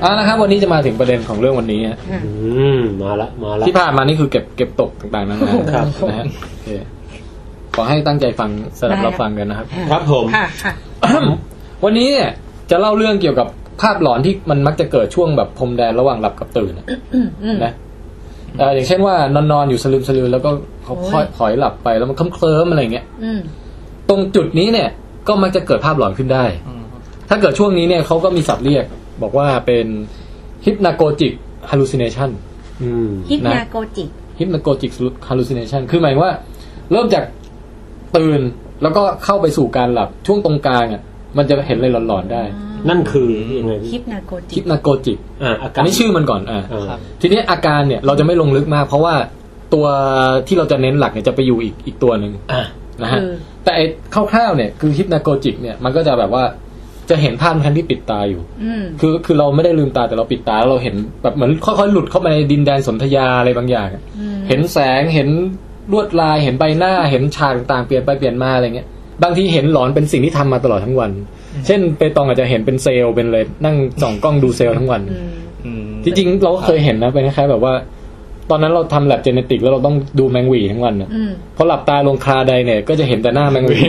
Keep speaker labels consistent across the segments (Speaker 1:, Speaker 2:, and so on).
Speaker 1: เอานะครับวันนี้จะมาถึงประเด็นของเรื่องวันนี้ฮะ
Speaker 2: อืมมาละมาละ
Speaker 1: ที่ผ่านมานี่คือเก็บเก็บตกต่างๆนานา
Speaker 2: ครับ
Speaker 1: นะฮะโอเคขอให้ตั้งใจฟังสลับ
Speaker 3: ได้
Speaker 1: รับฟังกันนะครับ
Speaker 2: ครับผม
Speaker 3: ค่ะค่ะ
Speaker 1: วันนี้เนี่ยจะเล่าเรื่องเกี่ยวกับภาพหลอนที่มันมักจะเกิดช่วงแบบพรมแดนระหว่างหลับกับตื่นอะนะเอ่ออย่างเช่นว่านอนนอนๆอยู่สลืมสลืมแล้วก็เขา
Speaker 3: โอ้ย
Speaker 1: ค่อยพลอยหลับไปแล้วมันเคลิ้มๆอะไรอย่างเงี้ย
Speaker 3: อืม
Speaker 1: ตรงจุดนี้เนี่ยก็มักจะเกิดภาพหลอนขึ้นได้ ถ้าเกิดช่วงนี้เนี่ยเขาก็มีศัพท์เรียก บอกว่าเป็นฮิปนาโกจิกฮ l ล c ซิเนชัน
Speaker 2: อืม
Speaker 3: ฮิป
Speaker 1: นะ
Speaker 3: นาโกจิก
Speaker 1: ฮิปนาโกจิกฮ l ล c ซิเนชันคือหมายว่า เริ่มจากตื่นแล้วก็เข้าไปสู่การหลับช่วงตรงกลางอ่ะมันจะเห็นอะไรหลอนๆได้
Speaker 2: นั่นคือยังไงพี่
Speaker 3: ฮิปนาโกจิ
Speaker 1: ฮิ
Speaker 3: ก
Speaker 1: ปนาโกจิก
Speaker 2: อ่าอา
Speaker 1: อั
Speaker 2: กาน ร
Speaker 1: นี้ชื่อมันก่อนอ่า
Speaker 2: อ่า
Speaker 4: ครับ
Speaker 1: ทีนี้อาการเนี่ยเราจะไม่ลงลึกมาก เพราะว่าตัวที่เราจะเน้นหลักเนี่ยจะไปอยู่อีกอีกตัวหนึ่ง
Speaker 2: อ่ะ
Speaker 1: นะฮะ
Speaker 3: คือ
Speaker 1: แต่ไอ้คร่าวๆเนี่ยคือฮิปนาโกจิกเนี่ยมันก็จะแบบว่าจะเห็นภาพแทนที่ปิดตาอยู่
Speaker 3: อืม
Speaker 1: คือคือเราไม่ได้ลืมตาแต่เราปิดตาแล้วเราเห็นแบบเหมือนค่อยๆหลุดเข้าไปในดินแดนสนธยาอะไรบางอย่างอะ
Speaker 3: อืม
Speaker 1: เห็นแสงเห็นลวดลายเห็นใบหน้าเห็นฉากต่างๆเปลี่ยนไปเปลี่ยนมาอะไรเงี้ยบางทีเห็นหลอนเป็นสิ่งที่ทำมาตลอดทั้งวัน เช่นเปตองอาจจะเห็นเป็นเซลล์เป็นเลยนั่งส่องกล้องดูเซลล์ทั้งวัน
Speaker 3: อืม
Speaker 4: อืม
Speaker 1: จริงๆเราก็เคยเห็นนะเป็นคล้ายๆแบบว่า ตอนนั้นเราทำแลบเจเนติกแล้วเราต้องดูแมงหวีทั้งวันอะ
Speaker 3: อืม
Speaker 1: พอหลับตาลงคลาใดเนี่ยก็จะเห็นแต่หน้าแมงวี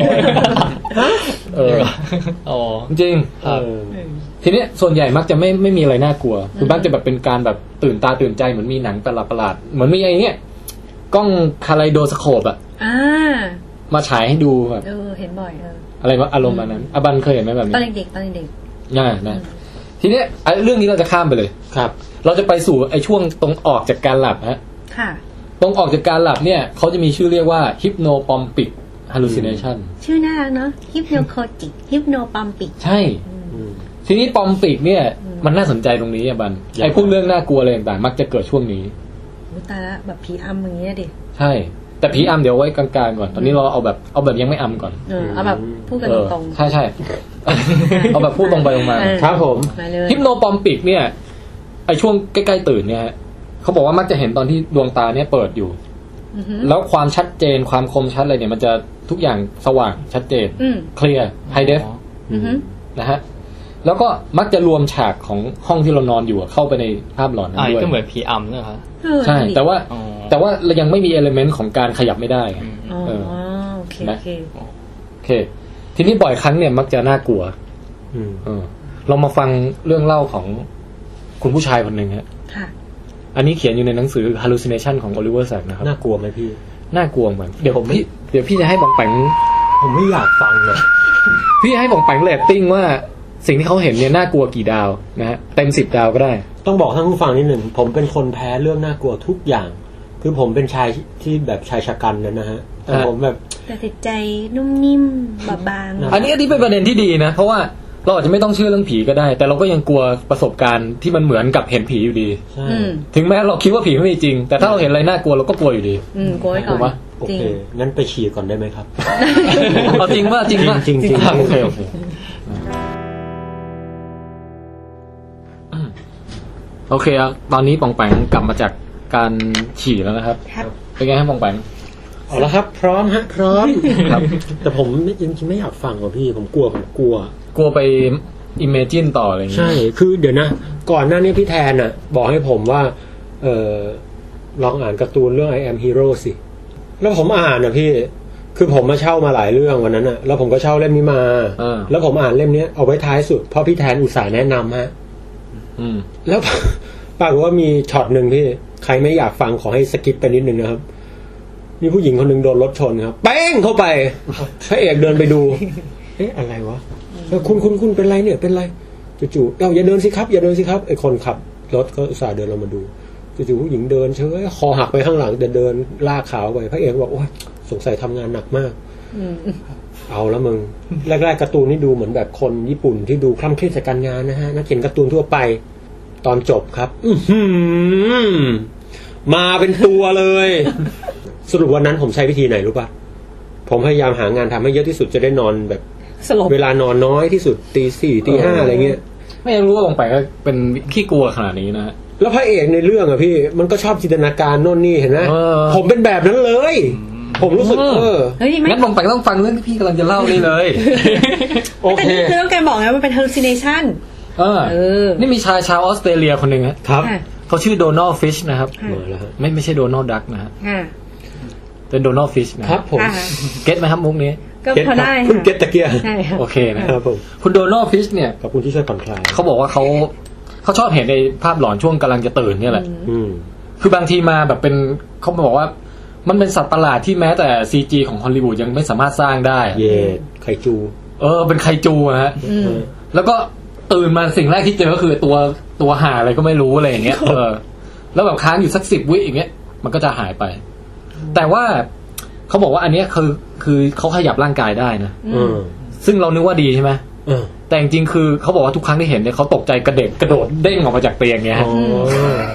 Speaker 1: เออ
Speaker 4: อ๋อ
Speaker 1: จริง
Speaker 4: ครับ
Speaker 2: เออ
Speaker 1: ทีเนี้ยส่วนใหญ่มักจะไม่ไม่มีอะไรน่ากลัว คือมักจะแบบเป็นการแบบตื่นตาตื่นใจเหมือนมีหนังประหลาดประหลาดๆเหมือนมีไอ้เนี่ยกล้องคาไลโดสโคปอะ
Speaker 3: อ่า
Speaker 1: มาฉายให้ดูแบบ
Speaker 3: เออ เห็นบ่อยเออ
Speaker 1: อะไรวะอารมณ์แบบนั้นอบันเคยเห็นไหมแบบ
Speaker 3: ตอน
Speaker 1: นี้
Speaker 3: เด็กๆ ตอนเด็ก
Speaker 1: น่านะทีเนี้ยไอ้เรื่องนี้เราจะข้ามไปเลย
Speaker 2: ครับ
Speaker 1: เราจะไปสู่ไอ้ช่วงตรงออกจากการหลับฮะ
Speaker 3: ๆค่ะ
Speaker 1: ตรงออกจากการหลับเนี่ยเขาจะมีชื่อเรียกว่า hypnopompic hallucination
Speaker 3: ชื่อน่ารักเนาะ ฮิปโนโคจิ ก ฮิปโนปัมปิก
Speaker 1: ใช่
Speaker 2: อืม
Speaker 1: ทีนี้ปอมปิกเนี่ย มันน่าสนใจตรงนี้อ่ะบัน
Speaker 2: ยังไง
Speaker 1: ไอ้พวกเรื่องน่ากลัวอะไรต่างๆมักจะเกิดช่วงนี้
Speaker 3: อุยตายละแบบผีอำอย่างเงี้ยดิ
Speaker 1: ใช่ แต่ผีอำเดี๋ยวไว้กลางๆก่อน ตอนนี้เราเอาแบบเอาแบบยังไม่อำก่อน
Speaker 3: เออ เอาแบบพูดกัน
Speaker 1: เออ
Speaker 3: ตรง
Speaker 1: ใช่ใช่ เอาแบบพูดตรงไปตรงมา
Speaker 3: เออ
Speaker 2: ครับผม
Speaker 3: มาเลย
Speaker 1: ฮิปโนปอมปิกเนี่ยไอ้ช่วงใกล้ๆตื่นเนี่ยฮะเขาบอกว่ามักจะเห็นตอนที่ดวงตาเนี่ยเปิดอยู่
Speaker 3: อือหือ
Speaker 1: แล้วความชัดเจนความคมชัดอะไรเนี่ยมันจะทุกอย่างสว่างชัดเจน
Speaker 3: อืม
Speaker 1: เคลียร์ไฮเดฟ
Speaker 3: อือหือ
Speaker 1: นะฮะ แล้วก็มักจะรวมฉากของห้องที่เรานอนอยู่อะเข้าไปในภาพหลอนนั้
Speaker 4: อ่าน
Speaker 1: ด้วย
Speaker 4: ก็เหมือนผีอำเนี่ยครับ
Speaker 3: เออ
Speaker 1: ใช่ แต่ว่า
Speaker 4: อ๋อ
Speaker 1: แต่ว่าเรายังไม่มีเอลเมนต์ของการขยับไม่ได้ไง
Speaker 3: อ๋อ
Speaker 1: เออ
Speaker 3: โอเค
Speaker 1: นะ
Speaker 3: โอเค
Speaker 1: โอเค ทีนี้บ่อยครั้งเนี่ยมักจะน่ากลัว
Speaker 2: อืม
Speaker 1: เออ เรามาฟังเรื่องเล่าของคุณผู้ชายคนหนึ่งฮะ
Speaker 3: ค่ะ
Speaker 1: อันนี้เขียนอยู่ในหนังสือ hallucination ของ Oliver Sacks นะครับ
Speaker 2: น่ากลัวไหมพี่
Speaker 1: น่ากลัวเหมือนเดี๋ยว
Speaker 2: ผม
Speaker 1: พี่เดี๋ยวพี่จะให้บองแปง
Speaker 2: ผมไม่อยากฟังเลย
Speaker 1: พี่ให้บองแปงเรตติ้งว่าสิ่งที่เขาเห็นเนี่ยน่ากลัวกี่ดาวนะฮะเต็มสิบดาวก็ได้
Speaker 2: ต้องบอกท่านผู้ฟังนิดหนึ่ง ผมเป็นคนแพ้เรื่องน่ากลัวทุกอย่าง คือผมเป็นชายที่แบบชายชะกันนะนะฮะ แต่
Speaker 1: ฮะ
Speaker 2: ผมแบบ
Speaker 3: แต่จิตใจนุ่มนิ่ มบาบาง
Speaker 2: ครับ
Speaker 1: อันนี้อันนี้เป็นประเด็นที่ดีนะ เพราะว่าเราอาจจะไม่ต้องเชื่อเรื่องผีก็ได้ แต่เราก็ยังกลัวประสบการณ์ที่มันเหมือนกับเห็นผีอยู่ดี
Speaker 2: ใช่
Speaker 3: อืม
Speaker 1: ถึงแม้เราคิดว่าผีไม่มีจริง แต่ถ้าเราเห็นอะไรน่ากลัวเราก็กลัวอยู่ดี
Speaker 3: อืมโกยก่อ
Speaker 1: ถูกปะ
Speaker 3: น
Speaker 2: โอ
Speaker 3: จริง
Speaker 2: เค งั้นไปฉี่ก่อนได้ไหมครับ
Speaker 1: เอาจริงว่าจริงว่า
Speaker 2: จริงจริงจริง
Speaker 1: โอเคโอเคโอเคครับตอนนี้ปองแปงกลับมาจากการฉี่แล้วนะครับ
Speaker 3: ครับ
Speaker 1: เป็นไงครับปองแปง
Speaker 2: เอาละครับ พร้อมฮะ พร้อม
Speaker 1: ครับ
Speaker 2: แต่ผมไม่จริงๆไม่อยากฟังว่ะพี่ ผมกลัวผมกลัว
Speaker 1: กลัวไปอิมเมจินต่ออะไรอย่างเงี้
Speaker 2: ใช่
Speaker 1: ย
Speaker 2: คือเดี๋ยวนะ ก่อนหน้านี้พี่แทนอ่ะ บอกให้ผมว่า เออลองอ่านการ์ตูนเรื่อง I am Hero สิ แล้วผมอ่านนะพี่ คือผมมาเช่ามาหลายเรื่องวันนั้นอ่ะ แล้วผมก็เช่าเล่มนี้มา
Speaker 1: า
Speaker 2: แล้วผมอ่านเล่มเนี้ยเอาไว้ท้ายสุด เพราะพี่แทนอุตส่าห์แนะนำฮะ
Speaker 1: อืม
Speaker 2: แล้ว ปรากฏว่ามีช็อตหนึ่งพี่ ใครไม่อยากฟังขอให้สกิปไปนิดนึงนะครับ มีผู้หญิงคนหนึ่งโดนรถชนครับ แป้งเข้าไป พระเอกเดินไปดู เอ๊ะอะไรวะเออคุณคุณคุณเป็นไรเนี่ย เป็นไร จู่ๆเราอย่าเดินสิครับ อย่าเดินสิครับ ไอ้คนขับ รถก็อุตส่าห์เดินลงมาดูจู่ๆผู้หญิงเดินเฉยคอหักไปข้างหลังแต่เดินลากขาวไป พระเอกบอกโอ๊ยสงสัยทำงานหนักมาก
Speaker 3: อืม
Speaker 2: เอาแล้วมึง แรกๆการ์ตูนนี่ดูเหมือนแบบคนญี่ปุ่นที่ดูคล่ำเครียดจากการงานนะฮะนักเขียนการ์ตูนทั่วไปตอนจบครับ อื้อหือมาเป็นตัวเลย สรุปวันนั้นผมใช้วิธีไหนรู้ปะผมพยายามหางานทำให้เยอะที่สุดจะได้นอนแบบ
Speaker 3: สลบ
Speaker 2: เวลานอนน้อยที่สุดตีสี่ตีห้าอะไรเงี้ย
Speaker 1: ไม่รู้ว่าปองแปงก็เป็นขี้กลัวขนาดนี้นะฮะ
Speaker 2: แล้วพระเอกในเรื่องอะพี่ มันก็ชอบจินตนาการโน่นนี่เห็นไหม
Speaker 1: เออ
Speaker 2: ผมเป็นแบบนั้นเลย ผมรู้สึกเออ
Speaker 3: เฮ้ยไม่
Speaker 1: งั้นปองแปงต้องฟังเรื่องที่พี่กำลังจะเล่านี่เลย
Speaker 2: โอ
Speaker 3: แต่
Speaker 2: เค
Speaker 3: นี่คือต้องการบอกนะมันเป็น hallucination
Speaker 1: เออ
Speaker 5: เออ
Speaker 1: นี่มีชายชาวออสเตรเลียคนหนึ่งฮะ
Speaker 2: ครับ
Speaker 5: ค่ะ
Speaker 1: เขาชื่อโดนัลด์ฟิชนะครับ
Speaker 5: ค่ะ
Speaker 2: มาแล้วฮะ
Speaker 1: ไม่ไม่ใช่โดนัลด์ดักนะฮะ
Speaker 5: ค่ะ
Speaker 1: เป็นโดนัลด์ฟิชนะ
Speaker 2: ค
Speaker 1: ค
Speaker 2: รั
Speaker 1: รั
Speaker 2: บบ ผม
Speaker 5: อ่า
Speaker 1: เก็ตไหมครับมุกนี้
Speaker 5: ก็พอได้
Speaker 2: เก็ตครับ
Speaker 5: ค่ะ
Speaker 2: เพิ่งเก็ตตะเกีย
Speaker 5: ใช่ค่ะ
Speaker 1: โอเคนะ
Speaker 2: ค
Speaker 1: ครับ
Speaker 2: รับผม
Speaker 1: คุณโดนัลด์ฟิชเนี่ย
Speaker 2: ขอบคุณที่ช่วยผ่อนคลาย
Speaker 1: เขาบอกว่าเขาเขาชอบเห็นในภาพหลอนช่วงกำลังจะตื่นเนี่ยแหละ
Speaker 2: อืม
Speaker 1: คือบางทีมาแบบเป็นเขาบอกว่า มันเป็นสัตว์ประหลาดที่แม้แต่ซีจีของฮอลลีวูดยังไม่สามารถสร้างได้
Speaker 2: เย่ไข่จู
Speaker 1: เออ เป็นไคจูอะฮะ
Speaker 5: อืม
Speaker 1: แล้วก็ตื่นมาสิ่งแรกที่เจอก็คือตัวตัวหาอะไรก็ไม่รู้อะไรอย่างเงี้ย เออ แล้วแบบค้างอยู่สักสิบวิอย่างเงี้ย มันก็จะหายไป แต่ว่าเขาบอกว่าอันเนี้ยคือคือเขาขยับร่างกายได้นะ
Speaker 5: อื
Speaker 2: เอื
Speaker 5: ม
Speaker 2: ม
Speaker 1: ซึ่งเรานึกว่าดีใช่ไหม
Speaker 2: เออ
Speaker 1: แต่จริงๆคือเขาบอกว่าทุกครั้งที่เห็นเนี่ยเขาตกใจกระเด็ดกระโดดเด้งออกมาจากเตียงเงี้ย
Speaker 2: อ๋
Speaker 1: ฮะ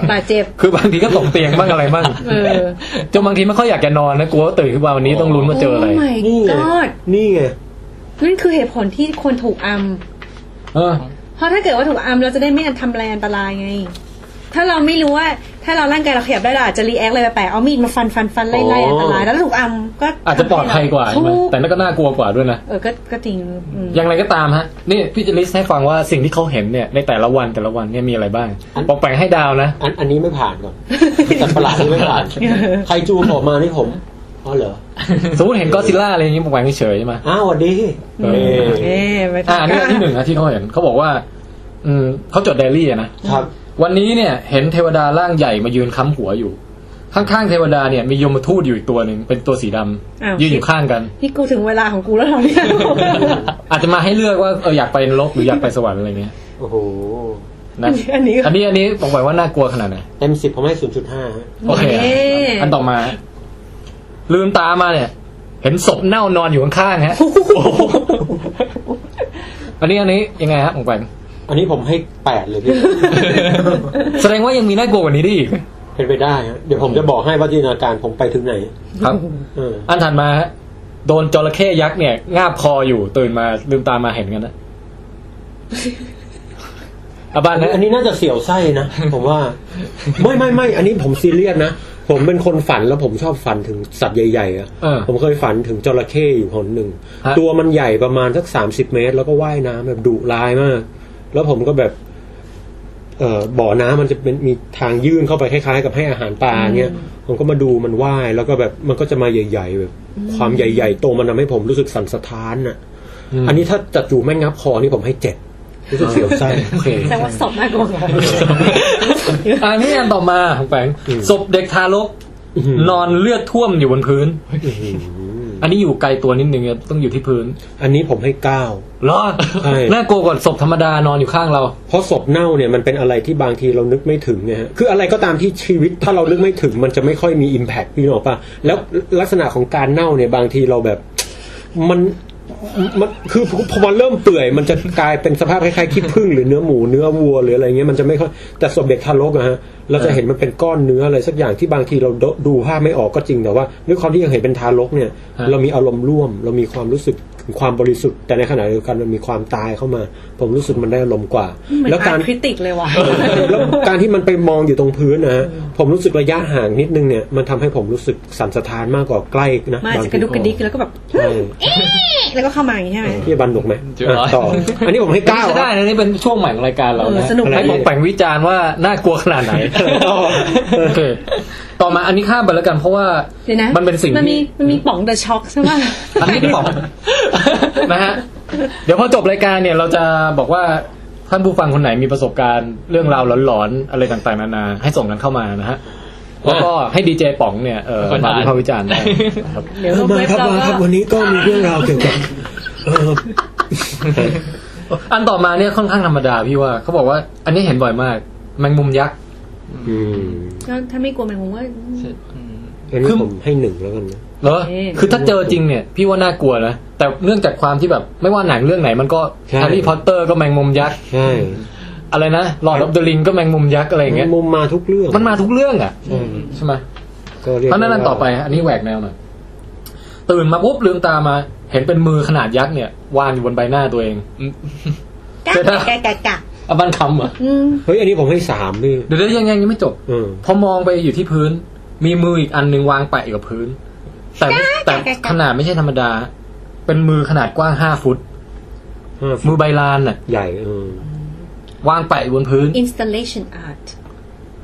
Speaker 2: อบ
Speaker 5: าดเจ็บ
Speaker 1: คือบางทีก็ตกเตียงบ้างอะไรบ้าง
Speaker 5: เออ
Speaker 1: จนบางทีไม่ค่อยอยากจะนอนนะกลัวว่าตื่นขึ้นมาวันนี้ต้องลุ้นว่าเจออะไร
Speaker 5: โอ้ my
Speaker 2: นี่ไง
Speaker 5: god
Speaker 2: นี่ไง
Speaker 5: นั่นคือเหตุผลที่คนถูกอัม
Speaker 1: เออ
Speaker 5: เพราะถ้าเกิดว่าถูกอัมเราจะได้ไม่ทำอะไรอันตรายไง ถ้าเราไม่รู้ว่า ถ้าเราร่างกายเราขยับได้เราอาจจะรีแอคอะไรแปลกๆเอามีดมาฟันฟันฟันไล่ไล่
Speaker 1: โอ้
Speaker 5: อันตรายแล้วถ้าถูกอัมก็
Speaker 1: อาจจะปลอดภัยกว่าใช่ไหม
Speaker 5: ถูก
Speaker 1: แต่นั่นก็น่ากลัวกว่าด้วยนะ
Speaker 5: เออก็ก็จริงอืม
Speaker 1: อย่างไรก็ตามฮะ นี่พี่จะลิสต์ให้ฟังว่าสิ่งที่เขาเห็นเนี่ยในแต่ละวันแต่ละวันเนี่ยมีอะไรบ้าง
Speaker 2: อัน
Speaker 1: ปองแปงให้ดาวนะ
Speaker 2: อันอันนี้ไม่ผ่านก่อนสัตว์ประหลาดนี่ไม่ผ่ านไข่จูออกมานี่ผมอ๋อเหรอ
Speaker 1: สมมติเห็นก็อดซิลล่าอะไรอย่างงี้ปองแปงเฉยๆใช่ไหม
Speaker 2: อ้าวสวัสดี
Speaker 1: เอ
Speaker 5: เอ๊ะไป
Speaker 1: อ่านี่อันที่หนึ่งนะที่เขาเห็นเขาบอกว่า อืมเขาจดไดอารี่อะนะ
Speaker 2: ครับ
Speaker 1: วันนี้เนี่ยเห็นเทวดาร่างใหญ่มายืนค้ำหัวอยู่ ข้างๆเทวดาเนี่ยมียมทูตอยู่อีกตัวหนึ่งเป็นตัวสีดำ
Speaker 5: าว
Speaker 1: ยืนอยู่ข้าง กัน
Speaker 5: นี่กูถึงเวลาของกูแล้วเหราเนี่ย
Speaker 1: อาจจะมาให้เลือกว่าเอออยากไปนรกหรืออยากไปสวรรค์อะไรเงี้ย
Speaker 2: โอ้โห
Speaker 1: นะ
Speaker 5: อันนี้ก็
Speaker 1: อันนี้อันนี้บอกไว้ว่าน่ากลัวขนาดไหน
Speaker 2: เต็มสิบผมให้ศูนย์จุดห้า
Speaker 1: โอเค
Speaker 5: เย้
Speaker 1: อันต่อมา ลืมตามาเนี่ย เห็นศพเน่านอนอยู่ข้างๆฮะ อันนี้อันนี้ยังไงฮะของแปง
Speaker 2: อันนี้ผมให้แปด เลยพี่
Speaker 1: แสดงว่ายังมีน่ากลัวกว่านี้ได้อีก
Speaker 2: เป็นไปได้ฮะเดี๋ยวผมจะบอกให้ว่าจินตนาการผมไปถึงไหน
Speaker 1: ครับ
Speaker 2: เออ
Speaker 1: อันถัดมาฮะโดนจระเข้ยักษ์เนี่ย งาบคออยู่ตื่นมาลืมตามาเห็นกันนะ อาบ้า
Speaker 2: อั
Speaker 1: น
Speaker 2: นนี้
Speaker 1: นะ
Speaker 2: อันนี้น่าจะเสียวไส้นะ ผมว่า ไม่ไม่ไม่อันนี้ผมซีเรียสนะ ผมเป็นคนฝันแล้วผมชอบฝันถึงสัตว์ใหญ่ๆอะ
Speaker 1: เออ
Speaker 2: ผมเคยฝันถึงจระเข้อยู่หนหนึ่ง
Speaker 1: ฮะ
Speaker 2: ตัวมันใหญ่ประมาณสักสามสิบเมตร แล้วก็ว่ายน้ำแบบดุร้ายมาก แล้วผมก็แบบ เอ่อบ่อน้ำมันจะเป็นมีทางยื่นเข้าไปคล้ายๆ กับให้อาหารปลาเงี้ยผมก็มาดูมันว่ายแล้วก็แบบมันก็จะมาใหญ่ ๆ แบบ ความใหญ่ ๆ โตมันทำให้ผมรู้สึกสั่นสะท้านน่ะ อันนี้ถ้าจัดจู่แม่งงับคอนี่ผมให้เจ็ดรู้สึกเสียวไส้
Speaker 1: โอเค
Speaker 5: แต่ว่าศพน่ากลัวกว่า
Speaker 1: อันนี้อันต่อมาของแปงศพเด็กทารก นอนเลือดท่วมอยู่บนพื้น อันนี้อยู่ไกลตัวนิดนึงอะต้องอยู่ที่พื้น
Speaker 2: อันนี้ผมให้เก้า
Speaker 1: เหรอ
Speaker 2: ใช่
Speaker 1: น่ากลัวกว่าศพธรรมดานอนอยู่ข้างเรา
Speaker 2: เพราะศพเน่าเนี่ยมันเป็นอะไรที่บางทีเรานึกไม่ถึงเนี่ยฮะคืออะไรก็ตามที่ชีวิตถ้าเรานึกไม่ถึงมันจะไม่ค่อยมีอิมแพคพี่นึกออกปะแล้วลักษณะของการเน่าเนี่ยบางทีเราแบบ มันมันคือพอมันเริ่มเปื่อย มันจะกลายเป็นสภาพคล้ายๆขี้ผึ้งหรือเนื้อหมูเนื้อวัวหรืออะไรเงี้ยมันจะไม่ค่อยแต่ศพเด็กทารกอะฮะเราจะเห็นมันเป็นก้อนเนื้ออะไรสักอย่างที่บางทีเราดูดูภาพไม่ออกก็จริงแต่ว่าด้วยความที่ยังเห็นเป็นทารกเนี่ย
Speaker 1: ฮะ
Speaker 2: เรามีอารมณ์ร่วม เรามีความรู้สึกถึงความบริสุทธิ์ แต่ในขณะเดียวกันมันมีความตายเข้ามา ผมรู้สึกมันได้อารมณ์กว่า
Speaker 5: เหมือน
Speaker 2: แล้ว
Speaker 5: กา
Speaker 2: การ ร
Speaker 5: คริติกเลยว่ะ
Speaker 2: แล้วการที่มันไปมองอยู่ตรงพื้นนะฮะผมรู้สึกระยะห่างนิดนึงเนี่ยมันทำให้ผมรู้สึกสั่นสะท้านมากกว่าใกล้นะ
Speaker 5: มาจะกระดุกกระดิกแล้วก็แบบ
Speaker 2: ใช่
Speaker 5: แล้วก็เข้ามาอย่างนี้ใช่ไหม
Speaker 2: พี่บันหนุกไหม
Speaker 4: เจ๋ง
Speaker 2: อ่ะ ต่อ อันนี้ผมให้เก้า
Speaker 1: ใช้
Speaker 2: ครั
Speaker 1: ได้
Speaker 2: บ
Speaker 1: นะนี่เป็นช่วงใหม่ของรายการเรานะ
Speaker 5: เออสนุก
Speaker 1: ให้ปองแปงวิจารณ์ว่าน่ากลัวขนาดไหน
Speaker 2: ต่อ
Speaker 1: โอเคต่อมาอันนี้ข้ามไปแล้วกันเพราะว่า
Speaker 5: เดี๋ยวนะ
Speaker 1: มันเป็นสิ่ง
Speaker 5: มันมี
Speaker 1: ที่
Speaker 5: มันมีป๋องเดอะช็อคใช่ไหม
Speaker 1: อันนี้ป๋อง นะฮะ เดี๋ยวพอจบรายการเนี่ยเราจะบอกว่าท่านผู้ฟังคนไหนมีประสบการณ์เรื่องราวหลอนๆอะไรต่างๆนานาให้ส่งกันเข้ามานะฮะ แล้วก็ให้ดีเจป๋องเนี่ยเออ
Speaker 4: เป็นคน
Speaker 1: มา
Speaker 4: อ่าน
Speaker 1: วิพากษ์วิจารณ์ได้นะครับ
Speaker 5: เดี๋ยว
Speaker 2: เออมา
Speaker 5: เว็บ
Speaker 2: ครับ
Speaker 5: เรา
Speaker 2: มาครับ
Speaker 5: ก็
Speaker 2: วันนี้ก็ มีเรื่องราวเกี่ยวกับเออ
Speaker 1: อันต่อมาเนี่ยค่อนข้างธรรมดาพี่ว่าเขาบอกว่า อันนี้เห็นบ่อยมาก แมงมุมยักษ์
Speaker 2: อืม
Speaker 5: แล้วถ้าไม่กลัวแมงมุมว่า
Speaker 4: อืม
Speaker 2: อันนี้
Speaker 1: คือ
Speaker 2: ผมให้หนึ่งแล้วกันนะ
Speaker 1: เหรอ
Speaker 5: เอ๊ะ
Speaker 1: คือถ้าเจอจริงเนี่ย พี่ว่าน่ากลัวนะ แต่เนื่องจากความที่แบบไม่ว่าหนังเรื่องไหนมันก็
Speaker 2: ใช่
Speaker 1: แฮร์รี่พอตเตอร์ก็แมงมุมยักษ์
Speaker 2: ใช่
Speaker 1: อะไรนะหลอดออฟเดอะลิงก็แมงมุมยักษ์อะไรอย่างเงี้ย
Speaker 2: มุมมาทุกเรื่อง
Speaker 1: มันมาทุกเรื่องอ่ะ
Speaker 2: ใช่
Speaker 1: ใช่ไหม
Speaker 2: ก็เรียก
Speaker 1: เพราะฉะนั้นอัน
Speaker 2: ว่า
Speaker 1: ต่อไปฮะอันนี้แหวกแนวหน่อยตื่นมาปุ๊บลืมตามา เห็นเป็นมือขนาดยักษ์เนี่ยวางอยู่บนใบหน้าตัวเอง
Speaker 3: กะกะกะกะกะ
Speaker 1: อบันคำเหรอ
Speaker 5: อืม
Speaker 2: เฮ้ยอันนี้ผมให้สามพี่
Speaker 1: เดี๋ยวเดี๋ยวยังไงยังไม่จบ
Speaker 2: เออ
Speaker 1: พอมองไปอยู่ที่พื้น มีมืออีกอันหนึ่งวางแปะอยู่กับพื้น แต่ไม่แต่ขนาดไม่ใช่ธรรมดา เป็นมือขนาดกว้างห้าฟุต
Speaker 2: ห้าฟุ
Speaker 1: มือ
Speaker 2: ต
Speaker 1: ใบลานน่ะ
Speaker 2: ใหญ่เออ
Speaker 1: วางแปะอยู่บนพื้น
Speaker 5: installation art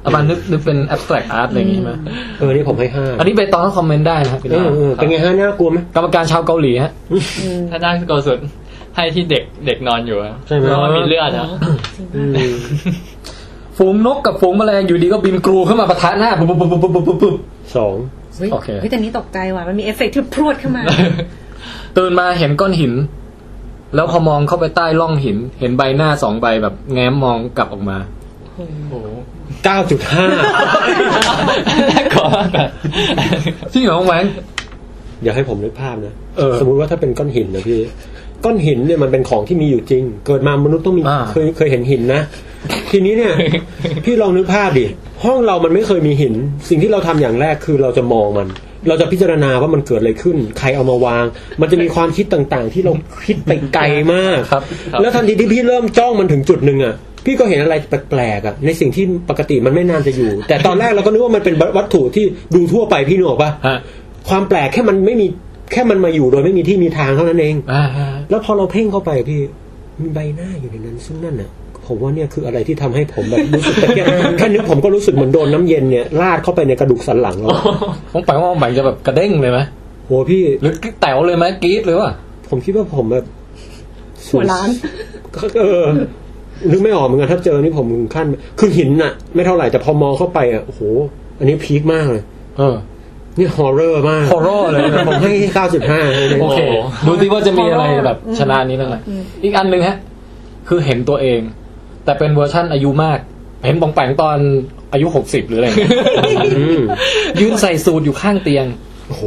Speaker 1: เอามานึกนึกเป็น abstract art อะไรอย่างงี้ไหม
Speaker 2: เออนี่ผมให้ห้า
Speaker 1: อันนี้เบตองต้องคอมเมนต์ได้นะครับพี่
Speaker 2: เอ
Speaker 1: ดาว
Speaker 2: อเออเป็นไงฮะน่ากลัวไหม
Speaker 1: กรรมการชาวเกาหลีฮะ
Speaker 4: ถ้าได้ก็สุดให้ที่เด็กเด็กนอนอยู่อะ
Speaker 2: ใช่ไหม
Speaker 4: นอนมีเลือดนะ
Speaker 2: อืม
Speaker 1: ฝูงนกกับฝูงแมลงอยู่ดีก็บินกรูเข้ามาปะทะหน้าปุ๊บปุ๊บปุ๊บปุ๊บปุ๊บปุ๊บ
Speaker 2: สอง
Speaker 5: เฮ้ย
Speaker 1: โอเค
Speaker 5: เฮ้ยแต่นี้ตกใจว่ะ มันมีเอฟเฟกต์ที่พรวดเข้ามา
Speaker 1: ตื่นมาเห็นก้อนหิน แล้วพอมองเข้าไปใต้ร่องหิน เห็นใบหน้าสองใบแบบแง้มมองกลับออกมา
Speaker 4: โอ้โห
Speaker 2: เก้าจุดห้า
Speaker 4: น่ากลัวมากอะ
Speaker 1: จริงเหรอน้องแหวน
Speaker 2: เดี๋ยวให้ผมนึกภาพนะ
Speaker 1: เออ
Speaker 2: สมมุติว่าถ้าเป็นก้อนหินนะพี่ ก้อนหินเนี่ยมันเป็นของที่มีอยู่จริง เกิดมามนุษย์ต้องมี
Speaker 1: อ่า
Speaker 2: เคยเคยเห็นหินนะ ทีนี้ เนี่ย พี่ลองนึกภาพดิห้องเรามันไม่เคยมีหิน สิ่งที่เราทำอย่างแรกคือเราจะมองมัน เราจะพิจารณาว่ามันเกิดอะไรขึ้น ใครเอามาวาง มันจะมีความคิดต่างๆ ที่ เราคิดไปไกลมาก
Speaker 1: ครับครับ
Speaker 2: แล้วทันทีที่พี่เริ่มจ้องมันถึงจุดหนึ่งอ่ะ พี่ก็เห็นอะไรแปลกๆอ่ะในสิ่งที่ปกติมันไม่น่าจะอยู่ แต่ตอนแรกเราก็นึกว่ามันเป็นวัตถุที่ดูทั่วไปพี่หนูบอกปะ
Speaker 1: ฮะ
Speaker 2: ความแปลกแค่มันไม่มีแค่มันมาอยู่โดยไม่มีที่มีทางเท่านั้นเอง
Speaker 1: อ่าฮะ
Speaker 2: แล้วพอเราเพ่งเข้าไปพี่มีใบหน้าอยู่ในนั้นซึ่งนั่นอ่ะ ผมว่าเนี่ยคืออะไรที่ทำให้ผมแบบรู้สึกตะเกียกแค่นึกผมก็รู้สึกเหมือนโดนน้ำเย็นเนี่ยลาดเข้าไปในกระดูกสันหลังเรา
Speaker 1: น้องแปลว่าน้องแหวนจะแบบกระเด้งเลยไหม
Speaker 2: โหพี่
Speaker 1: หรือแต๋วเลยไหมกรี๊ดเลยว่ะ
Speaker 2: ผมคิดว่าผมแบบ
Speaker 5: หัวล้าน
Speaker 2: เออนึกไม่ออกเหมือนกันถ้าเจอนี่ผมถึงขั้น คือหินน่ะ ไม่เท่าไหร่แต่พอมองเข้าไปอ่ะโอ้โห อันนี้พีคมากเลย
Speaker 1: เออ
Speaker 2: นี่ฮอร์เรอร์มาก
Speaker 1: horror เลยนะ
Speaker 2: ผมให้เก้าจุดห้า
Speaker 1: โอเค ดูสิว่าจะมีอะไรแบบชนะนี้นั่นแหละอีกอันหนึ่งฮะ คือเห็นตัวเอง แต่เป็นเวอร์ชั่นอายุมาก เห็นบองแปงตอนอายุหกสิบหรืออะไรอย่างเงี้ยยืนใส่สูทอยู่ข้างเตียง
Speaker 2: โอ้โห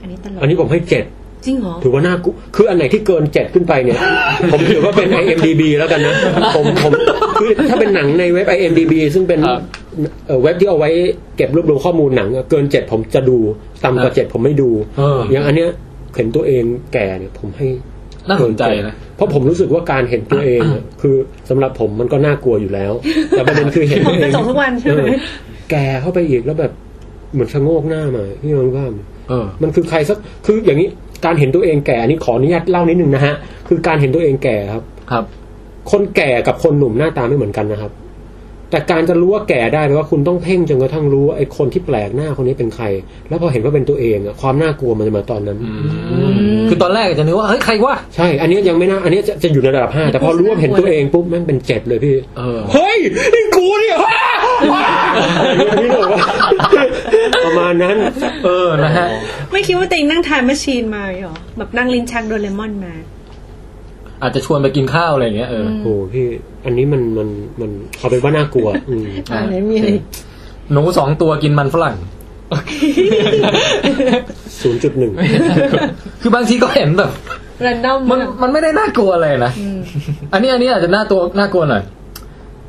Speaker 5: อันนี้ตลก
Speaker 2: อันนี้ผมให้เจ็ด
Speaker 5: จริงเหรอ
Speaker 2: ถือว่าน่ากลัวคืออันไหนที่เกินเจ็ดขึ้นไปเนี่ย ผมถือว่าเป็น IMDB แล้วกันนะ ผมผมคือถ้าเป็นหนังในเว็บ IMDB ซึ่งเป็น
Speaker 1: ครับ
Speaker 2: เอ่อเว็บที่เอาไว้เก็บรวบรวมข้อมูลหนังอะเกินเจ็ดผมจะดูต่ำกว่าเจ็ดผมไม่ดู
Speaker 1: เออ
Speaker 2: อย่างอันเนี้ยเห็นตัวเองแก่เนี่ยผมให้
Speaker 1: น่าสนใจนะ
Speaker 2: เพราะผมรู้สึกว่าการเห็นตัวเองเนี่ยคือสำหรับผมมันก็น่ากลัวอยู่แล้ว แต่ประเด็นคือเห็นตัวเอง
Speaker 5: ผมกระจกทุกวันใช่ไหม
Speaker 2: เออแก่เข้าไปอีกแล้วแบบเหมือนชะโงกหน้ามาพี่น้องว่ามัน
Speaker 1: เออ
Speaker 2: มันคือใครสักคืออย่างนี้การเห็นตัวเองแก่อันนี้ขออนุญาตเล่านิดนึงนะฮะคือการเห็นตัวเองแก่ครับ
Speaker 1: ครับ
Speaker 2: คนแก่กับคนหนุ่มหน้าตาไม่เหมือนกันนะครับ แต่การจะรู้ว่าแก่ได้แปลว่าคุณต้องเพ่งจนกระทั่งรู้ว่าไอ้คนที่แปลกหน้าคนนี้เป็นใคร แล้วพอเห็นว่าเป็นตัวเองอะความน่ากลัวมันจะมาตอนนั้น
Speaker 1: คือตอนแรกจะนึกว่า เฮ้ย ใครวะ
Speaker 2: ใช่ อันนี้ยังไม่น่า อันนี้จะจะอยู่ในระดับ ห้าแต่พอรู้ว่าเห็นตัวเองปุ๊บแม่งเป็นเจ็ดเลย พี่
Speaker 1: เออ
Speaker 2: เฮ้ยนี่กูเนี่ยฮ่าฮ่าพี่หนุ่มว่าประมาณนั้น
Speaker 1: เออ นะฮะ
Speaker 5: ไม่คิดว่าตัวเองนั่งทานมชชีนมาเหรอ แบบนั่งลิ้นชักโดเรมอนมา
Speaker 1: อาจจะชวนไปกินข้าวอะไรอย่างเงี้ย เออ
Speaker 2: โอ้โหพี่ อันนี้มันมันมันเอาเป็นว่าน่ากลัวอืม
Speaker 1: อ่ะ
Speaker 5: อันไหนมีอะไร
Speaker 1: หนูสองตัวกินมันฝรั่ง
Speaker 2: ศูนย์จุดหนึ่ง
Speaker 1: คือบางทีก็เห็นแบบ
Speaker 5: r รนดอม
Speaker 1: มันมันไม่ได้น่ากลัวอะไรนะ อันนี้อันนี้อาจจะน่าตัวน่ากลัวหน่อย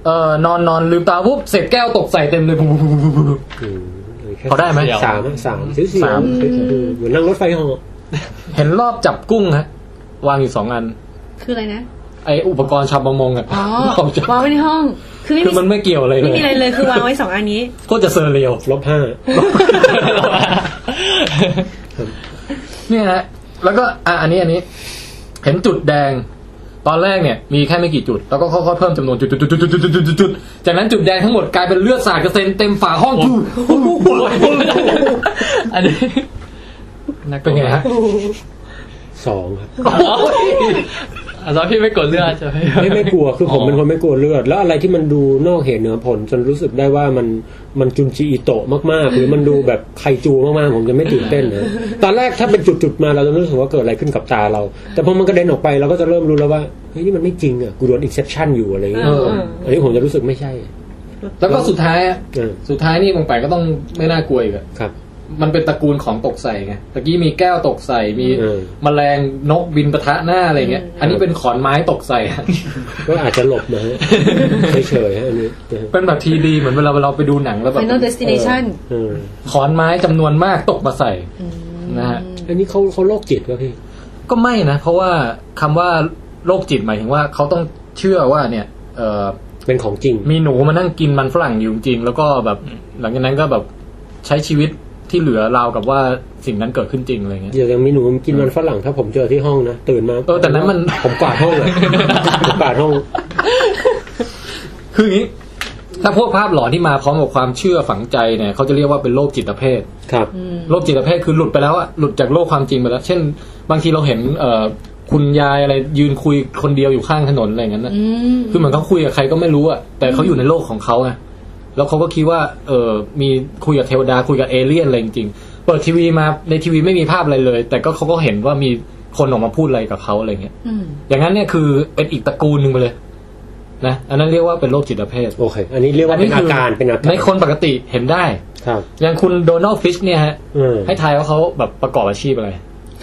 Speaker 1: เออนอนนอนลืมตาปุ๊บเศษแก้วตกใส่เต็มเลยปุ๊บปุ๊บปุ๊บปุ๊บปุ๊บ พอได้ไหม
Speaker 2: สามสามเสียวๆ
Speaker 1: สาม
Speaker 2: เหมือนนั่งรถไฟเหอ
Speaker 1: เห็นรอบจับกุ้งฮะ วางอยู่สองอัน
Speaker 5: คืออะไรนะ
Speaker 1: ไออุปกรณ์ชาวประมงอะ
Speaker 5: อ๋อ
Speaker 1: รอบจับ
Speaker 5: วางไว้ในห้อง คือไม่
Speaker 1: คื
Speaker 5: มี
Speaker 1: อมันไม่เกี่ยวอะไรเล
Speaker 5: ไม่
Speaker 1: ย
Speaker 5: มีอะไรเลย คือวางไว้สองอันนี้
Speaker 1: ก็จะเซอร์เรียล
Speaker 2: ลบห้า
Speaker 1: เนี่ยฮะ แล้วก็อ่ะอันนี้อันนี้ เห็นจุดแดง ตอนแรกเนี่ย มีแค่ไม่กี่จุด แล้วก็ค่อยๆเพิ่มจำนวนจุดจุดจุดจุดจุดจุดจุดจุดจุดจากนั้นจุดแดงทั้งหมดกลายเป็นเลือดสาดกระเซ็นเต็มฝาห้องทุ
Speaker 4: อันนี้น่าก
Speaker 1: เป็
Speaker 4: ลัวน
Speaker 1: ไงฮะ
Speaker 2: สองครับ
Speaker 4: อ่ะแล้วพี่ไม่กดเลือดใช่ไหม
Speaker 2: ไม่ไม่กลัวคือผมเป็นคนไม่กลัวเลือด แล้วอะไรที่มันดูนอกเหตุเหนือผล จนรู้สึกได้ว่ามันมันจุนจีอิโตะมากๆ หรือมันดูแบบไคจูมากๆ ผมจะไม่ตื่นเต้นนะตอนแรกถ้าเป็นจุดๆมาเราจะรู้สึกว่าเกิดอะไรขึ้นกับตาเรา แต่พอมันกระเด็นออกไปเราก็จะเริ่มรู้แล้วว่าเฮ้ยนี่มันไม่จริงอ่ะกูโดนอินเซปชันอยู่อะไรอย่างเงี้ย
Speaker 5: เออ
Speaker 2: อันนี้ผมจะรู้สึกไม่ใช่
Speaker 1: แล้วก็สุดท้ายอะ
Speaker 2: เออ
Speaker 1: สุดท้ายนี่มงไปก็ต้องไม่น่ากลัวอีกอะ
Speaker 2: ครับ
Speaker 1: มันเป็นตระกูลของตกใส่ไงตะกี้มีแก้วตกใส่มี
Speaker 2: เออ
Speaker 1: แมลงนกบินปะทะหน้าอะไรเงี้ย อันนี้เป็นขอนไม้ตกใส่อะ
Speaker 2: ก็อาจจะหลบนะฮะ เฉยๆฮะอันนี้นะฮะ
Speaker 1: เป็นแบบทีดีเหมือนเวลาเราไปดูหนังแล้วแบบ
Speaker 5: Final Destination
Speaker 2: เออ
Speaker 1: ขอนไม้จำนวนมากตกมาใส่นะฮะ
Speaker 2: อันนี้เขาเขาโรคจิตวะพี่
Speaker 1: ก็ไม่นะ เพราะว่าคำว่าโรคจิตหมายถึงว่าเขาต้องเชื่อว่าเนี่ยเออ
Speaker 2: เป็นของจริง
Speaker 1: มีหนูมานั่งกินมันฝรั่งอยู่จริงๆแล้วก็แบบหลังจากนั้นก็แบบใช้ชีวิตที่เหลือราวกับว่าสิ่งนั้นเกิดขึ้นจริงอะไรเงี้ย
Speaker 2: เดี๋ยวยังมีหนูกินมันฝรั่งถ้าผมเจอที่ห้องนะตื่นมา
Speaker 1: เออแต่นั้นมัน
Speaker 2: ผมกวาดห้องเลยผมกวาดห้อง
Speaker 1: คืออย่างนี้ ถ้าพวกภาพหลอนที่มาพร้อมกับความเชื่อฝังใจเนี่ยเขาจะเรียกว่าเป็นโรคจิตเภท
Speaker 2: ครับ
Speaker 1: โรคจิตเภทคือหลุดไปแล้วอะหลุดจากโลกความจริงไปแล้ว เช่น บางทีเราเห็นเอ่อคุณยายอะไรยืนคุยคนเดียวอยู่ข้างถนนอะไรอย่างนั้นนะ
Speaker 5: อืม
Speaker 1: คือเหมือนเขาคุยกับใครก็ไม่รู้อะแต่เขาอยู่ในโลกของเขาไงแล้วเขาก็คิดว่า เออมีคุยกับเทวดาคุยกับเอเลี่ยนอะไรจริงๆเปิดทีวีมาในทีวีไม่มีภาพอะไรเลย แต่ก็เขาก็เห็นว่ามีคนออกมาพูดอะไรกับเขาอะไรเงี้ย
Speaker 5: อืม
Speaker 1: อย่างนั้นเนี่ยคือเป็นอีกตระกูลหนึ่งไปเลยนะอันนั้นเรียกว่าเป็นโรคจิตเภท
Speaker 2: โอเค อันนี้เรียกว่าเป็นอาการ เป็นอาการ
Speaker 1: ในคนปกติเห็นได้
Speaker 2: ครับ
Speaker 1: อย่างคุณโดนัลด์ฟิชเนี่ยฮะ
Speaker 2: เออ
Speaker 1: ให้ทายว่าเขาแบบประกอบอาชีพอะไร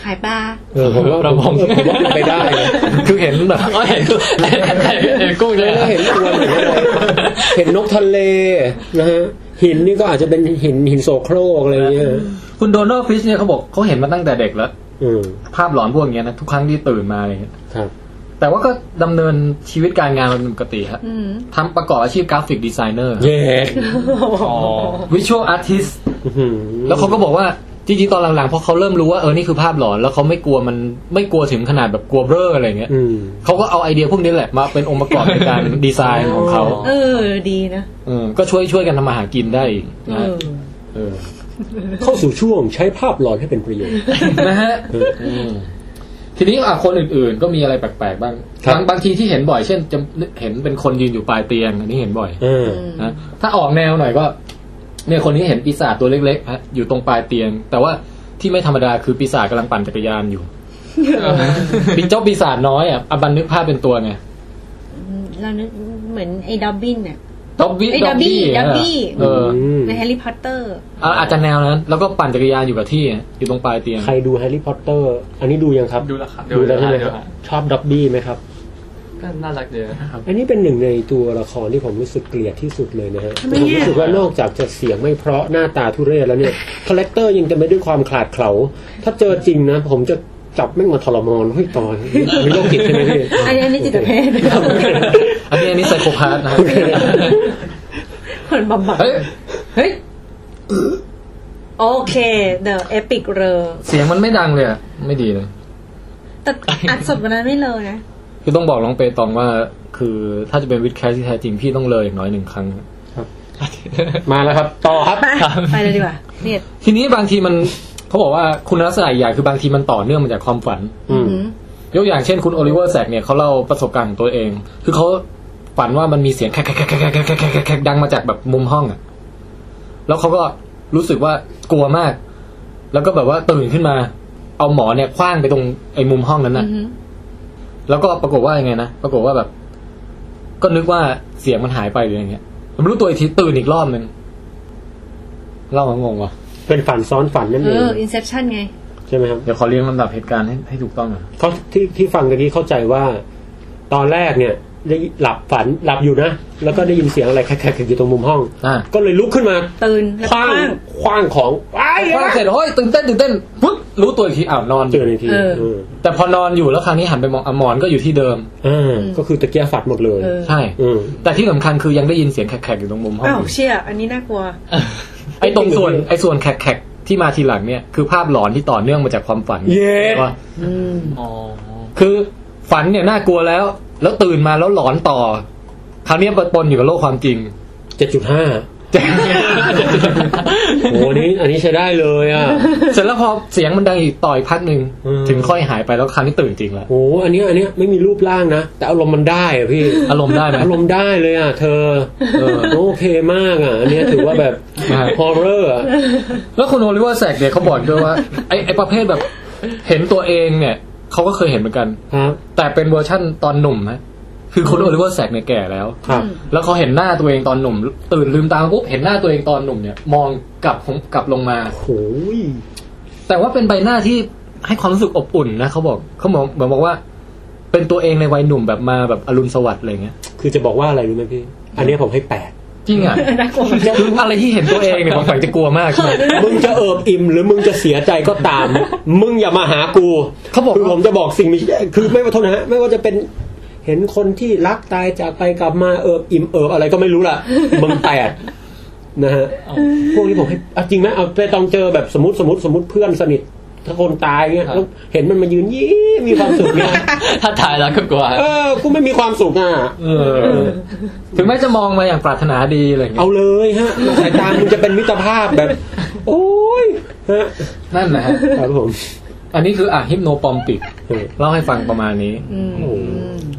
Speaker 5: ขายปลา
Speaker 2: เออผมว่า
Speaker 1: ประมง
Speaker 2: เออผมว่าเป็นไปได้นะ
Speaker 1: คือเห็นแบบ
Speaker 4: อ๋อเห็นเห็นกุ้งเลย
Speaker 2: เออเห็นอวนเห็นอะไรเห็นนกทะเลนะฮะ หินนี่ก็อาจจะเป็นหินหินโสโครกอะไรอย่างเงี้ย
Speaker 1: คุณโดนัลด์ฟิชเนี่ยเขาบอกเขาเห็นมาตั้งแต่เด็กแล้ว
Speaker 2: อืม
Speaker 1: ภาพหลอนพวกอย่างเงี้ยนะทุกครั้งที่ตื่นมาอะไรเงี้ย
Speaker 2: ครับ
Speaker 1: แต่ว่าก็ดำเนินชีวิตการงานเป็นปกติฮะ
Speaker 5: อืม
Speaker 1: ทำประกอบอาชีพกราฟิกดีไซเนอร์
Speaker 2: เย้
Speaker 4: อ๋อ
Speaker 1: วิชวลอาร์ติส
Speaker 2: อื้อหือ
Speaker 1: แล้วเขาก็บอกว่าจริงๆตอนหลังๆพอเขาเริ่มรู้ว่าเออนี่คือภาพหลอนแล้วเขาไม่กลัวมันไม่กลัวถึงขนาดแบบกลัวเบ้ออะไรเงี้ย
Speaker 2: อืม
Speaker 1: เขาก็เอาไอเดียพวกนี้แหละมาเป็นองค์ประกอบในการดีไซน์ของเขา
Speaker 5: เออ ดีนะ
Speaker 1: เออก็ช่วยช่วยกันทำมาหากินได้อีก
Speaker 5: เอ
Speaker 1: นะฮะ
Speaker 5: อ
Speaker 1: เออ
Speaker 2: เข้าสู่ช่วงใช้ภาพหลอนให้เป็นประโยชน์
Speaker 1: นะฮะทีนี้อ่ะคนอื่นๆ ก็มีอะไรแปลกๆบ้าง
Speaker 2: ครับ
Speaker 1: บางบางทีที่เห็นบ่อยเช่นจะเห็นเป็นคนยืนอยู่ปลายเตียงอันนี้เห็นบ่อย
Speaker 2: เออ
Speaker 1: นะถ้าออกแนวหน่อยก็ เนี่ยคนนี้เห็นปีศาจตัวเล็กๆฮะอยู่ตรงปลายเตียง แต่ว่าที่ไม่ธรรมดาคือปีศาจกำลังปั่นจักรยาน อยู่ ปีเจ้าปีศาจน้อยอ่ะอะบันนึกภาพเป็นตัวไง
Speaker 5: เรานึกเหมือนไอ้ดอบบินน่ะ
Speaker 1: ด็อบบี้
Speaker 5: ไอ้ Dobby
Speaker 1: อะ
Speaker 5: Dobby
Speaker 1: เออ
Speaker 2: ม
Speaker 5: ในแฮร์รี่พอตเตอร์
Speaker 1: อ่ะอาจจะแนวนั้นแล้วก็ปั่นจักรยานอยู่กับที่อ่ะอยู่ตรงปลายเตียง
Speaker 2: ใครดูแฮร์รี่พอตเตอร์ อันนี้ดูยังครับ
Speaker 4: ดูแล้วครับ
Speaker 2: ดูแล้วใช่ไหมครับ
Speaker 4: ดูแล้ว
Speaker 2: ชอบด็อบบี้ไหมครับ
Speaker 4: ก็น่ารักเดียว
Speaker 2: อันนี้เป็นหนึ่งในตัวละครที่ผมรู้สึกเกลียดที่สุดเลยนะฮะ
Speaker 5: ทำ
Speaker 2: ผ
Speaker 5: ไม
Speaker 2: ม
Speaker 5: อ่ะ
Speaker 2: รู้สึกว่านอกจากจะเสียงไม่เพราะหน้าตาทุเรศแล้วเนี่ยคาแรคเตอร์ยังจะไม่ด้วยความขลาดเขลาถ้าเจอจริงนะ ผมจะจับแม่งมาทรมานเฮ้ยตอนมีโรคจิตใช่ไหมพี่
Speaker 5: อันนี้อันนี้จิตเภท
Speaker 1: อันนี้อันนี้ไซโคพาสนะฮะ
Speaker 5: คนบำบัด
Speaker 1: เฮ้ย
Speaker 5: เฮ้ย โอเค The Epic r e
Speaker 1: เสียงมันไม่ดังเลยอะไม่ดีเลย
Speaker 5: แต่อัดสดกวันนั้นไม่เลยนะ
Speaker 1: คือต้องบอกน้องเปตองว่า คือถ้าจะเป็นวิดแคสที่แท้จริงพี่ต้องเลยอย่างน้อยหนึ่งครั้ง
Speaker 2: มาแล้วครับ ต่อครับ
Speaker 5: ไป ไปเลยดีกว่าเนี่ย
Speaker 1: ทีนี้บางทีมัน เขาบอกว่าคุณลักษณะอีกอย่างคือบางทีมันต่อเนื่องมาจากความฝัน
Speaker 2: อืม
Speaker 1: ยกอย่างเช่นคุณโอลิเวอร์แซกเนี่ยเขาเล่าประสบการณ์ของตัวเอง คือเขาฝันว่ามันมีเสียงแคกแคกแคกแคกแคกแคกดังมาจากแบบมุมห้องอะแล้วเขาก็รู้สึกว่ากลัวมาก แล้วก็แบบว่าตื่นขึ้นมา เอาหมอนเนี่ยคว้างไปตรงไอ้มุมห้องนั้น
Speaker 5: อื
Speaker 1: น่ะ
Speaker 5: อหือ
Speaker 1: แล้วก็ปรากฏว่ายังไงนะปรากฏว่าแบบ ก็นึกว่าเสียงมันหายไปหรืออย่างเงี้ยผมรู้ตัวอีกทีตื่นอีกรอบหนึ่งเล่ามางงวะ
Speaker 2: เป็นฝันซ้อนฝันนั่น
Speaker 5: เอ
Speaker 2: เอง
Speaker 5: อ Inception ไง
Speaker 2: ใช่ไหมครับ
Speaker 1: เดี๋ยวขอเรียงลำดับเหตุการณ์ให้ให้ถูกต้องหน่อย
Speaker 2: เขาที่ที่ฟังตะกี้เข้าใจว่า ตอนแรกเนี่ยได้หลับฝันหลับอยู่นะ แล้วก็ได้ยินเสียงอะไรแคะๆอยู่ตรงมุมห้อง
Speaker 1: อ่า
Speaker 2: ก็เลยลุกขึ้นมา
Speaker 5: ตื่นแล้ว
Speaker 2: คว้าง
Speaker 5: คว้าง
Speaker 2: คว้างของไอ้
Speaker 1: คว้างเสร็จเฮ้ยตื่นเต้นตื่นเต้นปึ๊บรู้ตัวอีกทีอ้าวนอนอ
Speaker 2: เจ
Speaker 1: ยู่
Speaker 2: อในที
Speaker 5: เออ
Speaker 2: เออ
Speaker 1: แต่พอนอนอยู่แล้วคราวนี้หันไปมองอะหมอนก็อยู่ที่เดิม
Speaker 2: อ่าก็คือตะเกียฝันหมดเลย
Speaker 5: เออ
Speaker 1: ใช่
Speaker 2: อืม
Speaker 1: แต่ที่สำคัญคือยังได้ยินเสียงแขกๆอยู่ตรงมุมห้อง
Speaker 5: อ้าว
Speaker 1: อยู่
Speaker 5: เชี่ย อันนี้น่ากลัว
Speaker 1: ไอ้ตรงส่วนไอ้ส่วนแขกๆที่มาทีหลังเนี่ยคือภาพหลอนที่ต่อเนื่องมาจากความฝัน
Speaker 2: เย้
Speaker 1: ว่า
Speaker 5: อืม
Speaker 4: อ๋อ
Speaker 1: คือฝันเนี่ยน่ากลัวแล้ว แล้วตื่นมาแล้วหลอนต่อ คราวเนี้ยปนอยู่กับโลกความจริง
Speaker 2: เจ็ดจุดห้าโอ้ นี้อันนี้ใช้ได้เลยอ่ะ
Speaker 1: เสร็จแล้วพอเสียงมันดังอีกต่อยพักหนึ่ง
Speaker 2: อืม
Speaker 1: ถึงค่อยหายไปแล้วคราวนี้ตื่นจริงแล้ว
Speaker 2: โอ้อันเนี้ยอันเนี้ยไม่มีรูปร่างนะ แต่อารมณ์มันได้อะพี่
Speaker 1: อารมณ์ได้ไหม
Speaker 2: อารมณ์ได้เลยอ่ะ เธอ
Speaker 1: เออ
Speaker 2: โอเคมากอ่ะ อันเนี้ยถือว่าแบบ
Speaker 1: นะฮะ
Speaker 2: ฮอร์เรอร์อ่ะ
Speaker 1: แล้วคุณโอลิเวอร์แซกเนี่ยเขาบอก ด้วยว่าไอ้ไอ้ประเภทแบบเห็นตัวเองเนี่ยเขาก็เคยเห็นเหมือนกัน
Speaker 2: ครับ
Speaker 1: แต่เป็นเวอร์ชั่นตอนหนุ่มนะคือคุณโอลิเวอร์แซกเนี่ยแก่แล้ว
Speaker 2: ครับ
Speaker 1: แล้วเขาเห็นหน้าตัวเองตอนหนุ่ม ตื่นลืมตาปุ๊บเห็นหน้าตัวเองตอนหนุ่มเนี่ย มองกลับผมกลับลงมา
Speaker 2: โอ้ย
Speaker 1: แต่ว่าเป็นใบหน้าที่ให้ความรู้สึกอบอุ่นนะเขาบอกเขาบอกเหมือนบอกว่า เป็นตัวเองในวัยหนุ่มแบบมาแบบอรุณสวัสดิ์อะไรเงี้ย
Speaker 2: คือจะบอกว่าอะไรรู้ไหมพี่ อันเนี้ยผมให้แปด
Speaker 1: จริงอ่ะ
Speaker 5: น่ากลัว
Speaker 1: คืออะไรที่เห็นตัวเองเนี่ยบางฝั่งจะกลัวมากเลย
Speaker 2: มึงจะเอิบอิ่มหรือมึงจะเสียใจก็ตาม มึงอย่ามาหากู
Speaker 1: เขาบอก
Speaker 2: คือผมจะบอกสิ่งมีคือไม่ว่าโทษนะฮะไม่ว่าจะเป็นเห็นคนที่รักตายจากไปกลับมาเอิบอิ่มเอิบอะไรก็ไม่รู้ล่ะ มึงแปดนะฮะพวกนี้ผมให้อ่ะจริงไหมเอาไปตองเจอแบบสมมติสมมติสมมติเพื่อนสนิท ถ้าคนตายเนี่ย
Speaker 4: ครับ
Speaker 2: แล้วเห็นมันมายืนยิ้มมีความสุขเนี่ย
Speaker 4: ถ้าตายแล้วก็กลัว
Speaker 2: เออกูไม่มีความสุขอ่ะ
Speaker 1: เออ ถึงแม้จะมองมาอย่างปรารถนาดีอะไรอย่างเงี้
Speaker 2: เอา
Speaker 1: ย
Speaker 2: เลยฮะสายตามึงจะเป็นมิตรภาพแบบ โอ้ยฮะ
Speaker 1: นั่นแหละฮะ
Speaker 2: ครับผม
Speaker 1: อันนี้คืออ่ะฮิปโนปอมปิก
Speaker 2: เออ
Speaker 1: เล่าให้ฟังประมาณนี้
Speaker 5: อืม
Speaker 2: โอ้โห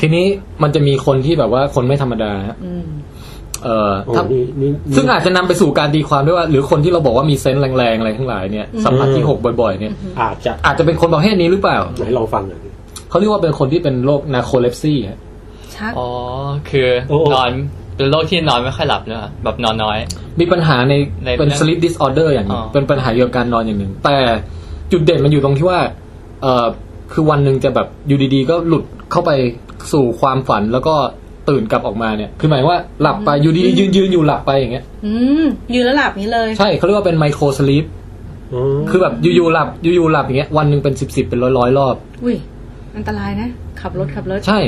Speaker 1: ทีนี้มันจะมีคนที่แบบว่าคนไม่ธรรมดาฮะ
Speaker 5: อืม
Speaker 1: เออ
Speaker 2: โอ้
Speaker 1: ถ้า
Speaker 2: นี่นี่นี่
Speaker 1: ซึ่งอาจจะนำไปสู่การตีความด้วยว่า หรือคนที่เราบอกว่ามีเซนส์แรงๆอะไรทั้งหลายเนี่ยสัมผัสที่หกบ่อยๆเนี่ย
Speaker 2: อาจจะ
Speaker 1: อาจจะเป็นคนประเภทนี้หรือเปล่า
Speaker 2: ไหนลองฟังหน่อยดิ
Speaker 1: เขาเรียกว่าเป็นคนที่เป็นโรคนาโคเลปซี่ฮะ
Speaker 5: ชัก
Speaker 4: อ๋อ คือ
Speaker 2: โอ้โอ้
Speaker 4: นอนเป็นโรคที่นอนไม่ค่อยหลับเนอะแบบนอนน้อย
Speaker 1: มีปัญหาใน
Speaker 4: ใน
Speaker 1: เป็น
Speaker 4: เรื่อง
Speaker 1: sleep disorder อย่างหนึง
Speaker 4: อ๋อ
Speaker 1: เป็นปัญหาเกี่ยวกับการนอนอย่างหนึ่ง แต่จุดเด่นมันอยู่ตรงที่ว่าเออคือวันหนึ่งจะแบบอยู่ดีๆ ก็หลุดเข้าไปสู่ความฝันแล้วก็ตื่นกลับออกมาเนี่ย คือหมายว่าหลับไปอยู่ดีๆยืนๆอยู่หลับไปอย่างเงี้ย
Speaker 5: อืมยืนแล้วหลับนี้เลย
Speaker 1: ใช่เขาเรียกว่าเป็นไมโครสลีป
Speaker 2: อ๋อ
Speaker 1: คือแบบอยู่ๆหลับอยู่ๆหลับอย่างเงี้ยวันหนึ่งเป็นสิบสิบเป็นร้อยๆรอบ
Speaker 5: อุ้ย อันตรายนะ ขับรถขับรถ
Speaker 1: ใช่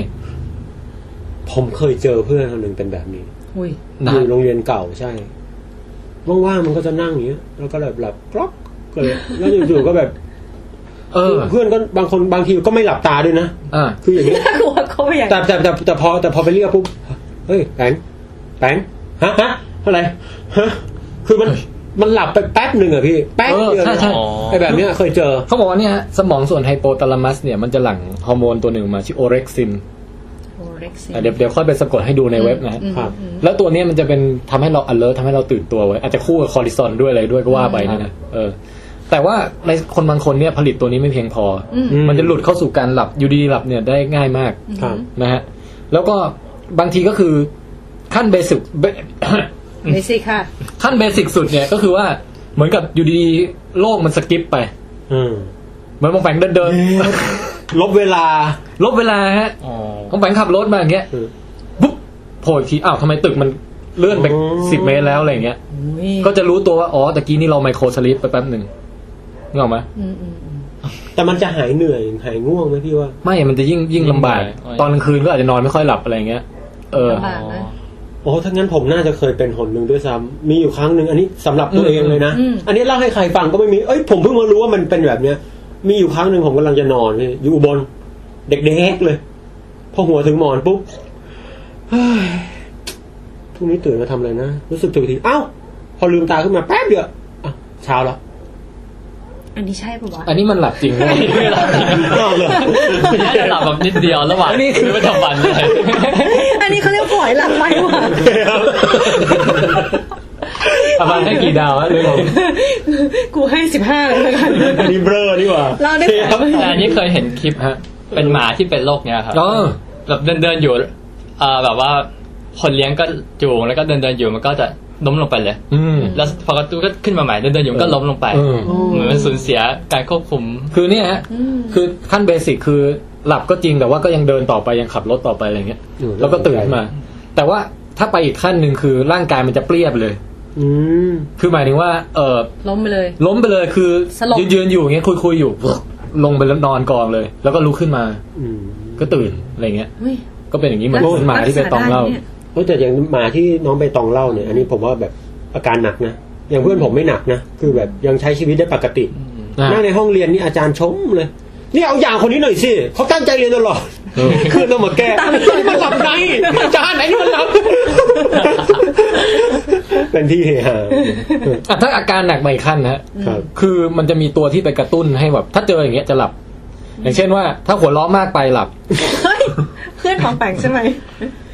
Speaker 2: ผมเคยเจอเพื่อนคนหนึ่งเป็นแบบนี้
Speaker 5: อุ้ย
Speaker 1: นะ
Speaker 2: อยู่โรงเรียนเก่าใช่ ว่างๆมันก็จะนั่งอย่างเงี้ย แล้วก็แบบหลับกรอกก็เลยแล้วอยู่ๆก็แบบ
Speaker 1: เออ
Speaker 2: เพื่อนก็บางคนบางทีก็ไม่หลับตาด้วยนะ
Speaker 1: อ่ะ
Speaker 2: คืออย่างนี้ย
Speaker 5: ถ้ากลัวเขาไปใหญ่
Speaker 2: แต่แต่แต่แต่พอแต่พอไปเรียกปุ๊บ เฮ้ยแปงแปงฮะฮะอะไร ฮะ คือมันมันหลับไปแป๊บหนึ่งอะพี่ แป๊บ
Speaker 1: เออ
Speaker 2: เดียว
Speaker 1: ใช่
Speaker 2: นะ
Speaker 1: ใช่
Speaker 4: อ๋อ
Speaker 2: ไอ้แบบเนี้ยเคยเจอ
Speaker 1: เขาบอกว่าเนี่ยฮะสมองส่วนไฮโปทาลามัสเนี่ยมันจะหลั่งฮอร์โมนตัวหนึ่งมาชื่อโอเร็กซิน
Speaker 5: โอ้เร็กซี่
Speaker 1: อ่ะเดี๋ยวเดี๋ยวค่อยไปสะกดให้ดูในเว็บนะฮะ
Speaker 5: อืม
Speaker 2: ครับ
Speaker 5: อืม
Speaker 1: แล้วตัวเนี้ยมันจะเป็นทำให้เรา alert ทำให้เราตื่นตัวไว้ อาจจะคู่กับคอร์ติซอลด้วยอะไรด้วยก็ว่าไปเนยนะเออ แต่ว่าในคนบางคนเนี่ยผลิตตัวนี้ไม่เพียงพออ
Speaker 5: อืม
Speaker 1: มันจะหลุดเข้าสู่การหลับอยู่ดีๆหลับเนี่ยได้ง่ายมาก
Speaker 2: ครับ
Speaker 1: นะฮะแล้วก็บางทีก็คือขั้นเบสิก
Speaker 5: เบสิกค่ะ
Speaker 1: ขั้นเบสิกสุดเนี่ยก็คือว่าเหมือนกับอยู่ดีๆโลกมันสกิปไป
Speaker 2: อืม
Speaker 1: เหมือนมองแปงเดิน
Speaker 2: ลบเวลา
Speaker 1: ๆลบเวลาฮะ
Speaker 4: อ๋อ
Speaker 1: ต้องแบงค์ขับรถมาอย่างเงี้ย
Speaker 2: อืม
Speaker 1: ปุ๊บโผล่อีกทีอ้าวทำไมตึกมันเลื่อนไป
Speaker 2: อ๋อ
Speaker 1: สิบเมตรแล้วอะไรอย่างเงี้ย ก็จะรู้ตัวว่า อ๋อตะกี้นี่เราไมโครสลิปไปแป๊บหนึ่งนึกออกไหม
Speaker 2: แต่มันจะหายเหนื่อยหายง่วงไหมพี่ว่า
Speaker 1: ไม่มันจะยิ่งยิ่งลำบาก
Speaker 4: ยิ่งเหนื่อย
Speaker 1: ตอนกลางคืนก็อาจจะนอนไม่ค่อยหลับอะไรอย่างเงี้ย เออ
Speaker 5: ลำบาก
Speaker 2: โอ้ถ้างั้นผมน่าจะเคยเป็นหนหนึ่งด้วยซ้ำมีอยู่ครั้งหนึ่งอันนี้สำหรับตัวเองเลยนะ
Speaker 5: อืม
Speaker 2: อันนี้เล่าให้ใครฟังก็ไม่มี เอ้ยผมเพิ่งมารู้ว่ามันเป็นแบบเนี้ย มีอยู่ครั้งหนึ่งผมกำลังจะนอนนี่อยู่อุบน เด็กๆเลย พอหัวถึงหมอนปุ๊บ เฮ้ยพรุ่งนี้ตื่นมาทำอะไรนะ รู้สึกตัวอีกทีเอ้า พอลืมตาขึ้นมาแป๊บเดียวอ่ะเช้าแล้ว
Speaker 5: อันนี้ใช่ปะวะ
Speaker 1: อันนี้มันหลับจริ งไหม
Speaker 2: อ้ าวเหรอ
Speaker 4: น่าจะหลับแบบนิดเดียวระหว่าง
Speaker 1: อันนี้คือ
Speaker 4: ไม่ทำวันเลย
Speaker 5: อันนี้เขาเรียกปล่อยหลับไปว่ะ
Speaker 1: ประมาณให้กี่ดาวฮะเลยผม
Speaker 5: กูให้สิบห้าเลยแล้วกัน
Speaker 2: อันนี้เบลอดีกว่า
Speaker 5: เราได้
Speaker 2: ครับ
Speaker 5: ไหม
Speaker 4: แต่อันนี้เคยเห็นคลิป
Speaker 1: ฮะ
Speaker 4: เป็นหมาที่เป็นโรคเนี้ยครับ
Speaker 1: อ๋อ
Speaker 4: แบบเดินเดินๆอยู่เอ่อแบบว่าคนเลี้ยงก็จูงแล้วก็เดินเดินๆอยู่มันก็จะล้มลงไปเลย
Speaker 1: อืม
Speaker 4: แล้วพอกระตูก็ขึ้นมาใหม่เดินเดินๆอยู่มันก็ล้มลงไป
Speaker 1: เออ
Speaker 4: เหมือนมันสูญเสียการควบคุม
Speaker 1: คือเนี่ยฮะ คือขั้นเบสิกคือหลับก็จริงแต่ว่าก็ยังเดินต่อไปยังขับรถต่อไปอะไรเงี้ย
Speaker 2: อืม
Speaker 1: แล้วก็ตื่นขึ้นมา แต่ว่าถ้าไปอีกขั้นหนึ่งคือร่างกายมันจะเปรียบเลย
Speaker 2: อืม
Speaker 1: คือหมายถึงว่าเออ
Speaker 5: ล้มไปเลย
Speaker 1: ล้มไปเลยคือ
Speaker 5: สลบ
Speaker 1: ยืนยืนอยู่อย่างเงี้ยคุยคุยอยู่ ลงไปแล้วนอนกองเลย แล้วก็ลุกขึ้นมา
Speaker 2: อืม
Speaker 1: ก็ตื่นอะไรเงี้ย
Speaker 5: อุ้ย
Speaker 1: ก็เป็นอย่างนี้เหมือนคนหมาที่ไปตองเล่า
Speaker 5: รักษได้เนี่ย
Speaker 2: เฮ้ยแต่อย่างหมาที่น้องใบตองเล่าเนี่ย อันนี้ผมว่าแบบอาการหนักนะ อย่างเพื่อนผมไม่หนักนะ คือแบบยังใช้ชีวิตได้ปกติ
Speaker 1: อ่า
Speaker 2: นั่งในห้องเรียนนี่อาจารย์ชมเลย นี่เอาอย่างคนนี้หน่อยสิเขาตั้งใจเรียนตลอด คือต้องมาแก้ไอ้มันหลับในอาจารย์ไหนมันหลับ เป็นที่เฮฮา
Speaker 1: อ่ะถ้าอาการหนักไปขั้นนะฮะ
Speaker 2: ครับ
Speaker 1: คือมันจะมีตัวที่ไปกระตุ้นให้แบบ ถ้าเจออย่างเงี้ยจะหลับ อย่างเช่นว่า ถ้าหัวเราะมากไปหลับ
Speaker 5: เฮ้ยเพื่อนของแปงใช่ไหม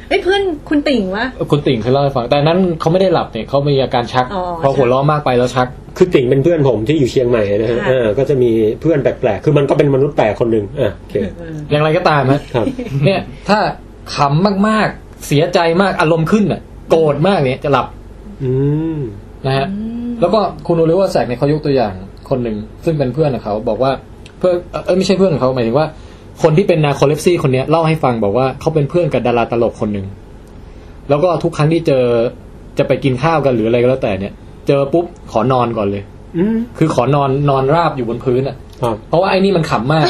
Speaker 5: เอ้ยเพื่อนคุณติ่งวะ
Speaker 1: คุณติ่งเคยเล่าให้ฟังแต่นั้นเขาไม่ได้หลับเนี่ยเขามีอาการชัก
Speaker 5: อ๋อ
Speaker 1: พอหัวเราะมากไปแล้วชัก
Speaker 2: คือติ่งเป็นเพื่อนผมที่อยู่เชียงใหม่นะฮะ
Speaker 5: ค่ะ
Speaker 2: เออก็จะมีเพื่อนแปลกๆ คือมันก็เป็นมนุษย์แปลกคนหนึ่งอ่ะโอเค
Speaker 1: อย่างไรก็ตามฮะ
Speaker 2: ครับ
Speaker 1: เนี่ยถ้าขำมากๆ เสียใจมากอารมณ์ขึ้นอ่ะโกรธมากเนี่ยจะหลับ
Speaker 2: อืม
Speaker 1: นะฮะแล้วก็คุณโอลิเวอร์แซกเนี่ยเขายกตัวอย่างคนหนึ่งซึ่งเป็นเพื่อนของเขาบอกว่าเพื่อนเอ่อเอยไม่ใช่เพื่อนของเขาหมายถึงว่า คนที่เป็นนาโคเลปซี่คนเนี้ยเล่าให้ฟังบอกว่าเขาเป็นเพื่อนกับดาราตลกคนหนึ่งแล้วก็ทุกครั้งที่เจอจะไปกินข้าวกันหรืออะไรก็แล้วแต่เนี่ย เจอปุ๊บขอนอนก่อนเลย
Speaker 2: อืม
Speaker 1: คือขอนอนนอนราบอยู่บนพื้นอ่ะ
Speaker 2: ครับ
Speaker 1: เพราะว่าไอ้นี่มันขำม าก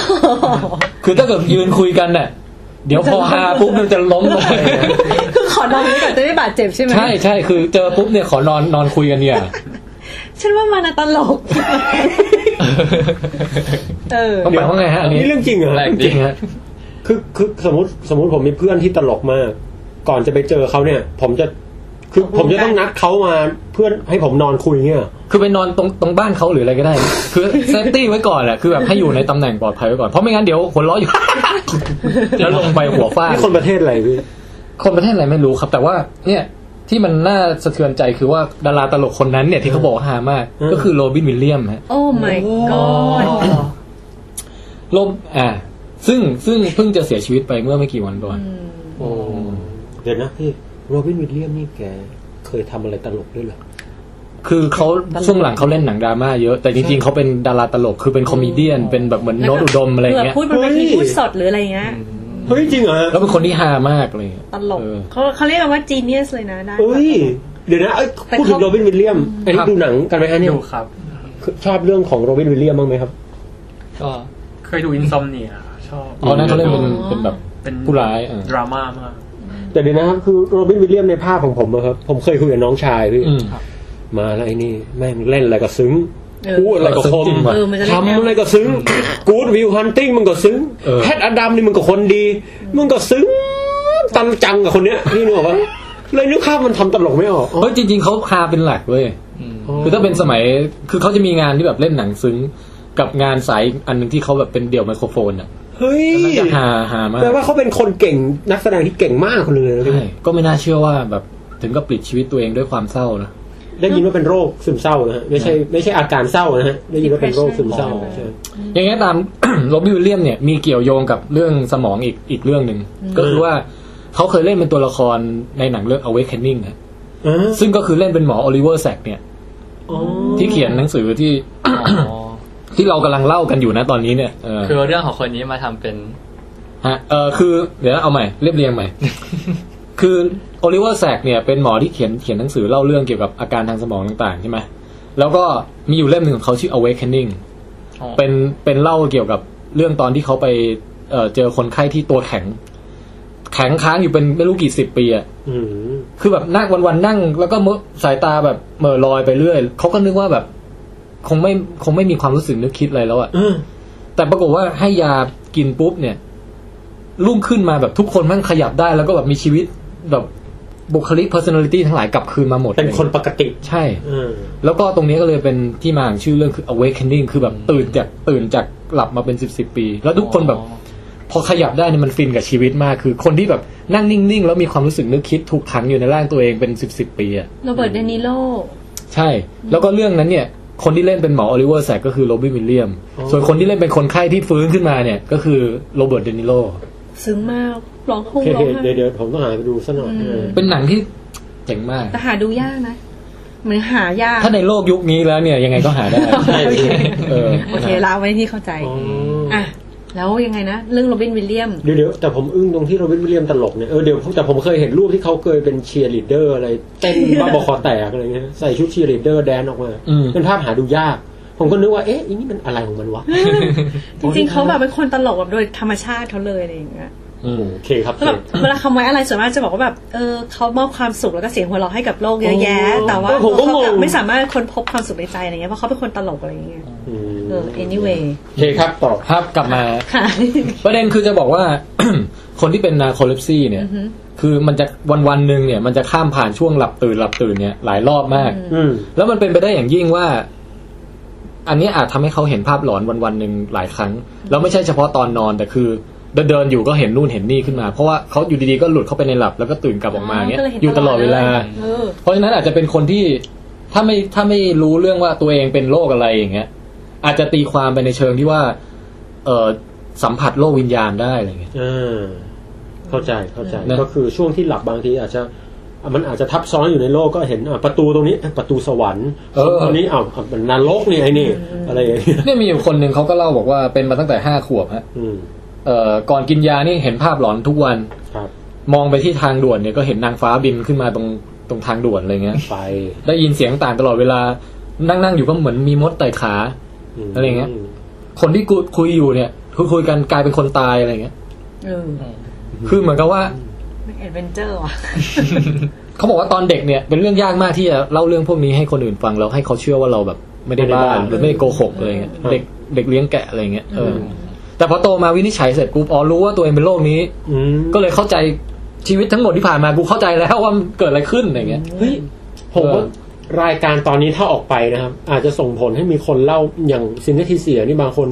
Speaker 1: คือถ้าเกิดยืนคุยกันเนี่ยเดี๋ยวพอฮาปุ๊บมันจะล้มลงไป
Speaker 5: คือขอนอนนี้ก่อนจะได้บาดเจ็บใช่ไหม
Speaker 1: ใช่ใช่คือเจอปุ๊บเนี่ยขอนอนนอนคุยกันเนี่ย
Speaker 5: ฉันว่ามันน่ะตลก เออ
Speaker 1: ต้องแปลว่าไงฮะอันนี้
Speaker 2: นี่เรื่องจริงเหรอ
Speaker 4: แปลก
Speaker 1: จริงฮะ
Speaker 2: คือคือสมมติสมมติผมมีเพื่อนที่ตลกมาก ก่อนจะไปเจอเขาเนี่ย ผมจะคือผมจะต้องนัดเขามาเพื่อนให้ผมนอนคุยเงี้ย
Speaker 1: คือไปนอนตรงตรงบ้านเขาหรืออะไรก็ได้ คือเซฟตี้ไว้ก่อนแหละคือแบบให้อยู่ในตำแหน่งปลอดภัยไว้ก่อน เพราะไม่งั้นเดี๋ยวหัวเร้ออยู่ แล้วลงไปหัวฟาด
Speaker 2: นี่คนประเทศอะไรพี่
Speaker 1: คนประเทศอะไรไม่รู้ครับ แต่ว่าเนี่ยที่มันน่าสะเทือนใจคือว่าดาราตลกคนนั้นเนี่ยที่เขาบอกว่าฮามาก
Speaker 2: อืม
Speaker 1: ก็คือโรบินวิลเลียมฮะ
Speaker 5: โอ้ my god
Speaker 1: โรบอ่า ซึ่งซึ่งเพิ่งจะเสียชีวิตไปเมื่อไม่กี่วันก่อน
Speaker 2: เดี๋ยวนะพี่โรบินวิลเลียมนี่แกเคยทำอะไรตลกด้วยเหรอ
Speaker 1: คือเขาช่วงหลังเขาเล่นหนังดราม่าเยอะ แต่จริงๆเขาเป็นดาราตลกคือเป็นคอมเมเดี้เป็นแบบเหมือนโนตอุดมอะไรอย่างเงี้ย
Speaker 5: ผื่พูดบนเวที
Speaker 2: เฮ้ย
Speaker 5: พูดสดหรืออะไรเงี้ย
Speaker 2: เฮ้ยจริงเหรอ
Speaker 1: แล้วเป็นคนที่ฮามากเลยอะ
Speaker 5: ตลก
Speaker 1: เออ
Speaker 5: เขาเขาเรียกกันว่า genius เลยนะได้
Speaker 2: เอ้ย เดี๋ยวนะเอ้ย
Speaker 5: แต่เขา
Speaker 2: พูดถึงโรบินวิลเลียมอันนี้
Speaker 1: ครับ
Speaker 2: ดูหนังกันไหมฮะเนี่ย
Speaker 6: ดูครับ
Speaker 2: ชอบเรื่องของโรบินวิลเลียมบ้างไหมครับ
Speaker 4: ก็
Speaker 6: เคยดูอินซอมเนียชอบ
Speaker 1: อ๋อนั่นเขาเล่นเป็นเป็นแบบ
Speaker 6: เป็น
Speaker 1: ผู้ร้ายเออ
Speaker 6: ดราม่ามาก
Speaker 2: แต่เดี๋ยวนะครับคือโรบินวิลเลียมในภาพของผมอะครับ ผมเคยคุยกับน้องชายพี่
Speaker 1: อืม
Speaker 2: มาแล้วไอ้นี่แม่งเล่นอะไรก็ซึ้ง
Speaker 5: เออ
Speaker 2: พูดอะไรก็คม
Speaker 1: เออซึ้งจริงว่ะ
Speaker 5: เออมันจะเล่นแนว
Speaker 2: ทำอะไรก็ซึ้งกูดวิวฮันติ้งมันก็ซึ้ง
Speaker 1: เออ
Speaker 2: แพทอดัมนี่มันก็คนดีมันก็ซึ้งตันจังกับคนเนี้ยนี่นึกออกปะเลยนึกภาพมันทำตลกไม่ออกอ๋อ
Speaker 1: เฮ้ยจริง ๆเขาฮาเป็นหลักเว้ย
Speaker 4: อืม
Speaker 1: คือถ้าเป็นสมัย คือเขาจะมีงานที่แบบเล่นหนังซึ้ง กับงานสายอันหนึ่งที่เขาแบบเป็นเดี่ยวไมโครโฟนอ่ะ
Speaker 2: เฮ้ย
Speaker 1: อันนั้นจะฮาฮามาก
Speaker 2: แปลว่าเขาเป็นคนเก่งนักแสดงที่เก่งมากคนหนึงเลยนะ
Speaker 1: ใช่
Speaker 2: พี่
Speaker 1: ก็ไม่น่าเชื่อว่าแบบถึงกับปลิดชีวิตตัวเองด้วยความเศร้านะ
Speaker 2: ได้ยินว่าเป็นโรคซึมเศร้านะฮะไม่ใช่ไม่ใช่อาการเศร้านะฮะได้ยินว่าเป็นโรคซึมเศร้า
Speaker 5: Depression
Speaker 2: ใช่
Speaker 1: อย่างเงี้ยตาม โรบินวิลเลียมเนี่ยมีเกี่ยวโยงกับเรื่องสมองอีกอีกเรื่องหนึ่ง ก็คือว่าเขาเคยเล่นเป็นตัวละครในหนังเรื่อง Awakening ฮะ
Speaker 2: อ่า
Speaker 1: ซึ่งก็คือเล่นเป็นหมอโอลิเวอร์แซกเนี่ย
Speaker 2: อ๋อ
Speaker 1: ที่เขียนหนังสือที่
Speaker 4: อ๋อ
Speaker 1: ที่เรากำลังเล่ากันอยู่นะตอนนี้เนี่ยเออ
Speaker 4: คือเรื่องของคนนี้มาทำเป็น
Speaker 1: ฮะเออคือเดี๋ยวนะเอาใหม่เรียบเรี ยงใหม่ คือโอลิเวอร์แซกเนี่ยเป็นหมอที่เขียนเขียนหนังสือเล่าเรื่องเกี่ยวกับอาการทางสมองต่างๆใช่ไหมแล้วก็มีอยู่เล่มหนึ่งของเขาชื่อ awakening
Speaker 4: อ๋อ
Speaker 1: เป็นเป็นเล่าเกี่ยวกับเรื่องตอนที่เขาไปเอ่อเจอคนไข้ที่ตัวแข็ง แข็งค้างอยู่เป็นไม่รู้กี่สิบปีอะ
Speaker 2: อืม
Speaker 1: คือแบบนั่งวันๆนั่ง แล้วก็เมื่อสายตาแบบเหม่อลอยไปเรื่อยเขาก็นึกว่าแบบ คงไม่คงไม่มีความรู้สึกนึกคิดอะไรแล้วอะ
Speaker 2: อ่า
Speaker 1: แต่ปรากฏว่าให้ยากินปุ๊บเนี่ยรุ่งขึ้นมาแบบทุกคนแมันขยับได้แล้วก็แบบมีชีวิตแบบบุคลิก personality ทั้งหลายกลับคืนมาหมด
Speaker 2: เป็นคนปกติ
Speaker 1: ใช่
Speaker 2: อ่า
Speaker 1: แล้วก็ตรงนี้ก็เลยเป็นที่มาของชื่อเรื่องคือ awakening คือแบบตื่นจากตื่นจากหลับมาเป็นสิบสิบปี แล้วทุกคนแบบพอขยับได้เนี่ยมันฟินกับชีวิตมาก คือคนที่แบบนั่งนิ่ง ๆ แล้วมีความรู้สึกนึกคิดถูกขังอยู่ในร่างตัวเองเป็นสิบสิบปีอะ
Speaker 5: โรเบิร์ตเดนิโล
Speaker 1: ใช่ แล้วก็เรื่องนั้นเนี่ย คนที่เล่นเป็นหมอโอลิเวอร์แซกก็คือโรบินวิลเลียม
Speaker 2: อ๋อ
Speaker 1: ส่วนคนที่เล่นเป็นคนไข้ที่ฟื้นขึ้นมาเนี่ย ก็คือโรเบิร์ตเดนิโล
Speaker 5: ซึ้งมาก ร้อง
Speaker 2: โอ
Speaker 5: คุ้ง
Speaker 2: เค
Speaker 5: ร้องไห้
Speaker 2: เดี๋ยวเดี๋ยวผมต้องหาไปดูซะหน่อยเออ
Speaker 1: เป็นหนังที่เจ๋งมาก
Speaker 5: แต่หาดูยากนะ เหมือนหายาก
Speaker 1: ถ้าในโลกยุคนี้แล้วเนี่ย ยังไงก็หาได้
Speaker 5: ใช่
Speaker 1: เออ
Speaker 5: โอเคละเอาไว้ที่เข้าใจ
Speaker 2: อ๋อ
Speaker 5: อ่ะ แล้วยังไงนะ เรื่องโรบินวิลเลียม
Speaker 2: เดี๋ยวเดี๋ยวแต่ผมอึ้งตรงที่โรบินวิลเลียมตลกเนี่ยเออเดี๋ยวแต่ผมเคยเห็นรูปที่เขาเคยเป็นเชียร์ลีดเดอร์อะไรเต้น บ้าบอคอแตกอะไรเงี้ยใส่ชุดเชียร์ลีดเดอร์แดนออกมา
Speaker 1: อืม
Speaker 2: เป็นภาพหาดูยาก ผมก็นึกว่าเอ๊ะอันนี้มันอะไรของมันวะ
Speaker 5: จริงๆเขาแบบเป็นคนตลกแบบโดยธรรมชาติเขาเลยอะไรอย่างเงี้ย
Speaker 1: อืม
Speaker 2: โอเคครับ
Speaker 5: แล้วแบบเวลาคำไว้อะไรส่วนมากจะบอกว่าแบบ เออเขามอบความสุขแล้วก็เสียงหัวเราะให้กับโลกเยอะแยะ แต่ว่า
Speaker 2: ผมก็
Speaker 5: เขา
Speaker 2: ง
Speaker 5: แบ
Speaker 2: ง
Speaker 5: บไม่สามารถค้นพบความสุขในใจอะไรเงี้ยเพราะเขาเป็นคนตลกอะไรอย่างเงี้ย
Speaker 2: อืม
Speaker 5: เออ anyway
Speaker 2: โอเคครับต่อ
Speaker 1: ครับกลับมา
Speaker 5: ค่ะ
Speaker 1: ประเด็นคือจะบอกว่า คนที่เป็นนาโคเลปซี่เนี่ย คือมันจะวันวันๆหนึ่งเนี่ย มันจะข้ามผ่านช่วงหลับตื่นหลับตื่นเนี่ยหลายรอบมาก
Speaker 2: อืม
Speaker 1: แล้วมันเป็นไปได้อย่างยิ่งว่า อันนี้อาจทำให้เขาเห็นภาพหลอนวันวันๆหนึ่งหลายครั้ง แล้วไม่ใช่เฉพาะตอนนอนแต่คือเดินเดินๆอยู่ก็เห็นนู่นเห็นนี่ขึ้นมา เพราะว่าเขาอยู่ดีๆก็หลุดเข้าไปในหลับแล้วก็ตื่นกลับออกมาเงี้ย
Speaker 5: ก็เลเห็น
Speaker 1: อยู่ตลอดเวลา
Speaker 5: เออ
Speaker 1: เพราะฉะนั้นอาจจะเป็นคนที่ถ้าไม่ถ้าไม่รู้เรื่องว่าตัวเองเป็นโรคอะไรอย่างเงี้ย อาจจะตีความไปในเชิงที่ว่า เออสัมผัสโลกวิญญาณได้อะไรเงี้ย
Speaker 2: อ่าเข้าใจเข้าใจ
Speaker 1: นะ
Speaker 2: ก็คือช่วงที่หลับบางทีอาจจะมันอาจจะทับซ้อนอยู่ในโลกก็เห็นอ่ะประตูตรงนี้อ่ะประตูสวรรค์ตรงนี้อ้าวอ่ะมันนรกนี่ไอ้นี่อะไรอย่างเงี้ย
Speaker 1: เนี่ยมีอยู่คนหนึ่งเขาก็เล่าบอกว่าเป็นมาตั้งแต่ห้าขวบฮะ
Speaker 2: อืม
Speaker 1: เอ่อก่อนกินยานี่เห็นภาพหลอนทุกวัน
Speaker 2: ครับ
Speaker 1: มองไปที่ทางด่วนเนี่ยก็เห็นนางฟ้าบินขึ้นมาตรงตรงทางด่วนอะไรเงี้ย
Speaker 2: ไป
Speaker 1: ได้ยินเสียงต่างตลอดเวลา นั่งนั่งอยู่ก็เหมือนมีมดไต่ขา
Speaker 2: ม
Speaker 1: อะไรเงี้ย คนที่กูคุยอยู่เนี่ยคุยคุยกันกลายเป็นคนตายอะไรเงี้ย
Speaker 5: เออ
Speaker 1: คือเหมือนกับว่า
Speaker 5: แอดเวนเจอร์ว่ะ
Speaker 1: เขาบอกว่าตอนเด็กเนี่ยเป็นเรื่องยากมากที่จะเล่าเรื่องพวกนี้ให้คนอื่นฟังแล้วให้เขาเชื่อว่าเราแบบ ไม่ได้บ้าหรือไม่ได้โกหกอะไรเงี้ย
Speaker 2: อืม
Speaker 1: เด็กเด็กเลี้ยงแกะอะไรเงี้ยเอออแต่พอโตมาวินิจฉัยเสร็จกูอ๋อรู้ว่าตัวเองเป็นโรคนี้
Speaker 2: อืม
Speaker 1: ก็เลยเข้าใจชีวิตทั้งหมดที่ผ่านมากูเข้าใจแล้วว่ามันเกิดอะไรขึ้นอะไรเงี้ย
Speaker 2: เฮ้ยผมว่า
Speaker 1: เออ
Speaker 2: รายการตอนนี้ถ้าออกไปนะครับ อาจจะส่งผลให้มีคนเล่าอย่างซินเนทีเสียนี่บางคน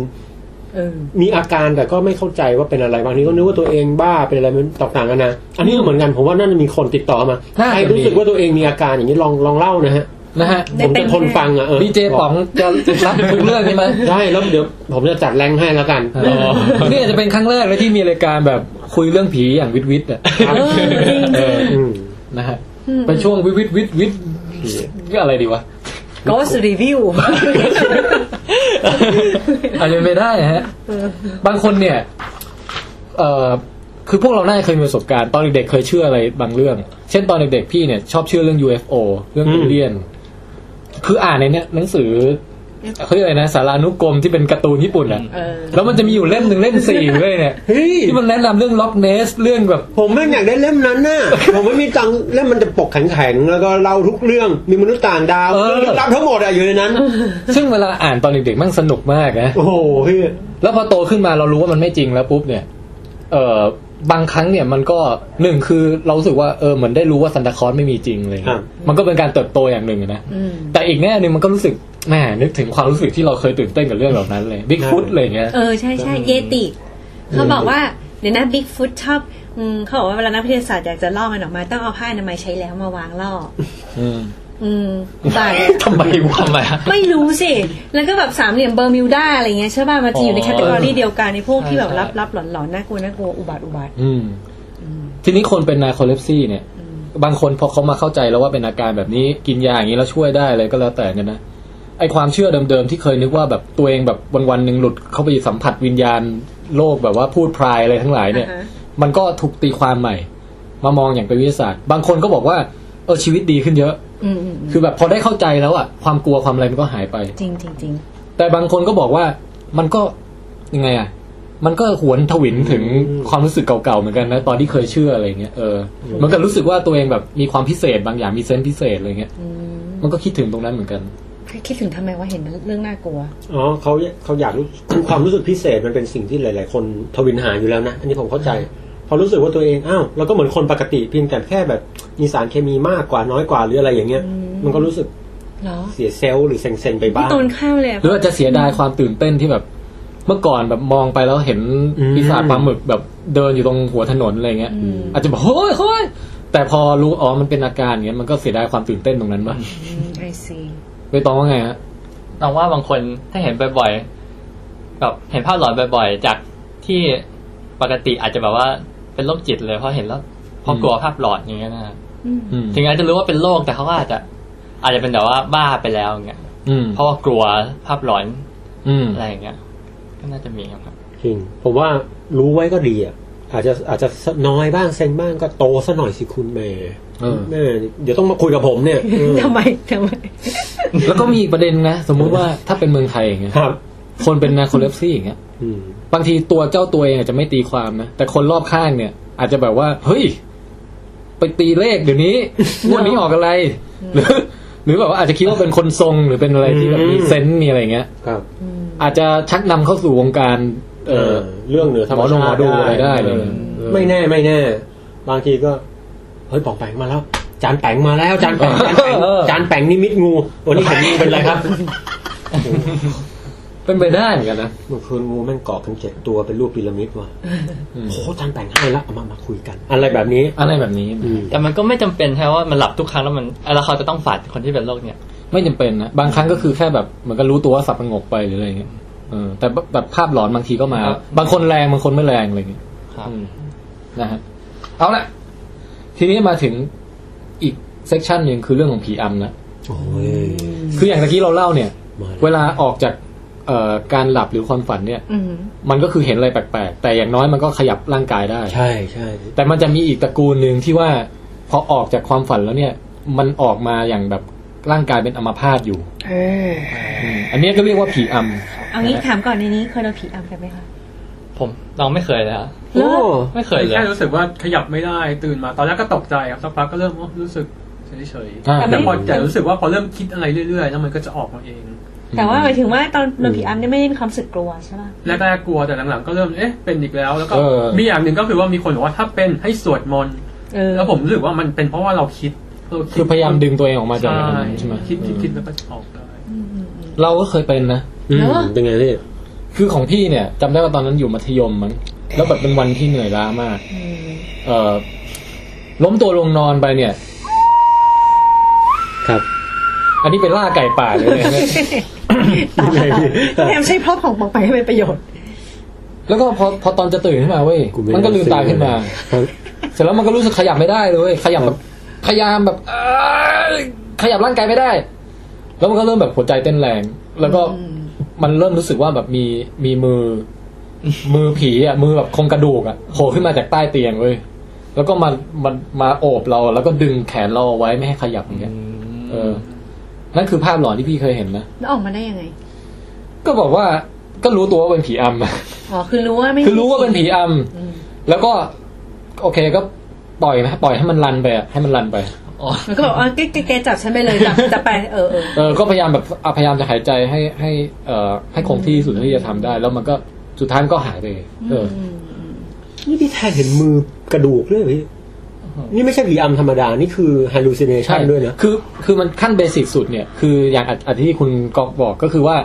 Speaker 5: เออ
Speaker 2: มีอาการแต่ก็ไม่เข้าใจว่าเป็นอะไรบางทีก็นึกว่าตัวเองบ้าเป็นอะไรมันต่างๆกันนะอันนี้ก็เหมือนกันผมว่าน่าจะมีคนติดต่อมา
Speaker 1: น่าจะมี
Speaker 2: ใครรู้สึกว่าตัวเองมีอาการอย่างนี้ลองลองเล่านะฮะ
Speaker 1: นะฮะ
Speaker 2: ผ
Speaker 5: ได้
Speaker 2: ม
Speaker 5: เต็
Speaker 2: จะ
Speaker 5: ม
Speaker 2: ทนฟังอ่ะเออ
Speaker 1: บีเจป๋องจะรับทุกเรื่องใช่ไหม
Speaker 2: ได้แล้วเดี๋ยวผมจะจัดแรงให้แล้วกัน
Speaker 1: เออนี่อาจจะเป็นครั้งแรกเลยที่มีรายการแบบคุยเรื่องผีอย่างวิทวิทอ่ะ
Speaker 2: ครับ
Speaker 5: เออจริง
Speaker 1: เออ
Speaker 2: อืม
Speaker 1: นะฮะเป็นช่วงวิทวิทวิทวิทอะไรดีวะ
Speaker 5: ก็สรีวิว
Speaker 1: อาจจะไม่ได้ฮะ บางคนเนี่ย เอ่อ คือพวกเราน่าจะเคยมีประสบการณ์ตอนเด็กๆเคยเชื่ออะไรบางเรื่อง เช่นตอนเด็กๆพี่เนี่ยชอบเชื่อเรื่อง UFO เรื่องเอเลี่ยน คืออ่านในเนี้ยหนังสือเขาเรียกอะไรนะสารานุกรมที่เป็นการ์ตูนญี่ปุ่นอ่ะ
Speaker 5: เออ
Speaker 1: แล้วมันจะมีอยู่เล่มหนึ่งเล่มสี่เลย เนี่ย
Speaker 2: เฮ้ย
Speaker 1: ที่มันแนะนำเรื่องล็อกเนสเรื่องแบบ
Speaker 2: ผมไม่งอยากได้เล่มนั้นน่ะ ผมไม่มีตังค์เล่มมันจะปกแข็งๆแล้วก็เล่าทุกเรื่องมีมนุษย์ต่างดาว
Speaker 1: เออ
Speaker 2: เรื่องลึกลับทั้งหมดอะอยู่ในนั้น
Speaker 1: ซึ่งเวลาอ่านตอนเด็กๆแมันสนุกมากนะ
Speaker 2: โอ้โหพี่
Speaker 1: แล้วพอโตขึ้นมาเรารู้ว่ามันไม่จริงแล้วปุ๊บเนี่ย เออบางครั้งเนี่ยมันก็หนึ่งคือเรารู้สึกว่าเออเหมือนได้รู้ว่าซันตาคลอสไม่มีจริงอะไรเลย มันก็เป็นการเติบโตอย่างหนึ่งนะ
Speaker 5: อืม
Speaker 1: แต่อีกแง่หนึ่งมันก็รู้สึกแหมนึกถึงความรู้สึกที่เราเคยตื่นเต้นกับเรื่องเหล่านั้นเลยบิ๊กฟุตอะไรเงี้ย
Speaker 5: เออ ใช่ใช่เยติ เขาบอกว่าเดี๋ยวนะบิ๊กฟุตชอบอืมเขาบอกว่าเวลานักวิทยาศาสตร์อยากจะลอกมันออกมา ต้องเอาผ้าอนามัยใช้แล้วมาวางลอก
Speaker 1: อืม
Speaker 5: อืมบาด
Speaker 1: ทำไมวะ
Speaker 4: ทำไมอะ
Speaker 5: ไม่รู้สิ แล้วก็แบบสามเหลี่ยมเบอร์มิวด้าอะไรเงี้ยใช่ป่ะ มันจะอยู่ใน
Speaker 4: อ๋อ
Speaker 5: แคตตาล็อเดียวกันในพวกที่แบบ
Speaker 4: ใช่
Speaker 5: รับรับหลอนหลอนๆน่ากลัวน่ากลัวอุบัติอุบัติ
Speaker 1: อืม ทีนี้คนเป็นนาคอเลปซี่เนี่ย บางคนพอเขามาเข้าใจแล้วว่าเป็นอาการแบบนี้กินยาอย่างนี้แล้วช่วยได้อะไรก็แล้วแต่เนี่ยนะไอความเชื่อเดิมๆที่เคยนึกว่าแบบตัวเองแบบวันวันๆหนึ่งหลุดเข้าไปสัมผัสวิญญาณโลกแบบว่าพูดพรายอะไรทั้งหลายเนี่ย
Speaker 5: อ่าฮะ
Speaker 1: มันก็ถูกตีความใหม่ มามองอย่างเป็นวิทยาศาสตร์ บางคนก็บอกว่าเออชีวิตดีขึ้นเยอะ
Speaker 5: อืมอืมอืม
Speaker 1: คือแบบพอได้เข้าใจแล้วอะความกลัวความอะไรมันก็หายไป
Speaker 5: จริงจริงจริง
Speaker 1: แต่บางคนก็บอกว่ามันก็ยังไงอะมันก็หวนทวินถึงความรู้สึกเก่าๆเหมือนกันนะตอนที่เคยเชื่ออะไรเงี้ยเออมันก็รู้สึกว่าตัวเองแบบมีความพิเศษบางอย่างมีเซนส์พิเศษอะไรเงี้ย
Speaker 5: อืม
Speaker 1: มันก็คิดถึงตรงนั้นเหมือนกัน
Speaker 5: คิดถึงทำไมว่าเห็นเรื่องน่ากลัว
Speaker 2: อ๋อเขาเขาอยากรู้คือความรู้สึกพิเศษมันเป็นสิ่งที่หลาย ๆ คนทวินหาอยู่แล้วนะ อันนี้ผมเข้าใจ พอรู้สึกว่าตัวเองอ้าวเราก็เหมือนคนปกติเพียงแต่แค่แบบมีสารเคมีมากกว่าน้อยกว่าหรืออะไรอย่างเงี้ย มันก็รู้สึก
Speaker 5: เหรอ
Speaker 2: เสียเซลล์หรือเซ็งๆไปบ้า
Speaker 5: พี่
Speaker 2: ง
Speaker 5: ตูนข้ามเลยอะ
Speaker 1: หรืออาจจะเสียดายความตื่นเต้นที่แบบ เมื่อก่อนแบบมองไปแล้วเห็น
Speaker 2: อืม
Speaker 1: ปีศาจปลาหมึกแบบเดินอยู่ตรงหัวถนนอะไรเงี้ยอาจจะบอกเฮ้ยเฮ้ยแต่พอรู้อ๋อมันเป็นอาการเงี้ยมันก็เสียดายความตื่นเต้นตรงนั้นบ้าง
Speaker 5: ไอซี
Speaker 1: ไม่ต้องว่าไงฮะ
Speaker 4: น้องว่าบางคนถ้าเห็นบ่อยๆแบบเห็นภาพหลอนบ่อย ๆ จากที่ปกติอาจจะแบบว่าเป็นโรคจิตเลยเพราะเห็นแล้วเพราะกลัวภาพหลอนอย่างเงี้ยนะ
Speaker 1: อืม
Speaker 4: ถึงอาจจะรู้ว่าเป็นโรคแต่เขาก็อาจจะ อาจจะเป็นแบบว่าบ้าไปแล้วอย่างเงี้ย
Speaker 1: อืม
Speaker 4: เพราะว่ากลัวภาพหลอน
Speaker 1: อืม
Speaker 4: อะไรอย่างเงี้ยก็น่าจะมีครับ
Speaker 2: จริงผมว่ารู้ไว้ก็ดีอ่ะอาจจะอาจจะน้อยบ้างเซ็งบ้างก็โตซะหน่อยสิคุณแม่
Speaker 1: เออ
Speaker 2: แม่เดี๋ยวต้องมาคุยกับผมเนี่ยเออ
Speaker 5: ทำไมทำไม
Speaker 1: แล้วก็มีอีกประเด็นนะ สมมุติว่าถ้าเป็นเมืองไทยอย่างเงี้ย
Speaker 2: ครับ
Speaker 1: คนเป็นนาคอเลปซี่อย่างเงี้ย
Speaker 2: อืม
Speaker 1: บางทีตัวเจ้าตัวเองอาจจะไม่ตีความนะ แต่คนรอบข้างเนี่ย อาจจะแบบว่า เฮ้ย ไปตีเลขเดี๋ ยวนี้ งวดนี้ออกอะไร หรือ หรือแบบว่าอาจจะคิดว่าเป็นคนทรงหรือเป็นอะไรที่แบบมี
Speaker 2: อืม
Speaker 1: เซนส์มีอะไรเงี้ย
Speaker 2: ครับ
Speaker 1: อาจจะชักนำเข้าสู่วงการ เอ
Speaker 2: เอ
Speaker 1: อ
Speaker 2: อเรื่องเหนือธรรมชา
Speaker 1: หมอ
Speaker 2: ติ
Speaker 1: ดูอะไรได้เลย
Speaker 2: เออไม่แน่ไม่แน่ บางทีก็ เฮ้ยป่องแปงมาแล้ว จานแปงมาแล้ว จานแปงจานแปง
Speaker 1: เออ
Speaker 2: จานแปงนิมิตงูวันนี้เห็นงูเป็นไรครับ
Speaker 1: เป็นไปได้เหมือนกันนะ
Speaker 2: เมื่อคืนงูแม่งเกาะกันเจ็ดตัวเป็นรูปพีระมิดว่ะ
Speaker 1: อืม
Speaker 2: โอ้จานแปงให้ละเอามามาคุยกัน อะไรแบบนี้
Speaker 1: อะไรแบบนี้
Speaker 2: อืม
Speaker 4: แต่มันก็ไม่จำเป็นใช่ไหมว่ามันหลับทุกครั้งแล้วมันแล้วเขาจะต้องฝันคนที่เป็นโรคเนี่ย
Speaker 1: ไม่จำเป็นนะ บางครั้งก็คือแค่แบบเหมือนก็รู้ตัวว่าสับประงกไปหรืออะไรเงี้ย เออ แต่แบบภาพหลอนบางทีก็มา
Speaker 4: ครับ
Speaker 1: บางคนแรงบางคนไม่แรงอะไรเงี้ย
Speaker 4: ครับ
Speaker 1: อืมนะฮะเอาละทีนี้มาถึงอีกเซกชันหนึ่งคือเรื่องของผีอำนะ
Speaker 2: โอ้ย
Speaker 1: คืออย่างตะกี้เราเล่าเนี่ย
Speaker 2: มาแล้ว
Speaker 1: เวลาออกจากเอ่อการหลับหรือความฝันเนี่ย
Speaker 5: อืม
Speaker 1: มันก็คือเห็นอะไรแปลกๆ แต่อย่างน้อยมันก็ขยับร่างกายได้
Speaker 2: ใช่ใช่
Speaker 1: แต่มันจะมีอีกตระกูลหนึ่งที่ว่า พอออกจากความฝันแล้วเนี่ย มันออกมาอย่างแบบร่างกายเป็นอัมพาตอยู่
Speaker 5: เออ
Speaker 1: อืมอันเนี้ยก็เรียกว่าผีอ
Speaker 5: เอางี้ถามก่อนในนี้เคยโดนผีอำกันไหมคะ
Speaker 4: ผมเราไม่เคยเลยฮะ
Speaker 5: แล้ว
Speaker 2: โอ้
Speaker 4: ไม่เคยเลย
Speaker 6: แค่รู้สึกว่าขยับไม่ได้ตื่นมาตอนแรกก็ตกใจครับสักพักก็เริ่มอ๋อรู้สึกเฉย
Speaker 1: อ่า
Speaker 6: ๆแต่พอแต่รู้สึกว่าพอเริ่มคิดอะไรเรื่อยๆ แล้วมันก็จะออกมาเอง
Speaker 5: แต่ว่าหมายถึงว่าตอนโดนผีอำเนี่ยไม่ได้มีความรู้สึกกลัวใช่ป่ะ
Speaker 6: แรกๆกลัวแต่หลังๆก็เริ่มเอ๊ะเป็นอีกแล้วแล้วก็
Speaker 1: เออ
Speaker 6: มีอย่างหนึ่งก็คือว่ามีคนบอกว่าถ้าเป็นให้สวดมนต์
Speaker 5: เออ
Speaker 6: แล้วผมรู้สึกว่ามันเป็นเพราะว่าเราคิดเราด
Speaker 1: คือพยายามดึงตัวเองออกมาจาก
Speaker 6: ใช่
Speaker 1: อันนั้นใช่ไหม
Speaker 6: คิดคิดคิดแล้วก็ออกได้
Speaker 1: เราก็เคยเป็นนะ
Speaker 2: อืมเป็นไงพี่
Speaker 1: คือของพี่เนี่ยจำได้ว่าตอนนั้นอยู่มัธยมมั้งแล้วแบบเป็นวันที่เหนื่อยล้ามาก เออล้มตัวลงนอนไปเนี่ย
Speaker 2: ครับ
Speaker 1: อันนี้เป็นล่าไก่ป่าเลย นะ
Speaker 2: ยังไงพี่
Speaker 5: พยายามใช้ภาพของปองไปให้เป็นประโยชน์
Speaker 1: แล้วก็พอพอตอนจะตื่นขึ้นมาเว้ยมันก็ลืมตาขึ้นมา
Speaker 2: ครับ
Speaker 1: เสร็จแล้วมันก็รู้สึกขยับไม่ได้เลย ขยับแบบพยายามแบบเอ้ยขยับร่างกายไม่ได้ แล้วมันก็เริ่มแบบหัวใจเต้นแรง แล้วก็มันเริ่มรู้สึกว่าแบบมีมีมื อ มือผีอ่ะมือแบบโครงกระดูกอ่ะโผล่ขึ้นมาจากใต้เตียงเว้ยแล้วก็มามันมาโอบเราแล้วก็ดึงแขนเราเอาไว้ไม่ให้ขยับอย่างเงี้ยเออ นั่นคือภาพหลอนที่พี่เคยเห็นนะ
Speaker 5: แล้วออกมาได้ยังไง
Speaker 1: ก็บอกว่าก็รู้ตัวว่าเป็นผีอ ำอะ
Speaker 5: อ๋อ คือรู้ว่าไม่
Speaker 1: คือรู้ว่าเป็นผีอ
Speaker 5: อืม
Speaker 1: ำแล้วก็ โอเคก็ปล่อยนะปล่อยให้มันรันไปอะให้มันรันไป
Speaker 4: อ๋อ
Speaker 5: มันก็บอกอ๋อแกแกแกจับฉันไปเลยจับจับไปเออเออ
Speaker 1: เออก็พยายามแบบอ่ะพยายามจะหายใจให้ให้เอ่อให้คงที่ที่สุดเท่าที่จะทำได้ แล้วมันก็สุดท้ายมันก็หายไปเองเออ
Speaker 5: ม
Speaker 2: นี่พี่แทนเห็นมือกระดูกด้วยเหรอพี่ นี่ไม่ใช่ผีอำธรรมดา นี่คือ hallucination ด้วยนะ
Speaker 1: คือคือมันขั้นเบสิกสุดเนี่ย คืออย่างอันที่คุณกอกบอกก็คือว่า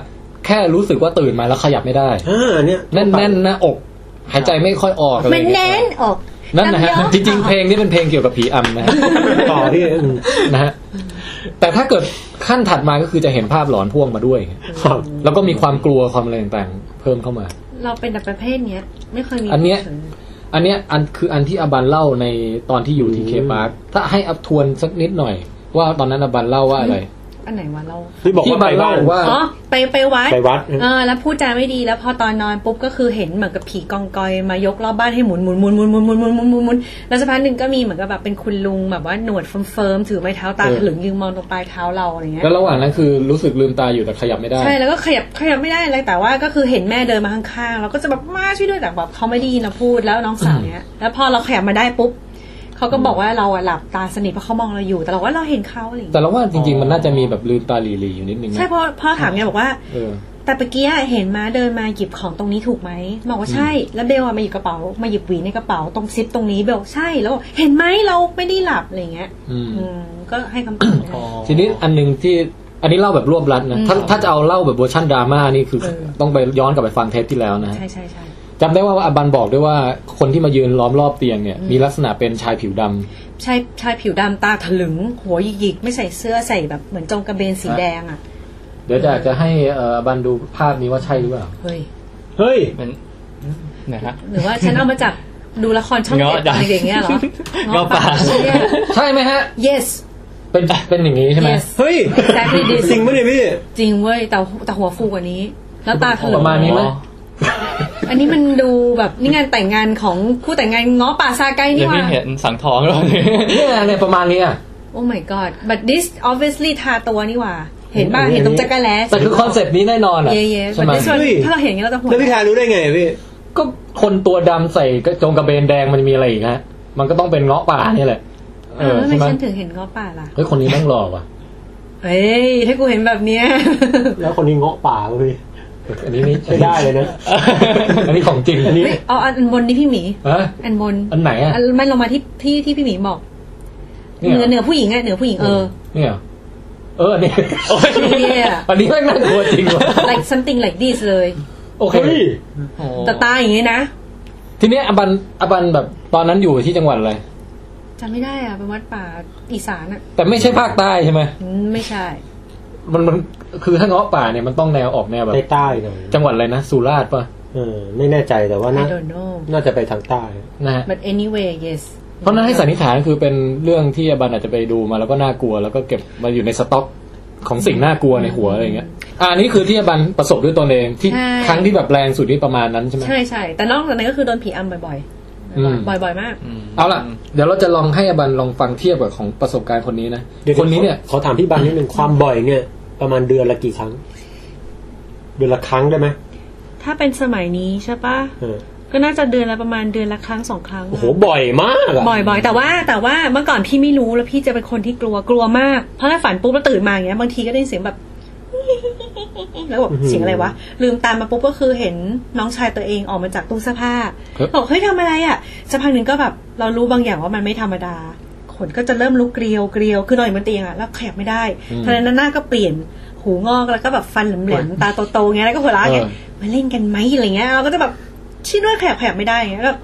Speaker 1: แค่รู้สึกว่าตื่นมาแล้วขยับไม่ได้
Speaker 2: อ่า เนี่ย
Speaker 1: แน่นแน่นหน้าอก หายใจไม่ค่อยออกอะไรอ
Speaker 5: มัน
Speaker 1: ย่างเงี้
Speaker 5: แน่
Speaker 1: ย
Speaker 5: นออก
Speaker 1: นั่นนะฮะ
Speaker 5: ลำยอง
Speaker 1: จริงๆเพลงนี้เป็นเพลงเกี่ยวกับผีอำนะฮะ
Speaker 2: ต่อพี่อืม
Speaker 1: นะฮะแต่ถ้าเกิดขั้นถัดมาก็คือจะเห็นภาพหลอนพ่วงมาด้วย
Speaker 2: ครับ
Speaker 1: แล้วก็มีความกลัวความอะไรต่างๆ เพิ่มเข้ามา
Speaker 5: เราเป็นแต่ประเภทเนี้ย ไม่เคยมี
Speaker 1: อันเนี้ย อันเนี้ยอันคืออันที่อบันเล่าในตอนที่อยู่ทีเค
Speaker 2: อืม
Speaker 1: พาร์คถ้าให้อับทวนสักนิดหน่อย ว่าตอนนั้นอบันเล่าว่าอะไร
Speaker 5: อันไหนวะเรา
Speaker 2: ที่บอก
Speaker 1: ที่
Speaker 2: ว่า
Speaker 1: บั
Speaker 2: ไป
Speaker 1: นเล่า
Speaker 2: บ้าน
Speaker 1: ว่า
Speaker 5: อ๋อ ไปไปวัด
Speaker 2: ไปวัด
Speaker 5: เออแล้วพูดจาไม่ดีแล้วพอตอนนอนปุ๊บก็คือเห็นเหมือนกับผีกองกอยมายกรอบบ้านให้หมุนหมุนหมุนหมุนหมุนหมุนหมุนหมุนหมุนหมุนแล้วสักพักหนึ่งก็มีเหมือนกับแบบเป็นคุณลุงแบบว่าหนวดเฟิร์มๆถือไม้เท้าตา
Speaker 1: เออ
Speaker 5: ถลึงยืนมองตรงปลายเท้าเราอะไรเงี้ย
Speaker 1: แล้วระหว่างนั้นคือรู้สึกลืมตาอยู่แต่ขยับไม่ได้
Speaker 5: ใช่แล้วก็ขยับขยับไม่ได้อะไรแต่ว่าก็คือเห็นแม่เดินมาข้างๆเราก็จะแบบมาช่วยด้วยแต่แบบเขาไม่ได้ยินเราพูดแล้วน้องสาวเนี้ยแล้วพอเราขยับมาได้ปุ๊บเขาก็บอกว่าเราอะหลับตาสนิทเพราะเขามองเราอยู่ แต่เราว่าเราเห็นเขาอะไร
Speaker 1: แต่
Speaker 5: เงี้ย
Speaker 1: เราว่าจริงๆมันน่าจะมีแบบลืมตาหลีๆอยู่นิดนึง
Speaker 5: ใช่
Speaker 1: นะ
Speaker 5: เพราะพ่อถามไงบอกว่า
Speaker 1: เออ
Speaker 5: แต่เมื่อกี้เห็นม้าเดินมาหยิบของตรงนี้ถูกไหมบอกว่าใช่ แล้วเบลอะมาหยิบกระเป๋า มาหยิบหวีในกระเป๋าตรงซิปตรงนี้เบลใช่แล้วบอกเห็นไหมเราไม่ได้หลับอะไรเงี้ย
Speaker 1: อืม
Speaker 5: อืมก็ให้คำตอบนะ
Speaker 1: ทีนี้อันหนึ่งที่อันนี้เล่าแบบรวบรัดนะถ้าถ้าจะเอาเล่าแบบเวอร์ชันดราม่านี่คือ
Speaker 5: เออ
Speaker 1: ต้องไปย้อนกลับไปฟังเทปที่แล้วนะฮะ
Speaker 5: ใช่ใช่ใช่
Speaker 1: จำได้ว่าอบันบอกด้วยว่าคนที่มายืนล้อมรอบเตียงเนี่ย มีลักษณะเป็นชายผิวดำ
Speaker 5: ชายชายผิวดำตาถลึง หัวหยิกๆไม่ใส่เสื้อใส่แบบเหมือนจงกระเบนสีแดงอ่ะ
Speaker 1: เดี๋ยวอยากจะให้เอ่ออบันดูภาพนี้ว่าใช่หรือเปล่า
Speaker 5: เฮ้ย
Speaker 2: เฮ้ย
Speaker 4: เป็นนะฮะ
Speaker 5: หรือว่าฉันเอามาจากดูละครช่อง
Speaker 4: เงาะ
Speaker 5: เจ็ด
Speaker 4: ดั
Speaker 5: อะไรอย่างเงี้ยเหรอ
Speaker 4: เงาะป่า
Speaker 5: เงี้ย
Speaker 1: ใช่ไหมฮะ
Speaker 5: yes
Speaker 1: เป็นเป็นอย่างนี้ใช่ไหม
Speaker 5: yes
Speaker 2: เฮ้ย
Speaker 5: exactly this
Speaker 2: จริงปะเนี่ยพี่
Speaker 5: จริงเว้ยแต่แต่หัวฟูกว่านี้ แล้วตาถลึง
Speaker 1: ประมาณนี้ไหม
Speaker 5: อันนี้มันดูแบบนี่งานแต่งงานของคู่แต่งงานง้อป่าซาไกล
Speaker 4: เดี๋
Speaker 5: นี่
Speaker 4: ยว
Speaker 5: ห
Speaker 4: นี้
Speaker 5: ว่า
Speaker 4: เห็นสังทองแล้วนี่
Speaker 1: เนี่ยเนี่ยประมาณนี้อะ
Speaker 5: โอ้ my god but this obviously ทาตัวนี่หว่า เห็นบ้าง
Speaker 2: อันนี้
Speaker 5: เห็นตรงจักรแล้
Speaker 1: แต่คือคอนเซปต์นี้แน่นอนอะ
Speaker 5: เย่เย่
Speaker 1: ใช่
Speaker 5: แต่
Speaker 1: ไหม
Speaker 5: ส่วนถ้าเราเห็นอย่างนี้เราจะหัว
Speaker 2: แล้วพี่แทนรู้ได้ไงพี่
Speaker 1: ก็คนตัวดำใส่กระโจงกระเบนแดงมันมีอะไรอีกฮะ มันก็ต้องเป็นเงาะป่านี่แหละ เอ
Speaker 5: เออ
Speaker 1: อ
Speaker 5: แล้วทำไม
Speaker 1: ใช่ไหม
Speaker 5: ฉันถึงเห็นง้อป่าล่ะ
Speaker 1: เฮ้ยคนนี้แม่งหล่อว่ะ
Speaker 5: เฮ้ย ถ้ากูเห็นแบบเนี้ย
Speaker 2: แล้วคนนี้เงาะป่าป่ะพี่
Speaker 1: อันนี้นี่
Speaker 2: ใช้ได้เลยนะ
Speaker 1: อันนี้ของจริง
Speaker 2: อันนี้
Speaker 5: ไม่เอาอันบนนี่พี่หมี
Speaker 1: ฮะ
Speaker 5: อันบน
Speaker 1: อันไหนอะ
Speaker 5: อันไม่ลงมาที่ที่ที่พี่หมีบอก
Speaker 1: เนี่
Speaker 5: เหนือย เหนือผู้หญิงอะเหนือผู้หญิงเออ
Speaker 1: เนี่ย เออเนี่ย
Speaker 5: เหี้ย
Speaker 1: อันนี้แม่งน่ากลัวจริงว่ะ
Speaker 5: like something like this เลย
Speaker 1: โอเค
Speaker 2: เฮ้ย
Speaker 4: โอ้โห
Speaker 5: แต่ตาอย่างนี้นะ
Speaker 1: ทีเนี้ยอบันอบันแบบตอนนั้นอยู่ที่จังหวัดอะไร
Speaker 5: จำไม่ได้อะเป็นวัดป่าอีสานอะ
Speaker 1: แต่ไม่ใช่ภาคใต้ใช่ไหม
Speaker 5: อืมไม่ใช่
Speaker 1: มันมันคือถ้าเงาะป่าเนี่ยมันต้องแนวออกแนวแบบ
Speaker 2: ใต้ใต้หน่อย
Speaker 1: จังหวัดอะไรนะสุราษฎร์ป่ะ
Speaker 2: เออ ไม่แน่ใจแต่ว่า
Speaker 5: I
Speaker 2: น่า
Speaker 5: don't know
Speaker 2: น่าจะไปทางใต้
Speaker 1: นะฮะ
Speaker 5: but anyway yes
Speaker 1: เพราะฉะนั้นให้สันนิษฐานคือเป็นเรื่องที่อบันอาจจะไปดูมาแล้วก็น่ากลัว แล้วก็เก็บมาอยู่ในสต็อกของสิ่งน่ากลัวในหัวอะไรอย่างเงี้ยอ่านี่คือที่อบันประสบด้วยตนเองที่
Speaker 5: ใช่
Speaker 1: ครั้งที่แบบแรงสุดนี่ประมาณนั้นใช่ไหม
Speaker 5: ใช่ใช่แต่นอกจากนั้นก็คือโดนผีอำบ่อย
Speaker 1: อืม
Speaker 5: ๆ บ่อยๆมาก
Speaker 4: อืม
Speaker 1: เอาล่ะเดี๋ยวเราจะลองให้อบันลองฟังเทียบกับของประสบการณ์คนนี้นะ
Speaker 2: ดี๋ว
Speaker 1: คนนี้เนี่ย
Speaker 2: ขอขอถามพี่บันนิดนึงความบ่อยเนี่ย ประมาณเดือนละกี่ครั้ง เดือนละครั้งได้ไหม
Speaker 5: ถ้าเป็นสมัยนี้ใช่ปะ
Speaker 2: เออ
Speaker 5: ก็น่าจะเดือนละประมาณเดือนละครั้งสองครั้ง
Speaker 2: โอ้โหบ่อยมากอะ
Speaker 5: บ่อยบ่อยๆแต่ว่าแต่ว่าเมื่อก่อนพี่ไม่รู้แล้วพี่จะเป็นคนที่กลัวกลัวมาก เพราะถ้าฝันปุ๊บแล้วตื่นมาอย่างเงี้ยบางทีก็ได้ยินเสียงแบบ แล้วแบบเสียงอะไรวะลืมตามมาปุ๊บก็คือเห็นน้องชายตัวเองออกมาจากตู้เสื้อผ้า
Speaker 1: เฮ้ย
Speaker 5: บอกเฮ้ยทำอะไรอ่ะสักพักหนึ่งก็แบบ เรารู้บางอย่างว่ามันไม่ธรรมดาขนก็จะเริ่มลุกเกลียวเกลียวคือนอนอยู่บนเตียงอ่ะแล้วขยับไม่ได้ทันนั้นหน้าก็เปลี่ยนหูงอกแล้วก็แบบฟันแหลมๆตาโตๆเงี้ยแล้วก็หัวเราะเงี้ย
Speaker 1: เออ
Speaker 5: มาเล่นกันไหมอะไรเงี้ยเราก็จะแบบชี้ด้วยขยับขยับไม่ได้เงี้ยแบบ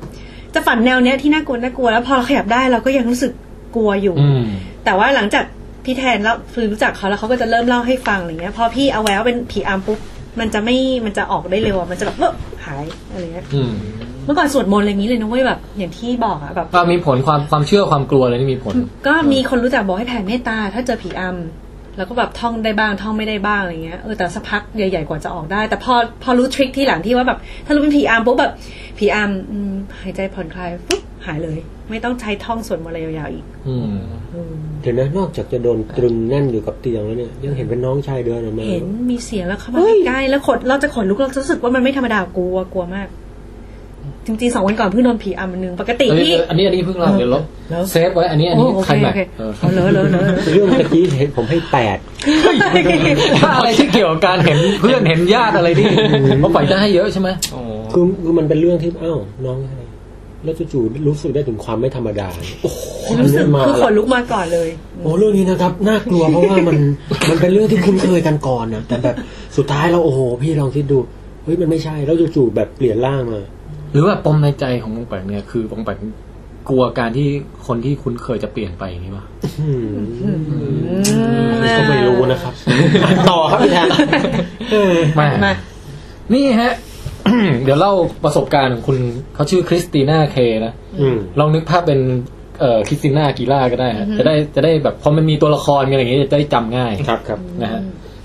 Speaker 5: จะฝันแนวเนี้ยที่น่ากลัวน่ากลัวแล้วพอเราขยับได้เราก็ยังรู้สึกกลัวอยู่
Speaker 1: อืม
Speaker 5: แต่ว่าหลังจากพี่แทนเล่าคือรู้จักเขาแล้วเขาก็จะเริ่มเล่าให้ฟังอะไรเงี้ยพอพี่เอาแววเป็นผีอำปุ๊บมันจะไม่มันจะออกได้เร็วอะมันจะแบบเออหายอะไรเงี้ย
Speaker 1: อืม
Speaker 5: เมื่อก่อนสวดมนต์อะไรอย่างนี้เลยนะเว้ยแบบอย่างที่บอกอะแบบ
Speaker 1: ก็มีผลความความเชื่อความกลัวอะไรนี่มีผล
Speaker 5: ก็มีคนรู้จักบอกให้แผ่เมตตา ถ้าเจอผีอำแล้วก็แบบท่องได้บ้างท่องไม่ได้บ้างอะไรเงี้ยเออแต่สักพักใหญ่ๆกว่าจะออกได้ แต่พอพอรู้ทริคที่หลังที่ว่าแบบ ถ้ารู้เป็นผีอำปุ๊บแบบผีอำอืมหายใจผ่อนคลายปุ๊บหายเลย ไม่ต้องใช้ท่องสวดมนต์อะไรยาวๆอีก
Speaker 1: อืม
Speaker 5: อืม
Speaker 2: เห็นไหมนอกจากจะโดนตรึงแน่นอยู่กับเตียงแล้วเนี่ย ยังเห็นเป็นน้องชายเดินออกมา
Speaker 5: เห็นมีเสียงแล้วเข้ามาใกล้ๆแล้วขนเราจะขนลุกเราจะรู้สึกว่ามันไม่ธรรมดากลัวกลัวมาก จริงๆสองวันก่อนเพิ่งโดนผีอำอันหนึ่งปกติ
Speaker 1: เอ้ย
Speaker 5: ที่
Speaker 1: อันนี้อันนี้เพิ่งเราเดี๋ยวลบ
Speaker 5: แล้ว
Speaker 1: เซฟไว้อันนี้อัน
Speaker 5: โอ้
Speaker 1: นี้
Speaker 5: โอ
Speaker 1: ใค
Speaker 5: เค
Speaker 1: รแม็
Speaker 5: โอกเค
Speaker 1: เออ
Speaker 5: เอาเลอะเลอะเลอะ
Speaker 2: เรื่องตะกี้เห็นผมให้แปด
Speaker 1: ถ้าอะไรที่เกี่ยวกับการเห็นเพื่อนเห็นญาติอะไรที่เมื่อปล่อยจะให้เยอะใช่ไหม
Speaker 4: โอ้โห
Speaker 2: คือคือมันเป็นเรื่องที่อ้าวน้องอะไรแล้วจู่ๆรู้สึกได้ถึงความไม่ธรรมดาโอ้โหอัน
Speaker 5: รู้สึ
Speaker 2: นี้
Speaker 5: ก
Speaker 2: มา
Speaker 5: คือขน
Speaker 2: ละ
Speaker 5: ลุกมาก่อนเลย
Speaker 2: โอ้เรื่องนี้นะครับน่ากลัวเพราะว่ามันมันเป็นเรื่องที่คุ้นเคยกันก่อนนะแต่แบบสุดท้ายเราโอ้โห พี่ลองคิดดูเฮ้ยมันไม่ใช่แล้วจู่ๆแบบเปลี่ยนร่างมา
Speaker 1: หรือว่าปมในใจของปองแปงเนี่ยคือปองแปงกลัวการที่คนที่คุ้นเคยจะเปลี่ยนไปอย่างนี้ป่ะ
Speaker 2: อืม
Speaker 5: อื
Speaker 2: ก็ไม่รู้นะครับอ่ะ ต่อครับพี่แทน เออ
Speaker 1: ไมา
Speaker 5: มา
Speaker 1: นี่ฮะ เดี๋ยวเล่าประสบการณ์ของคุณเขาชื่อคริสติน่าเคนะ
Speaker 2: อืม
Speaker 1: ลองนึกภาพเป็นเอ่อคริสติน่าอากีล่าก็ได้ฮะจะได้จะได้แบบพอมันมีตัวละครมีอะไรอย่างเงี้ยจะได้จำง่าย
Speaker 2: ครับครับ
Speaker 1: นะฮะ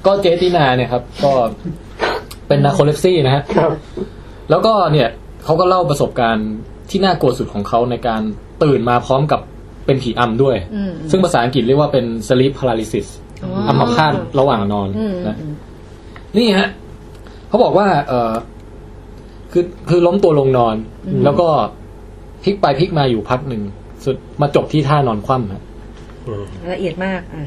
Speaker 1: ก็เจตินาเนี่ยครับก็เป็นนาโคเลปซี่นะฮะ
Speaker 2: ครับ
Speaker 1: แล้วก็เนี่ยเขาก็เล่าประสบการณ์ที่น่ากลัวสุดของเขาในการตื่นมาพร้อมกับเป็นผีอำด้วย
Speaker 5: อืม
Speaker 1: ซึ่งภาษาอังกฤษเรียกว่าเป็น sleep paralysis อัมพาตระหว่างนอน
Speaker 5: อืม
Speaker 1: นะนี่ฮะเขาบอกว่า เออคือคือล้มตัวลงนอน แล้วก็พลิกไปพลิกมาอยู่พักหนึ่งสุดมาจบที่ท่านอนคว่ำฮะ
Speaker 5: ละเอียดมากอ่ะ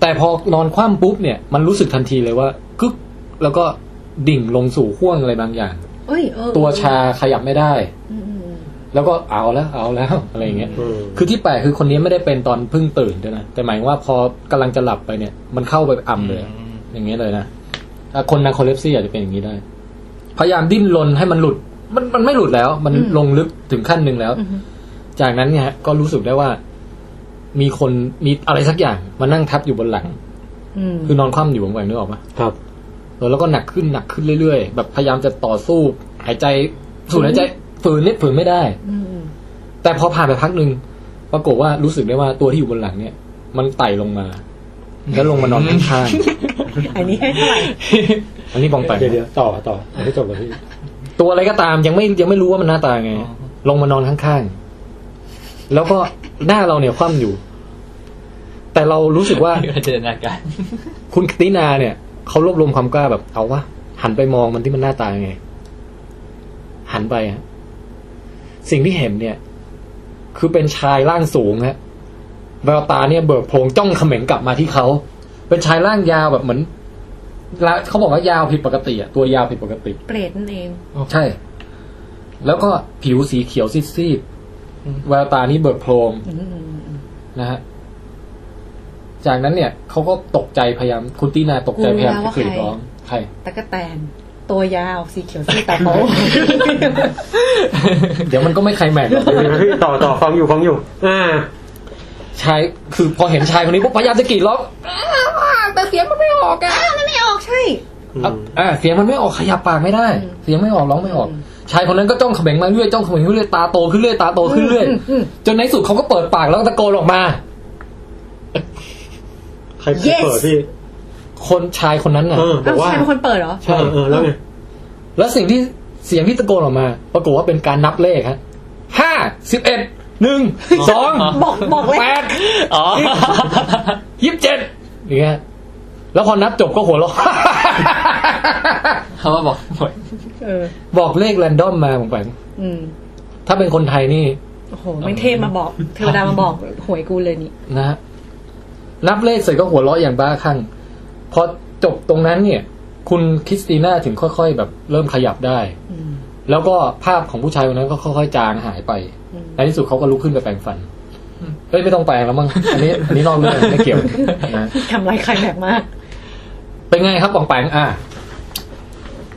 Speaker 1: แต่พอนอนคว่ำปุ๊บเนี่ยมันรู้สึกทันทีเลยว่ากึกแล้วก็ดิ่งลงสู่ห้วงอะไรบางอย่าง
Speaker 5: เอ้ยเออ
Speaker 1: ตัวชาขยับไม่ได้
Speaker 5: อืมอืมอืม
Speaker 1: แล้วก็เอาแล้วเอาแล้วอะไรอย่างเงี้ย
Speaker 2: อืม
Speaker 1: คือที่แปลกคือคนนี้ไม่ได้เป็นตอนเพิ่งตื่นด้วยนะแต่หมายว่าพอกำลังจะหลับไปเนี่ย มันเข้าไปอ่ำเลย อย่างเงี้ยเลยนะอ่ะคนนาโคเลปซี่อาจจะเป็นอย่างนี้ได้ พยายามดิ้นรนให้มันหลุด มันมันไม่หลุดแล้ว มันลงลึกถึงขั้นหนึ่งแล้ว
Speaker 5: อืม
Speaker 1: จากนั้นเนี่ยฮะก็รู้สึกได้ว่า มีคนมีอะไรสักอย่างมานั่งทับอยู่บนหลัง
Speaker 5: อืม
Speaker 1: คือนอนคว่ำอยู่ผมแหวงนึกออกปะ
Speaker 2: ครับ
Speaker 1: เออแล้วก็หนักขึ้นหนักขึ้นเรื่อยๆ แบบพยายามจะต่อสู้ หายใจสูดหายใจฝืนนิดฝืนไม่ได้
Speaker 5: อืมอืม
Speaker 1: แต่พอผ่านไปพักหนึ่งปรากฏว่ารู้สึกได้ว่าตัวที่อยู่บนหลังเนี่ย มันไต่ลงมา แล้วลงมานอนข้าง
Speaker 5: อันนี้ให้เท่าไหร่
Speaker 1: ๆอันนี้บองไป
Speaker 2: เดี๋ยวเดี๋ยวต่อต่อเอาให้จบก่อนพี่
Speaker 1: ตัวอะไรก็ตามยังไม่ยังไม่รู้ว่ามันหน้าตาไง ลงมานอนข้างๆ แล้วก็หน้าเราเนี่ยคว่ำอยู่ แต่เรารู้สึกว่า
Speaker 4: เจตนาการ
Speaker 1: คุณตินาเนี่ยเขารวบรวมความกล้าแบบเอาวะหันไปมองมันที่มันหน้าตายังไง หันไปฮะสิ่งที่เห็นเนี่ย คือเป็นชายร่างสูงฮะแววตาเนี่ยเบิกโพรงจ้องเขม็งกลับมาที่เขา เป็นชายร่างยาวแบบเหมือนละเขาบอกว่ายาวผิดปกติอะตัวยาวผิดปกติ
Speaker 5: เปรตนั่นเอง
Speaker 1: ใช่ แล้วก็ผิวสีเขียวซีดๆ
Speaker 4: อืม
Speaker 1: แววตานี้เบิกโพรง
Speaker 5: อืมอืมอืม
Speaker 1: นะฮะ จากนั้นเนี่ยเขาก็ตกใจพยายาม คุณตีนาตกใจ
Speaker 5: รู้
Speaker 1: พยายามจะ
Speaker 5: แล้วว่าก
Speaker 1: รีด
Speaker 5: ใคร
Speaker 1: ร้องใคร
Speaker 5: ตะกะแตน ตัวยาวสีเขียวสีตาโต
Speaker 1: เดี๋ยวมันก็ไม่ใครแม็กหรอก
Speaker 2: พี่ต่อต่อฟังอยู่ฟังอยู่ อ่า
Speaker 1: ชายคือพอเห็นชายคนนี้ปุ๊บพยายามจะกรีดร้อง
Speaker 5: ไม่ออกใช่
Speaker 1: อ่ะอ่ะเสียงมันไม่ออกขยับปากไม่ได้ เสียงไม่ออกร้องไม่ออก ชายคนนั้นก็จ้องเขม็งมาเรื่อยจ้องเขม็งมาเรื่อยตาโตขึ้นเรื่อยตาโตขึ้นเรื่อย
Speaker 5: อืมอืม
Speaker 1: จนในสุดเขาก็เปิดปากแล้วก็ตะโกนออกมา
Speaker 2: ใครใครเปิด
Speaker 5: Yes
Speaker 2: พี่
Speaker 1: คนชายคนนั้นน่ะ
Speaker 2: เออ บอก
Speaker 5: เอ้า
Speaker 2: ว่า
Speaker 5: ชายเป็นคนเปิดเหรอ
Speaker 2: ใช่เออ แล้วไง
Speaker 1: แล้วสิ่งที่เสียงที่ตะโกนออกมา ปรากฏว่าเป็นการนับเลขฮะห้าสิบเอ็ดห นึ่งสอง
Speaker 5: บอกบอกเลย
Speaker 1: แปด
Speaker 4: อ๋อ
Speaker 1: ยี่สิบเจ็ดอย่างเงี้ย แล้วพอนับจบก็หัวเราะ
Speaker 4: เขามาบอก หมด
Speaker 5: เออ
Speaker 1: บอกเลขแรนดอมมาผมแปง
Speaker 5: อืม
Speaker 1: ถ้าเป็นคนไทยนี่
Speaker 5: โอ้โหไม่งเทพมาบอก เทวดามาบอกหวยกูเลยนี่
Speaker 1: นะฮะนับเลขเสร็จก็หัวเราะอย่างบ้าคลั่งพอจบตรงนั้นเนี่ย คุณคริสติน่าถึงค่อยๆ แบบเริ่มขยับได้
Speaker 5: อืม
Speaker 1: แล้วก็ภาพของผู้ชายคนนั้นก็ค่อยๆ จางหายไป
Speaker 5: อืม
Speaker 1: ในที่สุดเขาก็ลุกขึ้นไปแปรงฟันเฮ้ยไม่ต้องแปรงแล้วมั้งอันนี้อันนี้นอกเรื่องไม่ เกี่ยวนะ
Speaker 5: ทำลายใครแหลกมาก
Speaker 1: เป็นไงครับปองแปงอ่ะ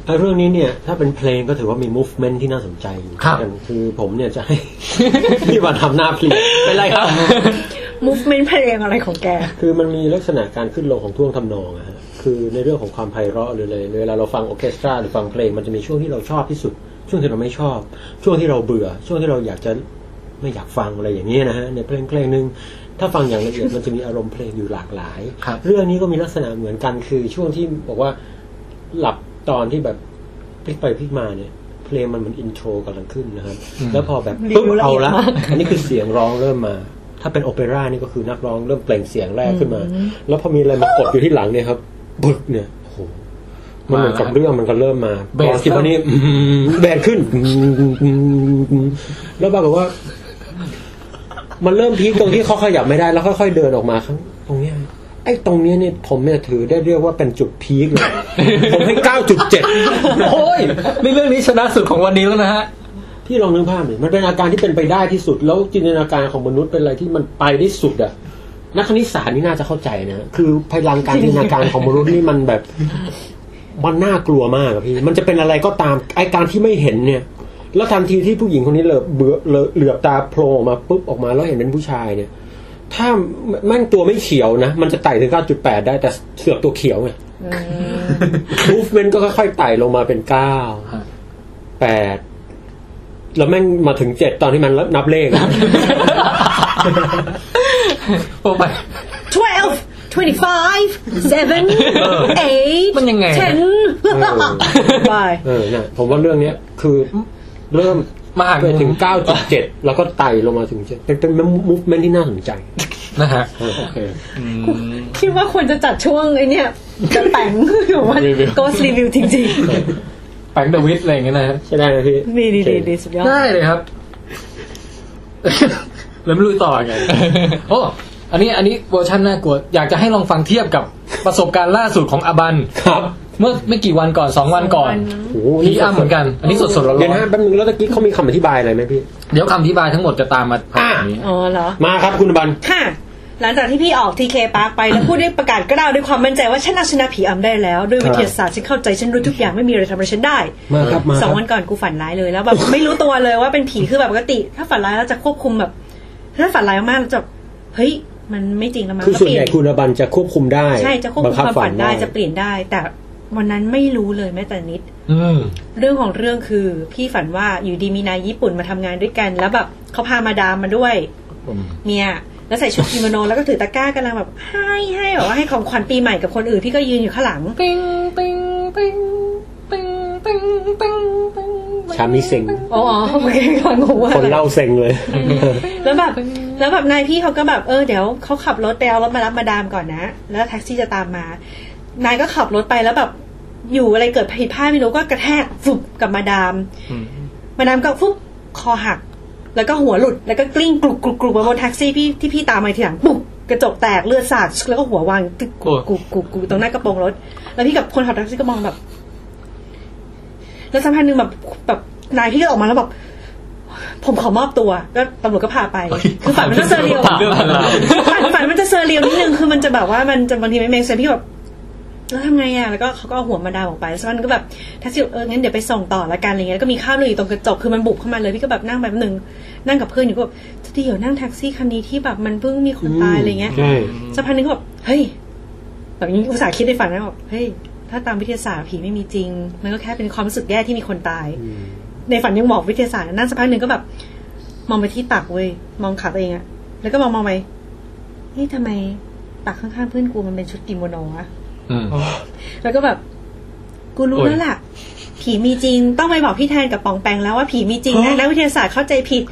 Speaker 2: ถ้าเรื่องนี้เนี่ย ถ้าเป็นเพลงก็ถือว่ามี movement ที่น่าสนใจอยู่
Speaker 1: ครับ
Speaker 2: กันคือผมเนี่ยจะให้ พี่วันทำหน้าเพลียเป็นไรครับ
Speaker 5: movement เพลงอะไรของแก
Speaker 2: คือมันมีลักษณะการขึ้นลงของท่วงทำนองอะฮะคือในเรื่องของความไพเราะหรืออะไรเวลาเราฟังออร์เคสตราหรือฟังเพลงมันจะมีช่วงที่เราชอบที่สุด ช่วงที่เราไม่ชอบ ช่วงที่เราเบื่อ ช่วงที่เราอยากจะไม่อยากฟังอะไรอย่างนี้ยนะฮะในเพลงเพลงหนึ่งถ้าฟังอย่างละเอียด มันจะมีอารมณ์เพลงอยู่หลากหลาย
Speaker 1: ครับ
Speaker 2: เรื่องนี้ก็มีลักษณะเหมือนกันคือช่วงที่บอกว่าหลับตอนที่แบบพลิกไปพลิกมาเนี่ย เพลงมันเหมือนอินโทรกำลังขึ้นนะครับแล้วพอแบบปุ๊บ
Speaker 5: รีวิวละ
Speaker 2: เอา
Speaker 5: เอียด
Speaker 2: ละ
Speaker 5: มาก
Speaker 2: อันนี้คือเสียงร้องเริ่มมา ถ้าเป็นโอเปร่านี่ก็คือนักร้องเริ่มเปล่งเสียงแรกขึ้นมา แล้วพอมีอะไรมากดอยู่ที่หลังเนี่ยครับบึกเนี่ยโอ้โหมันเหมือนกับ
Speaker 1: มาละ
Speaker 2: เรื่องมันก็เริ่มมา
Speaker 1: เบส
Speaker 2: พอคิดว่านี่อืมแบนขึ้นอืมแล้วปรากฏว่า มันเริ่มพีคตรงที่เขาขยับไม่ได้แล้วค่อยๆเดินออกมาข้างตรงเนี้ยไอ้ตรงเนี้ยเนี่ยผมเนี่ยถือได้เรียกว่าเป็นจุดพีคเลย ผมให้เก้าจุดเจ็ด
Speaker 1: โอ้ยนี่เรื่องนี้ชนะสุดของวันนี้แล้วนะฮะ
Speaker 2: พี่ลองนึกภาพดิมันเป็นอาการที่เป็นไปได้ที่สุด แล้วจินตนาการของมนุษย์เป็นอะไรที่มันไปได้สุดอะนักคณิตศาสตร์นี่น่าจะเข้าใจนะ คือพลังการจินตนาการของมนุษย์นี่มันแบบ มันน่ากลัวมากอะพี่ มันจะเป็นอะไรก็ตาม ไอการที่ไม่เห็นเนี่ย แล้วทันทีที่ผู้หญิงคนนี้เหลือบเบื่อเหลือเหลือบตาโผล่ออกมาปุ๊บออกมาแล้วเห็นเป็นผู้ชายเนี่ย ถ้าแม่งตัวไม่เขียวนะ มันจะไต่ถึง 9.8 ได้แต่เสือกตัวเขียวไง มูฟเมนต์ก็ค่อยๆไต่ลงมาเป็นเก้า
Speaker 1: ฮะ
Speaker 2: แปดแล้วแม่งมาถึงเจ็ดตอนที่มันนับเลข
Speaker 1: ปองแปง
Speaker 5: twelve twenty five seven eight
Speaker 1: มันยังไง
Speaker 5: ten ไป
Speaker 2: เออเนี่ยผมว่าเรื่องเนี้ยคือเริ่ม
Speaker 1: มาหา
Speaker 2: ไปถึงเก้าจุดเจ็ดแล้วก็ไต่ลงมาถึงเจ็ดเป็นเป็นมูฟเมนต์ที่น่าสนใจ
Speaker 1: นะฮะ
Speaker 2: เออโอเค
Speaker 5: คิดว่าควรจะจัดช่วงไอเนี่ยจะแต่งหรือว่า
Speaker 2: Review
Speaker 5: ghost review จริง
Speaker 1: แปงเดวิดอะไรอย่างเงี้ยนะฮะ
Speaker 2: ใช่ได้ไหมพี่
Speaker 5: ๆดีดีดีดีสุดยอด
Speaker 1: ได้เลยครับ แล้วไม่รู้ต่อไง โอ้ อันนี้อันนี้เวอร์ชันน่ากลัว อยากจะให้ลองฟังเทียบกับประสบการณ์ล่าสุดของอบัน
Speaker 2: ครับ
Speaker 1: เมื่อไม่กี่วันก่อนสองวันก่อน
Speaker 2: โอ้โห
Speaker 1: พี่อ้ำเหมือนกัน อันนี้สดๆร้อ
Speaker 2: เดี๋ยวน นะฮะแป๊บนึงแล้วตะกี้เขามีคำอธิบายอะไรไหมพี่
Speaker 1: ๆเดี๋ยวคำอธิบายทั้งหมดจะตามมาภายในนี้
Speaker 5: อ๋อเหรอ
Speaker 2: มาครับคุณบัน
Speaker 5: ค่ะ หลังจากที่พี่ออกทีเคปาร์คไป แล้วพูดด้วยประกาศกล้าวด้วยความมั่นใจว่าฉันเอาชนะผีอำได้แล้ว ด้วยวิทยาศาสตร์ฉันเข้าใจฉันรู้ทุกอย่างไม่มีอะไรทำอะไรฉันได้
Speaker 2: มาครับมา
Speaker 5: ส
Speaker 2: ค
Speaker 5: อ
Speaker 2: รั
Speaker 5: ง
Speaker 2: บ
Speaker 5: วันก่อนกูฝันร้ายเลยแล้วแบบ ไม่รู้ตัวเลยว่าเป็นผีคือแบบปกติ ถ้าฝันร้ายเราจะควบคุมแบบ ถ้าฝันร้ายมากๆเราจะแบบเฮ้ยมันไม่จริงแล้วมัน
Speaker 2: คือ
Speaker 5: ก็
Speaker 2: ส่ว
Speaker 5: เป
Speaker 2: น
Speaker 5: ลี่
Speaker 2: ให
Speaker 5: ย
Speaker 2: ญ่
Speaker 5: น
Speaker 2: คุณบันจะควบคุมได้
Speaker 5: ใช่จะควบคุม
Speaker 2: ง
Speaker 5: ความฝันได้จะเปลี่ยนได้ แต่วันนั้นไม่รู้เลยแม้แต่นิด
Speaker 1: อืม
Speaker 5: เรื่องของเรื่องคือพี่ฝันว่าอยู่ดีมีนายญี่ปุ่นมาทำงานด้วยกัน แล้วแบบเขาพามาดามมาด้วย เมียแล้วใส่ชุดกิโมโนแล้วก็ถือตะกร้ากำลัง แบบให้ให้แบบว่าให้ของขวัญปีใหม่กับคนอื่นพี่ก็ยืนอยู่ข้างหลัง
Speaker 2: ชามนี้เซ็ง
Speaker 5: อ๋ออ๋อโอเค ก่อนงงว่า
Speaker 2: คนเล่าเซ็งเลย
Speaker 5: แล้วแบบแล้วแบบนายพี่เขาก็แบบเออเดี๋ยวเขาขับรถไปเอารถมารับมาดามก่อนนะ แล้วแท็กซี่จะตามมา นายก็ขับรถไปแล้วแบบอยู่อะไรเกิดผิดพลาดไม่รู้ก็กระแทกฟุบกับมาดาม มาดามก็ฟุบคอหัก แล้วก็หัวหลุดแล้วก็กลิ้งกรุกกรุกกรุกมาบนแท็กซี่พี่ที่พี่ตามมาทีหลังปุ๊บกระจกแตกเลือดสาดแล้วก็หัววางตึกกรุกกรุกกรุกกรุกตรงหน้ากระโปรงรถ แล้วพี่กับคนขับแท็กซี่ก็มองแบบ แล้วสักพักหนึ่งแบบแบบนายพี่ก็ออกมาแล้วแบบผมขอมอบตัวแล้วตำรวจก็พาไป คือฝันมันจะเซอร์เรียล
Speaker 1: ฝันเรื่องอะไร
Speaker 5: ฝันฝันมันจะเซอร์เรียลนิดนึงคือมันจะแบบว่ามันจะบางทีไม่เมงเซนพี่แบบ แล้วทำไงอ่ะ แล้วก็เขาก็เอาหัวมาดามออกไปแล้วสักพักมันก็แบบแท็กซี่บอกเอองั้นเดี๋ยวไปส่งต่อละกันอะไรเงี้ย แล้วก็มีข้าวเลยอยู่ตรงกระจก คือมันบุกเข้ามาเลย พี่ก็แบบนั่งไปแป๊บนึง นั่งกับเพื่อนอยู่ก็แบบจะดีเดี๋ยวนั่งแท็กซี่คันนี้ที่แบบมันเพิ่งมีคนตายอะไรเงี้ย
Speaker 2: ใช่
Speaker 5: สักพักนึงก็แบบ เฮ้ย แบบนี้อุตส่าห์คิดในฝันนะแบบเฮ้ย ถ้าตามวิทยาศาสตร์ผีไม่มีจริง มันก็แค่เป็นความรู้สึกแย่ที่มีคนตาย ในฝันยังบอกวิทยาศาสตร์นะนั่นสักพักหนึ่งก็แบบ มองไปที่ตักเว้ยมองขาตัวเองอะแล้วก็มองมองไปนี่ทำไมตักข้างๆเพื่อนกูมันเป็นชุดกิโมโนอะ
Speaker 1: อืม
Speaker 5: แล้วก็แบบ กูรู้
Speaker 1: โอ้ย
Speaker 5: แล้วล่ะ ผีมีจริง ต้องไปบอกพี่แทนกับปองแปงแล้วว่าผีมีจริงนะนักวิทยาศาสตร์เข้าใจผิด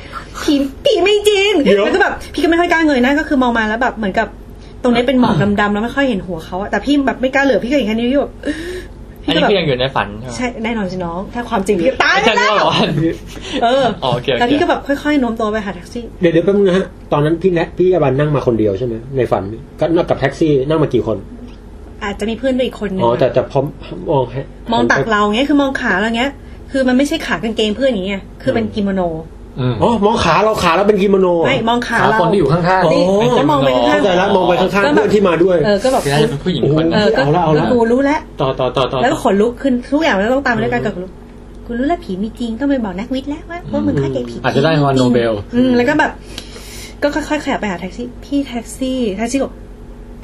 Speaker 5: ผีผีไม่จริงแล้วก็แบบ พี่ก็ไม่ค่อยกล้าเงยหนะก็คือมองมาแล้วแบบเหมือนกับ ตรงนี้เป็นหมอกดำๆแล้วไม่ค่อยเห็นหัวเขาอะแต่พี่แบบไม่กล้าเหลือบพี่ก็เห็นแค่นี้วพี่แบบ พี่ก็แบ
Speaker 4: อันนี้
Speaker 5: บ
Speaker 4: คือยังอยู่ในฝันใช่ไหม
Speaker 5: ใช่แน่นอนสิน้อง ถ้าความจริงพี่ตาย
Speaker 4: อาจารย์
Speaker 5: แล้
Speaker 4: รู้
Speaker 5: ว
Speaker 4: ว่าหรอ
Speaker 5: เออ
Speaker 4: อ๋อโอเคโอเค
Speaker 5: แล้วพี่ก็แบบค่อยๆโน้มตัวไปหาแท็กซี่
Speaker 2: เดี๋ยวเดี๋ยวแป๊บนึงนะฮะ ตอนนั้นพี่แนทพี่ยาบันนั่งมาคนเดียวใช่ไหมในฝันก็นั่งกับแท็กซี่นั่งมากี่คน
Speaker 5: อาจจะมีเพื่อนด้วยอีกคนนึ
Speaker 2: อ๋
Speaker 5: ง
Speaker 2: อแต่แต่พอมองให้
Speaker 5: มองตักเราเงี้ยคือมองขาเราเงี้ย คือมันไม่ใช่ขากางเกงเพื่อนอย่างเงี้ยคือเป็นกิโมโน
Speaker 1: อืม
Speaker 2: อ๋อมองขาเราขาเราเป็นกิโมโน
Speaker 5: ไม่มองขา
Speaker 1: ขา
Speaker 5: เรา
Speaker 1: คนที่อยู่ข้าง
Speaker 2: อ๋
Speaker 5: นี่
Speaker 2: อ
Speaker 5: แล้วมองไปข้าง
Speaker 2: เข้าใจละมองไปข้างๆเพื่อนที่มาด้วย
Speaker 5: เออก็แบบ
Speaker 4: ที่น่าจะเป็นผู้หญิง
Speaker 2: โอ้โห
Speaker 4: คนห
Speaker 5: เอ
Speaker 4: นึ่ง
Speaker 5: อก็
Speaker 2: เอาละเอาละ
Speaker 5: กูรู้แล้ว
Speaker 2: ต่อต่อต่อต่อ
Speaker 5: แล้วก็ขนลุกขึ้นทุกอย่างแล้วต้องตามไปด้วยกันกับขนลุกกูรู้แล้วผีมีจริงต้องไปบอกนักวิทย์แล้วว่าพวกมึงเข้าใจผิด
Speaker 1: ๆอาจจะได้รางวัลโนเบล
Speaker 5: อืมแล้วก็แบบ ก็ค่อยๆขยับไปหาแท็กซี่ พี่แท็กซี่แท็กซี่บอก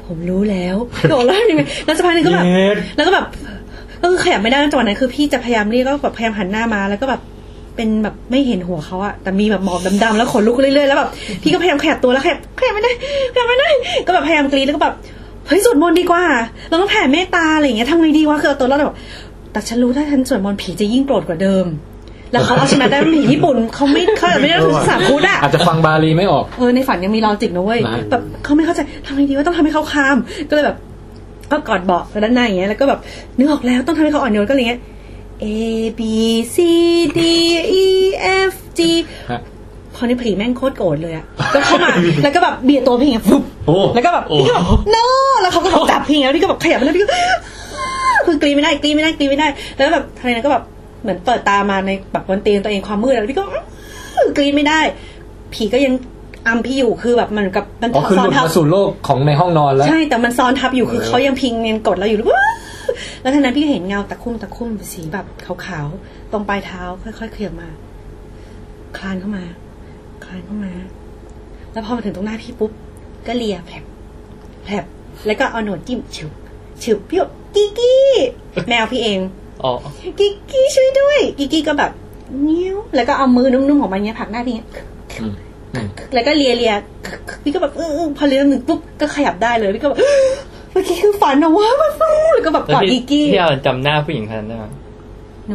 Speaker 5: ผมรู้แล้วบอกแล้วยังไงแล้วสักพักหนึงก็แบบ
Speaker 2: Yes
Speaker 5: แล้วก็แบบก็คือขยับไม่ได้จังหวะนั้นคือพี่จะพยายามเรียกก็แบบพยายามหันหน้ามา แล้วก็แบบเป็นแบบไม่เห็นหัวเขาอะแต่มีแบบหมอกดำๆแล้วขนลุกเรื่อยๆแล้วแบบพี่ก็พยายามขยับตัวแล้วขยับขยับไม่ได้ขยับไม่ได้ก็แบบพยายามกรีดแล้วก็แบบเฮ้ยสวดมนต์ดีกว่าเราต้องแผ่เมตตาอะไรอย่างเงี้ยทำไงดีวะคือเอาตัวรอดแบบแต่ฉันรู้ถ้าฉันสวดมนต์ผีจะยิ่งโกรธกว่าเดิม แล้วเขาเอาชนะได้ผีญี่ปุ่นเขาไม่เขาอาจจะไม่ได้ภาษาพุทธอะ
Speaker 1: อาจจะฟังบาลีไม่ออก
Speaker 5: เออในฝันยังมีลอจิกนะเว้ย
Speaker 1: นะ
Speaker 5: แบบเขาไม่เข้าใจทำไงดีว่าต้องทำให้เขาคาม ก็เลยแบบ ก็กอดเบาะด้านในอย่างเงี้ยแล้วก็แบบนึกออกแล้วต้องทำให้เขาอ่อนโยนก็อะไรเงี้ย A B C D E F G
Speaker 1: ฮะ
Speaker 5: พอในผีแม่งโคตรโกรธเลยอะก็เข้ามาแล้วก็แบบเบียดตัวพี่อย่างเงี้ยฟึบ
Speaker 1: โอ้
Speaker 5: แล้วก็แบบพี่ก็แบบ no แล้วเขาก็แบบจับพี่อย่างเงี้ยแล้วพี่ก็แบบขยับมาแล้วพี่ก็ คือกรีดไม่ได้กรีดไม่ได้กรีดไม่ได้ แล้วแบบทางนั้นก็แบบเหมือนเปิดตามาในแบบบนเตียงตัวเองความมืดแล้วพี่ก็กรีดไม่ได้ ผีก็ยังอัมพี่อยู่คือแบบมันกับมัน
Speaker 1: อ๋อคือหลุด
Speaker 5: ทับ
Speaker 1: มาสู่โลกของในห้องนอนแล้ว
Speaker 5: ใช่แต่มันซ้อนทับอยู่คือเขายังพิงยังกดเราอยู่แล้ว แล้วทางนั้นพี่ก็เห็นเงาตะคุ่มตะคุ่มสีแบบขาวๆตรงปลายเท้า ค่อยๆเคลื่อนมา คลานเข้ามา คลานเข้ามา แล้วพอมาถึงตรงหน้าพี่ปุ๊บ ก็เลียแผลบแผลบแล้วก็เอาหนวดจิ้มฉิวฉิวพี่บอกกิกกี้แมวพี่เอง
Speaker 4: อ๋อ
Speaker 5: กิกกี้ช่วยด้วย กิกกี้ก็แบบเนี้ยวแล้วก็เอามือนุ่มๆของมันเนี้ยผลักหน้าพี่เนี้ย
Speaker 1: อืม
Speaker 5: แล้วก็เลียเลียพี่ก็แบบเออเออพอเลียหนึ่งปุ๊บก็ขยับได้เลยพี่ก็แบบ เมื่อกี้คือฝันนะวะมันฝันแล้วก็แบบ
Speaker 4: แล้ว
Speaker 5: กอด
Speaker 4: พี่
Speaker 5: กิกกี้
Speaker 4: พี่เอาจำหน้าผู้หญิงคนนั้นได้ไหม
Speaker 5: โน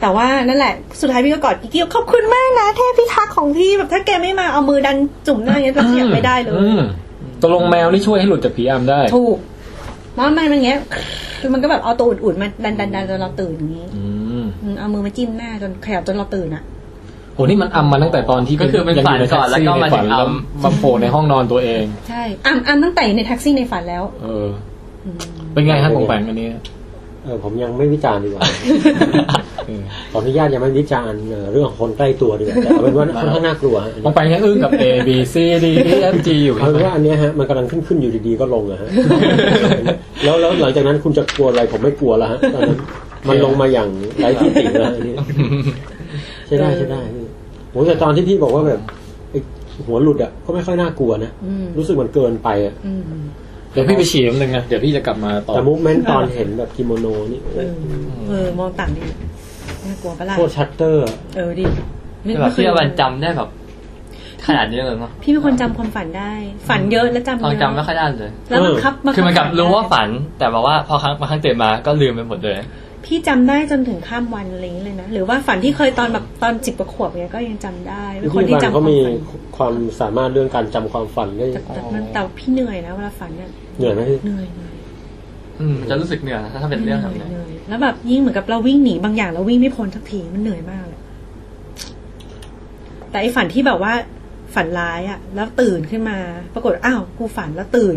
Speaker 5: แต่ว่านั่นแหละ สุดท้ายพี่ก็กอดกิกกี้ขอบคุณมากนะเทพพิทักษ์ของพี่แบบถ้าแกไม่มาเอามือดันจุ่มหน้าอย่างเงี้ยจะขยับไม่ได้เลย
Speaker 1: อืมตกลงแมวนี่ช่วยให้หลุดจากผีอำได้
Speaker 5: ถูกมันมันอย่างเงี้ยคือมันก็แบบเอาตัวอุ่นๆมาดันดันดันจนเราตื่นอย่างงี้
Speaker 1: อืม
Speaker 5: อืมเอามือมาจิ้มหน้าจนขยับจนเราตื่นอะ
Speaker 1: โหนี่มันอำมาตั้งแต่ตอนที่
Speaker 4: ก็คือเป็น
Speaker 1: ยัง
Speaker 4: ฝัน
Speaker 1: ยู่ใแท็
Speaker 4: ก่อนแล้ว
Speaker 1: ซี่
Speaker 4: ก็
Speaker 1: ใน
Speaker 4: มา
Speaker 1: ฝั
Speaker 4: ถึ
Speaker 1: น
Speaker 4: ง
Speaker 1: แล้ว
Speaker 4: อำ
Speaker 1: มาโผล่ในห้องนอนตัวเอง
Speaker 5: ใช่อ่ำอ่ำตั้งแต่อยู่ในแท็กซี่ในฝันแล้ว
Speaker 1: เออ เป็นไงฮะ
Speaker 2: โอ้โห
Speaker 1: ของแปงอันนี้
Speaker 2: เออผมยังไม่วิจารณ์ดีกว่า
Speaker 1: เออ
Speaker 2: ขออนุญาตยังไม่วิจารณ์เอ่อเรื่องของคนใกล้ตัวดีกว่าแต่เอาเป็นว่าค่อนข้างน่ากลัวฮะ
Speaker 1: ของแปงยังอึ้งกับ A B C D E F G อยู่
Speaker 2: เอาเป็นว่าอันเนี้ยฮะมันกำลังขึ้นขึ้นอยู่ดีๆก็ลงอะฮะ แล้วแล้วหลังจากนั้นคุณจะกลัวอะไรผมไม่กลัวแล้วฮะตอนนั้นมันลงมาอย่างไร้ที่ติ แล้วอันนี้ใช่ได้ใช่ได้พี่โหแต่ตอนที่พี่บอกว่าแบบไอ้หัวหลุดอะก็ไม่ค่อยน่ากลัวนะ
Speaker 5: อืม
Speaker 2: รู้สึกมันเกินไปอะ
Speaker 5: อืม
Speaker 1: เดี๋ยวพี่ไปฉี่นิดนึงนะเดี๋ยวพี่จะกลับมาต่อ
Speaker 2: แต่มูฟเมนต์ตอนเห็นแบบกิโมโนนี่โอ้
Speaker 5: เออเออ มองต่างดิน่ากลัวปะล่ะ
Speaker 2: โคตรชัตเตอร์อะ
Speaker 5: เออดิไม่
Speaker 4: แบบ
Speaker 5: เค
Speaker 4: พี่
Speaker 5: ย
Speaker 4: เอาจจำได้แบบ ขนาดนี้เลยเนาะ
Speaker 5: พี่เป็นคนจำความฝันได้ ฝันเยอะแล้วจำ
Speaker 4: ตอน
Speaker 5: เยอะ
Speaker 4: จำไม่ค่อยได้เลย
Speaker 5: แล้วบังคับบัง
Speaker 4: คือมันกลับ
Speaker 5: ฝัได้
Speaker 4: รู้ว่าฝัน แต่แบบว่าพอครั้งมาครั้งตื่นมาก็ลืมไปหมดเลย
Speaker 5: พี่จำได้จนถึงข้ามวันอะไรอย่างเงี้ยเลยนะหรือว่าฝันที่เคยตอนแบบตอนสิบกว่าขวบเนี้ยก็ยังจำได้เป็นคนที่จำความ
Speaker 2: เขามี
Speaker 5: ฝัน
Speaker 2: ความสามารถเรื่องการจำความฝันได้
Speaker 5: แต่แต่มันแต่พี่เหนื่อยนะเวลาฝันเนี่ย
Speaker 2: เหนื่อยไหมพี่
Speaker 5: เหนื่อยเหนื่อย
Speaker 4: อืมจะรู้สึกเหนื่อยนะถ้าเป็นเรื่องแบบ
Speaker 5: หนื่
Speaker 4: นี้
Speaker 5: ยๆแล้วแบบยิ่งเหมือนกับเราวิ่งหนีบางอย่างเราวิ่งไม่พ้นสักทีมันเหนื่อยมากเลยแต่ไอฝันที่แบบว่าฝันร้ายอะแล้วตื่นขึ้นมา ปรากฏอ้าวกูฝันแล้วตื่น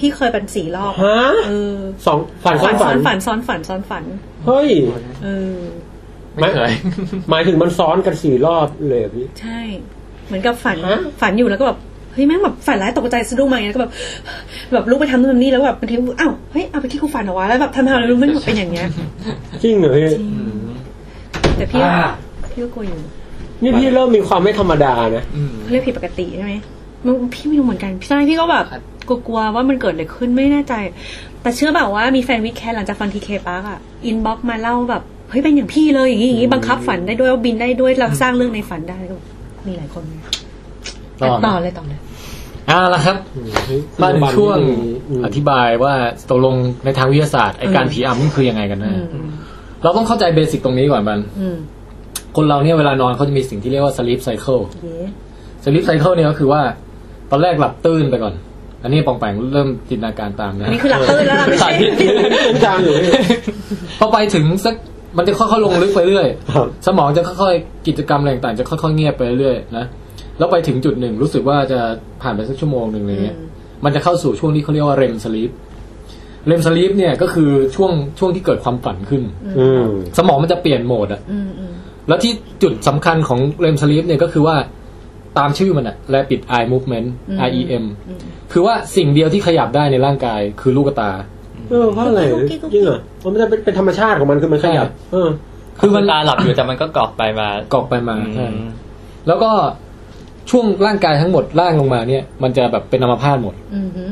Speaker 5: พี่เคยเป็นสี่รอบ
Speaker 2: ฮะ
Speaker 5: เออ
Speaker 2: สองฝันซ้
Speaker 5: ฝั
Speaker 2: อน น
Speaker 5: ซ้
Speaker 2: ฝั
Speaker 5: อน นฝันซ้อนฝันซ้อนฝัน
Speaker 2: เฮ้ย
Speaker 5: เออ
Speaker 4: ไม่เคย
Speaker 2: หมายถึงมันซ้อนกันสี่รอบเลยเหรอพี่
Speaker 5: ใช่ เหมือนกับฝัน
Speaker 2: ฮะ
Speaker 5: ฝันอยู่แล้วก็แบบเฮ้ยแม่งแบบฝันร้ายตกใจสะดุ้งมาอย่างเงี้ยแล้วก็แบบ แบบลุกไปทำนู่นทำนี่แล้วแบบบางทีอ้าวเฮ้ยเอาไปที่กูฝันเหรอวะแล้วแบบทำให้เรารู้ไม่แบบเป็นอย่างเงี้ย
Speaker 2: จริงเหรอพี่
Speaker 5: แต่พี่
Speaker 4: อ่า
Speaker 5: พี่ก็กลัวอยู่
Speaker 2: นี่พี่เริ่มมีความไม่ธรรมดานะ
Speaker 4: อืม
Speaker 5: เขาเรียกผิดปกติใช่ไหมมันพี่ไม่รู้เหมือนกัน พี่ตอนแรกพี่ก็แบบ
Speaker 4: ครับ
Speaker 5: กลัวๆว่ามันเกิดอะไรขึ้นไม่แน่ใจ แต่เชื่อแบบว่ามีแฟนวิดแคสหลังจากฟังทีเคปาร์กอะอินบ็อกมาเล่าแบบเฮ้ยเป็นอย่างพี่เลยอย่างนี้อย่างนี้บังคับฝันได้ด้วยว่าบินได้ด้วยเราสร้างเรื่องในฝันได้ก็แบบมีหลายคนเลย
Speaker 1: ต่อ
Speaker 5: ต่อ
Speaker 1: นะ
Speaker 5: เลยต่อเลย
Speaker 1: เอ่าละครับ มาถึงช่วงอธิบายว่าตกลงในทางวิทยาศาสตร์ไอการผีอำมันคือยังไงกันแน่
Speaker 5: อืม
Speaker 1: เราต้องเข้าใจเบสิกตรงนี้ก่อนมัน
Speaker 5: อืม
Speaker 1: คนเราเนี่ยเวลานอนเขาจะมีสิ่งที่เรียกว่า sleep cycle
Speaker 5: เย้
Speaker 1: sleep cycle เนี่ยก็คือว่า ตอนแรกหลับตื่นไปก่อน อันนี้ปองแปงเริ่มจินตนาการตามนะ
Speaker 5: อันนี้คือหลับตื่นแล้วล่ะไม่
Speaker 4: สา
Speaker 5: ใช่
Speaker 4: ธิต
Speaker 2: จางอยู่พี่
Speaker 1: พอไปถึงสักมันจะค่อยๆลงลึกไปเรื่อย
Speaker 2: ครับ
Speaker 1: สมองจะค่อยๆกิจกรรมอะไรต่างๆจะค่อยๆเงียบไปเรื่อยๆนะแล้วไปถึงจุดหนึ่งรู้สึกว่าจะผ่านไปสักชั่วโมงหนึ่งอะไรเงี้ยมันจะเข้าสู่ช่วงที่เขาเรียกว่าเรมสลีปเรมสลีปเนี่ยก็คือช่วงช่วงที่เกิดความฝันขึ้น
Speaker 2: อืม
Speaker 1: สมองมันจะเปลี่ยนโหมดอะ
Speaker 5: อืมอืม
Speaker 1: แล้วที่จุดสำคัญของเรมสลีปเนี่ยก็คือว่าตามชื่อมันอะ rapid eye movement REM คือว่าสิ่งเดียวที่ขยับได้ในร่างกายคือลูกตา
Speaker 2: เออเพราะอะไรจริงเหรอเพราะมันจะเป็นเป็นธรรมชาติของมันคือมันขยับ เออ
Speaker 1: คือมัน
Speaker 4: ตาหลับอยู่แต่มันก็กรอกไปมาก
Speaker 1: รอกไปมา
Speaker 4: อื
Speaker 1: ใช่
Speaker 4: ม
Speaker 1: แล้วก็ช่วงร่างกายทั้งหมดล่างลงมาเนี่ย มันจะแบบเป็นอัมพาตหมด
Speaker 5: อืมอืม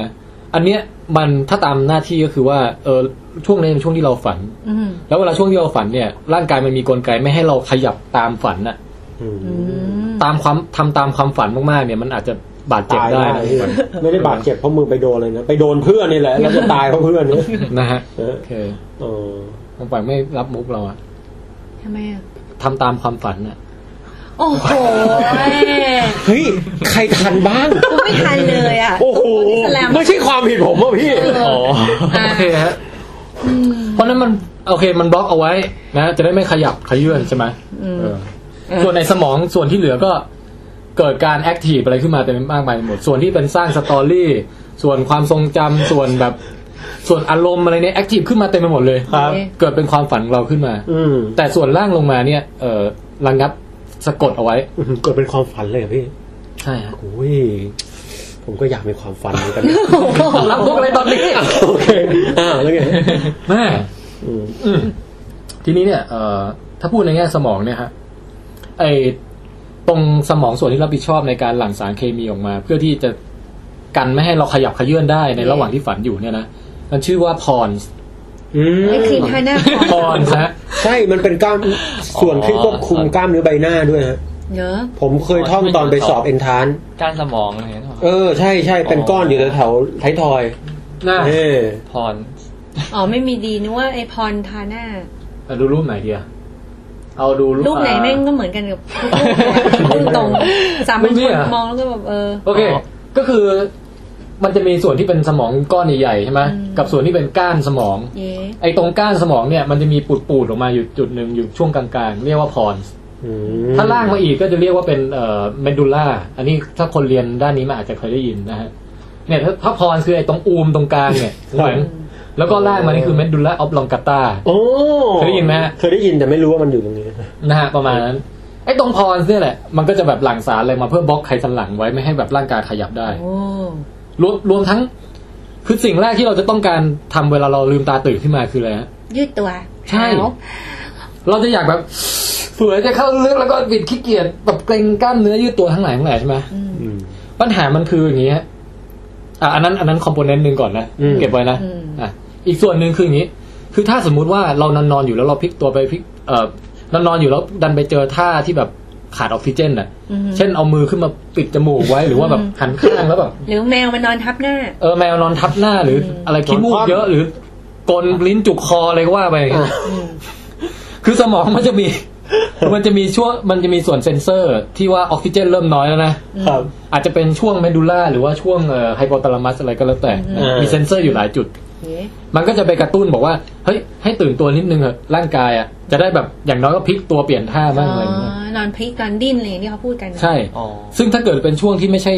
Speaker 1: นะอันเนี้ยมันถ้าตามหน้าที่ก็คือว่าเออช่วงนี้เป็นช่วงที่เราฝัน
Speaker 5: อืม
Speaker 1: แล้วเวลาช่วงที่เราฝันเนี่ย ร่างกายมันมีกลไกไม่ให้เราขยับตามฝันน่ะ
Speaker 2: อืม
Speaker 5: อืม
Speaker 1: ตามความทำตามความฝันมากๆเนี่ยมันอาจจะบาดเจ็บ
Speaker 2: ตาย
Speaker 1: ได้
Speaker 2: ได้
Speaker 1: นะ
Speaker 2: พี่ไม่ได้บาดเจ็บเพราะมือไปโดนเลยนะไปโดนเพื่อน นี่แหละแล้วจะตายเพราะเพื่อนนี่
Speaker 1: นะฮะ
Speaker 2: เออ
Speaker 1: โอเค
Speaker 2: เออ
Speaker 1: ผมปล่อยไม่รับมุกเราอะ
Speaker 5: ทำไมอ่ะ
Speaker 1: ทำตามความฝันน่ะ
Speaker 5: โอ้โห
Speaker 2: เฮ้ยใครทันบ้าง
Speaker 5: กูไม่ทันเลยอ่ะ
Speaker 2: โอ้โห
Speaker 5: กูนี่แสลม
Speaker 2: ไม่ใช่ความผิดผมอะพี่
Speaker 5: เอออ่ะ
Speaker 1: โอเคฮะเพราะนั้นมันโอเคมันบล็อกเอาไว้นะจะได้ไม่ขยับขยื่นใช่ไหมเออส่วนในสมองส่วนที่เหลือก็เกิดการแอคทีฟอะไรขึ้นมาเต็มมากมายไปหมด ส่วนที่เป็นสร้างสตอรี่ส่วนความทรงจำส่วนแบบ ส่วนอารมณ์อะไรเนี่ยแอคทีฟขึ้นมาเต็มไปหมดเลย
Speaker 2: ครับ
Speaker 1: เกิดเป็นความฝันของเราขึ้นมา
Speaker 2: อืม
Speaker 1: แต่ส่วนล่างลงมาเนี่ย เออระงับสะกดเอาไว้
Speaker 2: เกิดเป็นความฝันเลยเหรอพี่
Speaker 1: ใช่ครับ
Speaker 2: โอ้ยผมก็อยากมีความฝันเหมือนกัน
Speaker 1: รับพวกอะไรตอนนี้
Speaker 2: โอเคอ่าแล้วไง
Speaker 1: แม่
Speaker 2: อืม
Speaker 1: อืมทีนี้เนี่ยเอ่อถ้าพูดในแง่สมองเนี่ยฮะไอตรงสมองส่วนที่รับผิดชอบในการหลั่งสารเคมีออกมา เพื่อที่จะกันไม่ให้เราขยับขยื่นได้ในระหว่างที่ฝันอยู่เนี่ยนะมันชื่อว่าพอน ส์
Speaker 2: อืม
Speaker 5: ไอ้ครีมทาหน้า
Speaker 1: พอนส์ฮะ
Speaker 2: ใช่มันเป็นกล้ามส่วนที่ควบคุมกล้ามเนื้อใบหน้าด้วยฮะ
Speaker 5: เยอะ
Speaker 2: ผมเคยท่องตอนไปสอบเอนทาน
Speaker 4: ก้านสมองอะไรอย่างเงี้ย
Speaker 2: เออใช่ใช่เป็นก้อนอยู่แถวๆไทยทอย
Speaker 1: น่า
Speaker 2: เออ
Speaker 4: พร
Speaker 5: อ๋อไม่มีดีนึกว่าไอพรทาหน้า
Speaker 1: เอาดูรูปไหนเดียเอาดูรูป
Speaker 5: รูปไหน
Speaker 1: อ่า
Speaker 5: แม่งก็เหมือนกันกับรูป ตรงๆสามัญ
Speaker 1: รูปเนี่
Speaker 5: ชน
Speaker 1: ย
Speaker 5: มองแล้วก็แบบเออ
Speaker 1: โอเค
Speaker 4: อ๋อ
Speaker 1: ก็คือ มันจะมีส่วนที่เป็นสมองก้อนใหญ่ๆใช่ไหม
Speaker 5: อืม
Speaker 1: กับส่วนที่เป็นก้านสมอง
Speaker 5: เย้
Speaker 1: ไอ้ตรงก้านสมองเนี่ยมันจะมีปูดๆออกมาอยู่จุดหนึ่งอยู่ช่วงกลางๆเรียกว่าพอนส์
Speaker 2: อืม
Speaker 1: ถ้าล่างมาอีกก็จะเรียกว่าเป็นเอ่อเมดูล่า อันนี้ถ้าคนเรียนด้านนี้มาอาจจะเคยได้ยินนะฮะ เนี่ยถ้าถ้าพรคือไอ้ตรงอูมตรงกลาง เนี่ยหลังแล้วก็ล่างมานี่คือเมดูล่าออฟลองกาตา
Speaker 2: โอ้
Speaker 1: เคยได้ยินไหม
Speaker 2: เคยได้ยินแต่ไม่รู้ว่ามันอยู่ตรงนี้
Speaker 1: นะฮะประมาณนั้น ไอ้ตรงพรเนี่ยแหละ มันก็จะแบบหลั่งสารอะไรมาเพื่อบล็อกไขสันหลังไว้ไม่ให้แบบร่างกายขยับได้
Speaker 5: โอ้
Speaker 1: รวมรวมทั้ง คือสิ่งแรกที่เราจะต้องการทำเวลาเราลืมตาตื่นขึ้นมาคืออะไรฮะ
Speaker 5: ยืดตัว
Speaker 1: ใช่ เราจะอยากแบบ ฝืนจะเข้าลึกแล้วก็บิดขี้เกียจแบบเกรงกล้ามเนื้อยืดตัวทั้งหลายทั้งหลายใช่ไหม
Speaker 2: อืม
Speaker 1: ปัญหามันคืออย่างนี้ฮะอ่ะอันนั้นอันนั้นคอมโพเนนต์หนึ่งก่อนนะ
Speaker 2: อืม
Speaker 1: เก็บไว้นะอ่ะอีกส่วนหนึ่งคืออย่างนี้ คือถ้าสมมุติว่าเรานอนนอนๆอยู่แล้วเราพลิกตัวไปพลิกเอ่อนอนนอนๆอยู่แล้วดันไปเจอท่าที่แบบขาดออกซิเจนน่ะ เช่นเอามือขึ้นมาปิดจมูกไว้หรือว่าแบบหันข้างแล้วแบบ
Speaker 5: หรือแมวมานอนทับหน้า
Speaker 1: เออแมวนอนทับหน้าหรืออะไรขี้มูกเยอะหรือกลนลิ้นจุกคออะไรก็ว่าไป คือสมองมันจะมี มันจะมีช่วงมันจะมีส่วนเซ็นเซอร์ที่ว่าออกซิเจนเริ่มน้อยแล้วนะ
Speaker 2: ครับ
Speaker 1: อาจจะเป็นช่วงเมดูล่าหรือว่าช่วงไฮโปตาลามัสอะไรก็แล้วแต่
Speaker 2: อืม
Speaker 1: มีเซนเซอร์อยู่หลายจุด
Speaker 5: เย้
Speaker 1: มันก็จะไปกระตุ้นบอกว่า เฮ้ย ให้ตื่นตัวนิดนึงเถอะร่างกายอ่ะ จะได้แบบอย่างน้อยก็พลิกตัวเปลี่ยนท่า
Speaker 5: อ๋
Speaker 1: บ้างอะไรอย่างเงี้ย
Speaker 5: อนอนพลิกนอนดิ้นอะไรอย่างที่เขาพูดกันนะ
Speaker 1: ใช่
Speaker 4: อ๋อ
Speaker 1: ซึ่งถ้าเกิดเป็นช่วงที่ไม่ใช่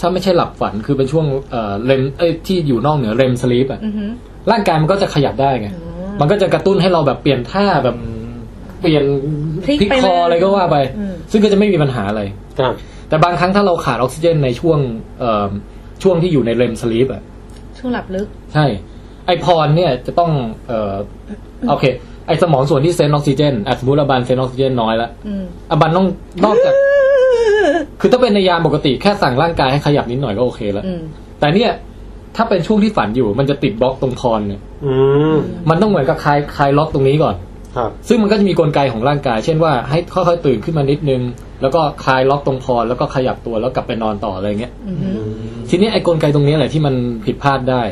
Speaker 1: ถ้าไม่ใช่หลับฝันคือเป็นช่วงเอ่อเลมเอ้ยที่อยู่นอกเหนือเลมสลีปอ่ะ
Speaker 5: อือหือ
Speaker 1: ร่างกายมันก็จะขยับได้ไง
Speaker 5: อ๋อ
Speaker 1: มันก็จะกระตุ้นให้เราแบบเปลี่ยนท่าแบบเปลี่ยน
Speaker 5: พลิก
Speaker 1: พลิก
Speaker 5: ไป
Speaker 1: คอ
Speaker 5: เลย
Speaker 1: อะไรก็ว่าไป
Speaker 5: อืม
Speaker 1: ซึ่งก็จะไม่มีปัญหาอะไร
Speaker 2: ครับ
Speaker 1: แต่บางครั้งถ้าเราขาดออกซิเจนในช่วงเอ่อช่วงที่อยู่ในเลมสลีปอ่ะ
Speaker 5: ช่วงหลับลึก
Speaker 1: ใช่ ไอพรเนี่ยจะต้องเอ่อโอเค ไอสมองส่วนที่เซนต์ออกซิเจนอ่ะสมมติอาบันเซนต์ออกซิเจนน้อยละ
Speaker 5: อืม
Speaker 1: อาบันต้องนอกจาก คือถ้าเป็นในยามปกติแค่สั่งร่างกายให้ขยับนิดหน่อยก็โอเคแล้ว
Speaker 5: อืม
Speaker 1: แต่เนี่ย ถ้าเป็นช่วงที่ฝันอยู่มันจะติดบล็อกตรงพรเนี่ย
Speaker 2: อืม
Speaker 1: มันต้องเหมือนกับคลายคลายล็อกตรงนี้ก่อน
Speaker 2: ครับ
Speaker 1: ซึ่งมันก็จะมีกลไกของร่างกาย เช่นว่าให้ค่อยๆตื่นขึ้นมานิดนึง แล้วก็คลายล็อกตรงพรแล้วก็ขยับตัวแล้วกลับไปนอนต่ออะไรเงี้ย
Speaker 5: อือหือ
Speaker 1: ทีนี้ไอ้กลไกตรงนี้แหละที่มันผิดพลาดได้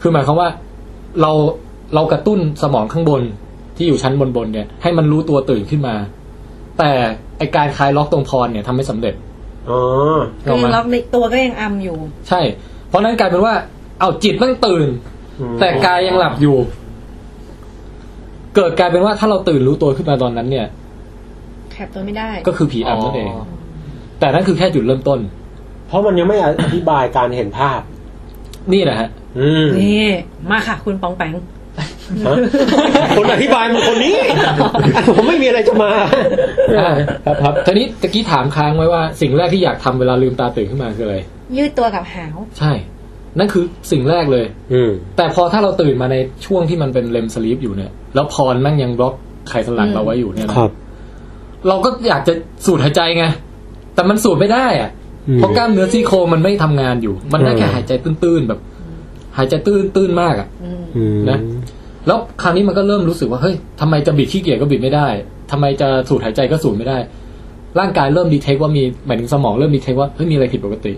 Speaker 1: คือหมายความว่าเราเรากระตุ้นสมองข้างบนที่อยู่ชั้นบนบนๆเนี่ย ให้มันรู้ตัวตื่นขึ้นมา แต่ไอการคลายล็อกตรงพรเนี่ยทำไม่สำเร็จ
Speaker 2: อ๋อ
Speaker 5: ก็
Speaker 1: ออก
Speaker 5: ยัง
Speaker 1: มา
Speaker 5: ล็อกในตัวก็ยังอัมอยู่
Speaker 1: ใช่ เพราะนั้นกลายเป็นว่า เอาจิตมันตื่น
Speaker 2: อืม
Speaker 1: แต่กายยังหลับอยู่ เกิดกลายเป็นว่าถ้าเราตื่นรู้ตัวขึ้นมาตอนนั้นเนี่ย
Speaker 5: แคปตัวไม่ได้
Speaker 1: ก็คือผีอำนั่นเอง แต่นั่นคือแค่จุดเริ่มต้น
Speaker 2: เพราะมันยังไม่อธิบายการเห็นภาพ
Speaker 1: นี่แหละฮะ
Speaker 2: อืม
Speaker 5: นี่ มาค่ะคุณปองแปง
Speaker 2: ฮะคนอธิบายมันคนนี้ ผมไม่มีอะไรจะมา
Speaker 1: อ่าครับครับทีนี้ตะกี้ถามค้างไว้ว่า สิ่งแรกที่อยากทำเวลาลืมตาตื่นขึ้นมาคืออะไร
Speaker 5: ยืดตัวกับหาว
Speaker 1: ใช่ นั่นคือสิ่งแรกเลย
Speaker 2: อืม
Speaker 1: แต่พอถ้าเราตื่นมาในช่วงที่มันเป็นเลมสลีปอยู่เนี่ย แล้วพรแมั่งยังบล็อกไขสันหลังเราไว้อยู่เนี่ยนะครับ เราก็อยากจะสูดหายใจไง แต่มันสูดไม่ได้อะ
Speaker 2: อืม
Speaker 1: เพราะกล้ามเนื้อซี่โครงมันไม่ทำงานอยู่ มันได้แค่
Speaker 2: เออ
Speaker 1: หายใจตื้นๆแบบ หายใจตื้นๆมากอะ
Speaker 2: อืม
Speaker 1: นะ แล้วคราวนี้มันก็เริ่มรู้สึกว่าเฮ้ยทำไมจะบิดขี้เกียจก็บิดไม่ได้ทำไมจะสูดหายใจก็สูดไม่ได้ ร่างกายเริ่มดีเทคว่ามีหมายถึงสมองเริ่มดีเทคว่าเฮ้ยมีอะไรผิดปกติ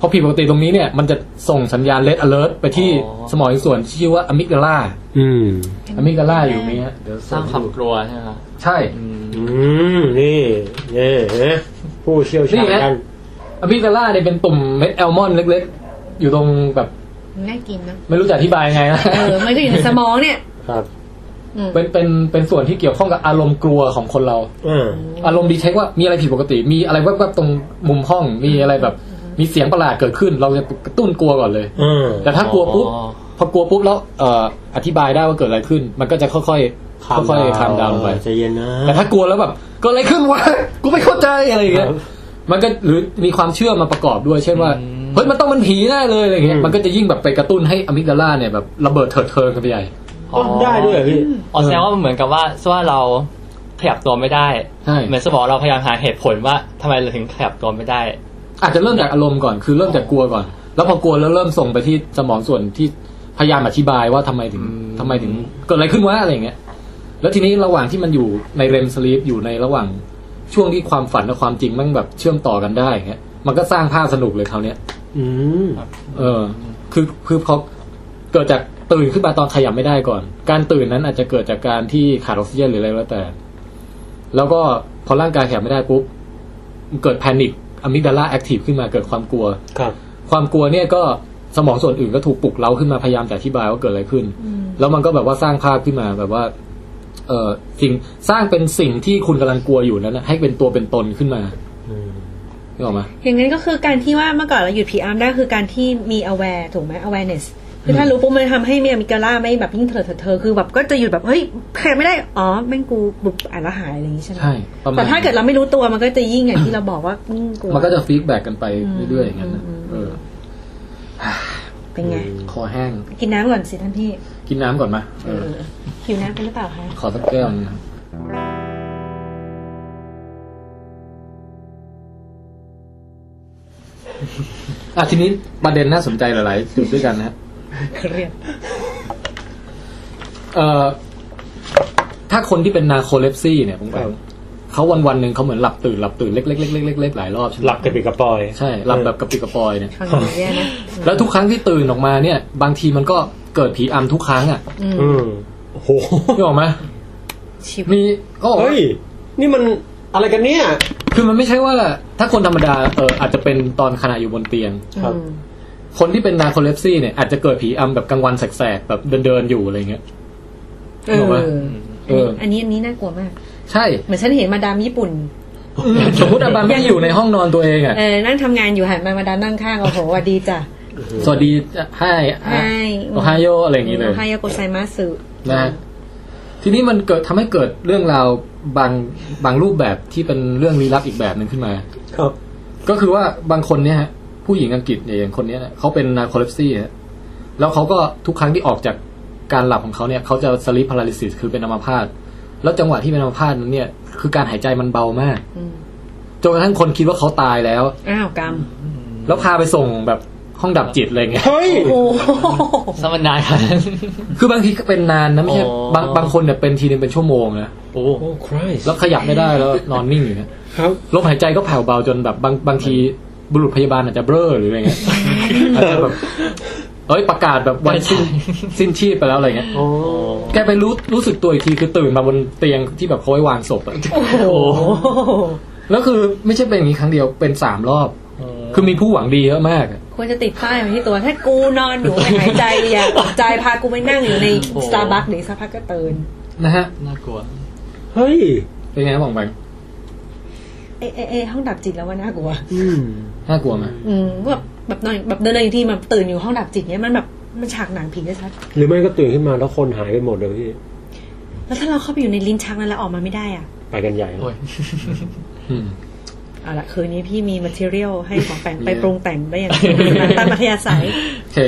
Speaker 1: พอผิดปกติตรงนี้เนี่ยมันจะส่งสัญญาณเลดอเลิร์ไปที่
Speaker 4: อ๋อ
Speaker 1: สมองอีกส่วนที่ชื่อว่าอะมิกดาลา
Speaker 2: อืม
Speaker 1: อะมิกดาลาอยู่นี้ฮะเดี๋ยว
Speaker 4: สร้างความกลัวใช่ไหมครับ
Speaker 1: ใช่
Speaker 4: อืม
Speaker 2: อืม นี่นี่นะผู้เชี่ยวชาญกัน
Speaker 1: อะมิกดาลาเนี่ยเป็นตุ่มเม็ดแอลมอนด์เล็กๆ อยู่ตรงแบบ
Speaker 5: น่ากินนะ
Speaker 1: ไม่รู้จะอธิบายไงนะ
Speaker 5: เออ มันก็อยู่ในสมองเนี่ย
Speaker 2: ครับ
Speaker 5: อืม
Speaker 1: เป็นเป็นเป็นส่วนที่เกี่ยวข้องกับอารมณ์กลัวของคนเรา
Speaker 2: อ่า
Speaker 1: อารมณ์ดีเช็คว่ามีอะไรผิดปกติ มีอะไรแวบๆตรงมุมห้องมีอะไรแบบ มีเสียงประหลาดเกิดขึ้น เราจะกระตุ้นกลัวก่อนเลย
Speaker 2: อืม
Speaker 1: แต่ถ้ากลัวปุ๊บ
Speaker 4: อ๋อ
Speaker 1: พอกลัวปุ๊บแล้วเอ่ออธิบายได้ว่าเกิดอะไรขึ้น มันก็จะค่อยๆค่อยๆคามดาวไป
Speaker 2: ใจเย็นนะ
Speaker 1: แต่ถ้ากลัวแล้วแบบเก็อะไรขึ้นวะ กูไม่เข้าใจอะไรอย่างเงี้ยมันก็หรือมีความเชื่อมาประกอบด้วย เช่นว่า
Speaker 4: อืม
Speaker 1: เฮ้ยมันต้องมันผีแน่เลยอะไรอย่างเงี้ยมันก็จะยิ่งแบบไปกระตุ้นให้อะมิกดาลาเนี่ยแบบระเบิดเถิดเทิงกันไปใหญ่
Speaker 2: อ๋อได้ด้วยเหรอพี่
Speaker 4: อ๋อแสดงว่ามันเหมือนกับว่าสว่าเราขยับตัวไม่ได้
Speaker 1: ใช่
Speaker 4: เหมือนสมองเราพยายามหาเหตุผลว่าทำไมเราถึงขยับตัวไม่ได้
Speaker 1: อาจจะเริ่มจากอารมณ์ก่อนคือเริ่มจากกลัวก่อน แล้วพอกลัวแล้วเริ่มส่งไปที่สมองส่วนที่พยายามอธิบายว่าทำไมถึง
Speaker 4: อืม
Speaker 1: ทำไมถึงเกิดอะไรขึ้นวะอะไรอย่างเงี้ย แล้วทีนี้ระหว่างที่มันอยู่ในเรมสลีปอยู่ในระหว่างช่วงที่ความฝันกับความจริงมันแบบเชื่อมต่อกันได้อย่างเงี้ยมันก็สร้างภาพสนุกเลยคราวเนี้ย
Speaker 2: อืม
Speaker 1: เออ คือคือเขาเกิดจากตื่นขึ้นมาตอนขยับไม่ได้ก่อน การตื่นนั้นอาจจะเกิดจากการที่ขาดออกซิเจนหรืออะไรก็แล้วแต่ แล้วก็พอร่างกายขยับไม่ได้ปุ๊บมันเกิดแพนิคอะมิกดาลาแอคทีฟขึ้นมาเกิดความกลัว
Speaker 2: ครับ
Speaker 1: ความกลัวเนี่ยก็สมองส่วนอื่นก็ถูกปลุกเร้าขึ้นมาพยายามจะอธิบายว่าเกิดอะไรขึ้น แล้วมันก็แบบว่าสร้างภาพขึ้นมาแบบว่า เออสิ่งสร้างเป็นสิ่งที่คุณกำลังกลัวอยู่นั้นนะให้เป็นตัวเป็นตนขึ้นมา
Speaker 2: อืม
Speaker 1: นึกออกไหม
Speaker 5: อย่างนั้นก็คือการที่ว่าเมื่อก่อนเราหยุดผีอำได้คือการที่มี aware ถูกไหม awareness คือถ้ารู้ปุ๊บมันทำให้เมียมิกาล่าไม่แบบยิ่งเถิดเถิดเธอคือแบบก็จะหยุดแบบเฮ้ยแคร์ไม่ได้ อ๋อแม่งกูบุบอ่านและหายอะไรอย่างนี้ใช่ไหม
Speaker 1: ใช่ประมาณ
Speaker 5: แต่ถ้าเกิดเราไม่รู้ตัวมันก็จะยิ่งอย่างที่เราบอกว่ายิ่งกลัว
Speaker 1: มันก็จะฟีดแบ็กกันไปเรื่อยๆอย่างนั้นนะ
Speaker 5: อืม
Speaker 1: เออ
Speaker 5: เป็นไง
Speaker 1: คอแห้ง
Speaker 5: กินน้ำก่อนสิท่านพี่
Speaker 1: กินน้ำก่อนมาเออ
Speaker 5: หิวน้ำกันหรือเปล่าคะ
Speaker 1: ขอสักแก้วหนึ งนะอ่ะทีนี้ประเด็นน่าสนใจหลายๆจุดด้วยกันนะฮะ
Speaker 5: เครียด
Speaker 1: เอ่อถ้าคนที่เป็นนาโคเลปซี่เนี่ยผมแบ
Speaker 2: ครับ บ
Speaker 1: เขาวันวันๆหนึ่งเขาเหมือนหลับตื่นหลับตื่นเล็กๆเล็กๆเล็กๆหลายรอบใช่ไหม
Speaker 2: หลับกระปิดกระปอย
Speaker 1: ใช่หลับแบบกระปิดกระปอยเนี่ย
Speaker 5: ฟังอย่างนี้แย่นะ
Speaker 1: แล้วทุกครั้งที่ตื่นออกมาเนี่ย บางทีมันก็เกิดผีอำทุกครั้งอ่ะ
Speaker 5: อืม
Speaker 2: อืมโอ้โห
Speaker 1: นึกออกไหม
Speaker 5: ชีวิต
Speaker 1: มีก็บอกว่า
Speaker 2: เฮ้ย นี่มันอะไรกันเนี่ย
Speaker 1: คือมันไม่ใช่ว่าถ้าคนธรรมดาเอออาจจะเป็นตอนขณะอยู่บนเตียง
Speaker 2: ครับ
Speaker 5: อืม
Speaker 1: คนที่เป็นนาโคเลปซี่เนี่ยอาจจะเกิดผีอำแบบกลางวันแสกๆแบบเดินๆอยู่อะไรเงี้ย
Speaker 5: เอ
Speaker 1: นึกออกปะ
Speaker 5: อ
Speaker 1: เออ
Speaker 5: อันนี้อันนี้น่ากลัวมาก
Speaker 1: ใช่
Speaker 5: เหมือนฉันเห็นมาดามญี่ปุ่น
Speaker 1: อืมสมมติอาบันไม่อยู่ในห้องนอนตัวเองอ่ะ
Speaker 5: เออนั่งทำงานอยู่หันมามาดามนั่งข้างโอ้โหหวัดดีจ้ะ
Speaker 1: สวัสดีให้
Speaker 5: ใช่
Speaker 1: โอไฮโออะไรอย่างงี้เลย
Speaker 5: โอไฮโอโกไซมาสึ
Speaker 1: นะฮะทีนี้มันเกิดทำให้เกิดเรื่องราวบางบางรูปแบบที่เป็นเรื่องลี้ลับอีกแบบหนึ่งขึ้นมา
Speaker 2: ครับ
Speaker 1: ก็คือว่าบางคนเนี่ยฮะผู้หญิงอังกฤษเนี่ยอย่างคนเนี้ยนะเขาเป็นนาโคเลปซี่ฮะแล้วเขาก็ทุกครั้งที่ออกจากการหลับของเขาเนี่ยเขาจะสลิปพาราลิซิสคือเป็นอัมพาตแล้วจังหวะที่เป็นอัมพาตนั้นเนี่ย คือการหายใจมันเบามากจนกระทั่งคนคิดว่าเขาตายแล้ว
Speaker 5: อ้าวกรรม
Speaker 1: แล้วพาไปส่งแบบห้องดับจิตอะไรเงี้ย
Speaker 2: เฮ้ย
Speaker 5: โอ้โห
Speaker 4: สมันนานครับ
Speaker 1: คือบางทีก็เป็นนานนะไม่ใช่
Speaker 4: อ๋อ
Speaker 1: บางบางคนเนี่ยเป็นทีนึงเป็นชั่วโมงนะ
Speaker 4: โอ้
Speaker 2: โอ้คริส
Speaker 1: แล้วขยับไม่ได้แล้วนอนนิ่งอยู่เนี่ย
Speaker 2: ครับ
Speaker 1: ลมหายใจก็แผ่วเบาจนแบบบางบางทีบุรุษพยาบาลอาจจะเบ้อหรืออะไร เงี้ยอาจจะแบบเอ้ยประกาศแบบวันสิ้นสิ้นชีพไปแล้วอะไรเงี้ย
Speaker 2: โอ้
Speaker 1: แก ไปรู้รู้สึกตัวอีกทีคือตื่นมาบนเตียงที่แบบเขาไว้วางศพอะ
Speaker 5: โอ้โห
Speaker 1: แล้วคือไม่ใช่เป็นอย่างนี้ครั้งเดียวเป็นสามรอบ คือมีผู้หวังดีเยอะมากอะ
Speaker 5: ควรจะติดป้ายไว้ที่ตัวถ้ากูนอนอยู่ไม่หายใจอย่าตกใจพากูไปนั่งอยู่ใน
Speaker 4: โอ้โห
Speaker 5: สตาร์บัคหรือสักพักก็เตือน
Speaker 1: นะฮะ
Speaker 4: น่ากลัว
Speaker 2: เฮ้ย
Speaker 1: เป็นไงบ้างไป
Speaker 5: เอะเอะเอะห้องดับจิตแล้วว่าน่ากลัว
Speaker 2: อืม
Speaker 1: น่ากลัวไหม
Speaker 5: อืมแบบแบบนอนแบบเดินในทีแบบตื่นอยู่ห้องดับจิตเนี้ยมันแบบมันฉากหนังผีชัด
Speaker 2: หรือไม่ก็ตื่นขึ้นมาแล้วคนหายไปหมดเลยพี่
Speaker 5: ๆแล้วถ้าเราเข้าไปอยู่ในลิ้นชักนั้นแล้วออกมาไม่ได้อ่ะ
Speaker 2: ไปกันใหญ่ครับ
Speaker 4: โอ้ย
Speaker 1: อืม
Speaker 5: เอาละคืนนี้พี่มีมัทเทียลให้ของแต่งไป
Speaker 1: เยอะ
Speaker 5: ปรุงแต่งได้อย่าง ตามมัธยาศัย
Speaker 1: โอเค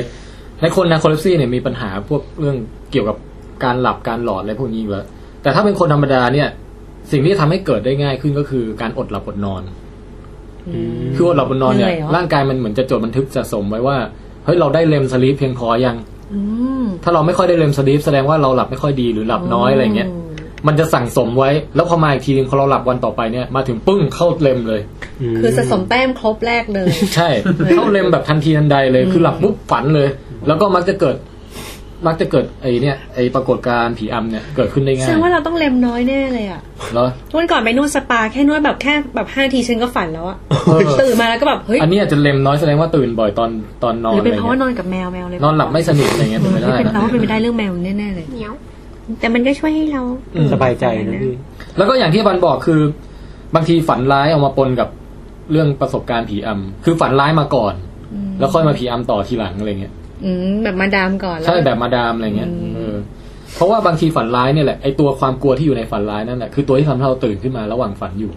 Speaker 1: และคนนาโคลปซี่เนี่ยมีปัญหาพวกเรื่องเกี่ยวกับการหลับการหลอดอะไรพวกนี้อยู่แล้วแต่ถ้าเป็นคนธรรมดาเนี่ย สิ่งที่ทำให้เกิดได้ง่ายขึ้นก็คือการอดหลับอดนอน คืออดหลับอดนอนเนี่ย
Speaker 5: เหนื่อยเหรอ
Speaker 1: ร่างกายมันเหมือนจะจดบันทึกสะสมไว้ว่าเฮ้ยเราได้เลมสลีปเพียงพอยัง
Speaker 5: อืม
Speaker 1: ถ้าเราไม่ค่อยได้เลมสลีปแสดงว่าเราหลับไม่ค่อยดีหรือหลับน้อยอะไรเงี้ย
Speaker 5: อืม
Speaker 1: มันจะสั่งสมไว้ แล้วพอมาอีกทีนึงพอเราหลับวันต่อไปเนี่ยมาถึงปึ้งเข้าเลมเลย
Speaker 2: ม
Speaker 5: คือสะสมแต้มครบแรกเลย
Speaker 1: ใช่ เข้าเลมแบบทันทีทันใดเลย คือหลับปุ๊บฝันเลย แล้วก็มักจะเกิด มักจะเกิดไอเนี่ยไอปรากฏการณ์ผีอำเนี่ยเกิดขึ้นได้
Speaker 5: แส
Speaker 1: ง่า
Speaker 5: ด
Speaker 1: ย
Speaker 5: งว่าเราต้องเล็มน้อยแน่เลยอ่ะ
Speaker 1: แล้ว
Speaker 5: วันก่อนไปนวดสปาแค่นวดแบบแค่แบบห้าทีฉันก็ฝันแล้วอ่ะ
Speaker 1: เออ
Speaker 5: ตื่นมาแล้วก็แบบเฮ้ย
Speaker 1: อันนี้อาจจะเลมน้อยแสดงว่าตื่นบ่อยตอนตอนนอน
Speaker 5: หรือ
Speaker 1: อะ
Speaker 5: เป็น
Speaker 1: ไร
Speaker 5: เพราะ
Speaker 1: เงี้
Speaker 5: ว่าย นอนกับแมวแมวเลย
Speaker 1: นอนหลับไม่สนิทอะไรเงี้ยเป็นไม่ได้
Speaker 5: เป็นเพราะ
Speaker 1: นะ
Speaker 5: ว่าเป็นไปได้เรื่องแมวแน่ๆเลย
Speaker 3: เหนียว
Speaker 5: แต่มันก็ช่วยให้เรา
Speaker 1: อืม
Speaker 2: สบายใจนะพี่
Speaker 1: แล้วก็อย่างที่บันบอกคือบางทีฝันร้ายเอามาปนกับเรื่องประสบการณ์ผีอำคือฝันร้ายมาก่อน แล้วค่อยมาผีอำต่อทีหลังอะไรเงี้ย
Speaker 5: อืมแบบมาดามก่อนแล้ว
Speaker 1: ใช่แบบมาดามอะไรเงี้ยเออเพราะว่าบางทีฝันร้ายเนี่ยแหละไอตัวความกลัวที่อยู่ในฝันร้ายนั่นแหละคือตัวที่ทำให้เราตื่นขึ้นมาระหว่างฝันอยู่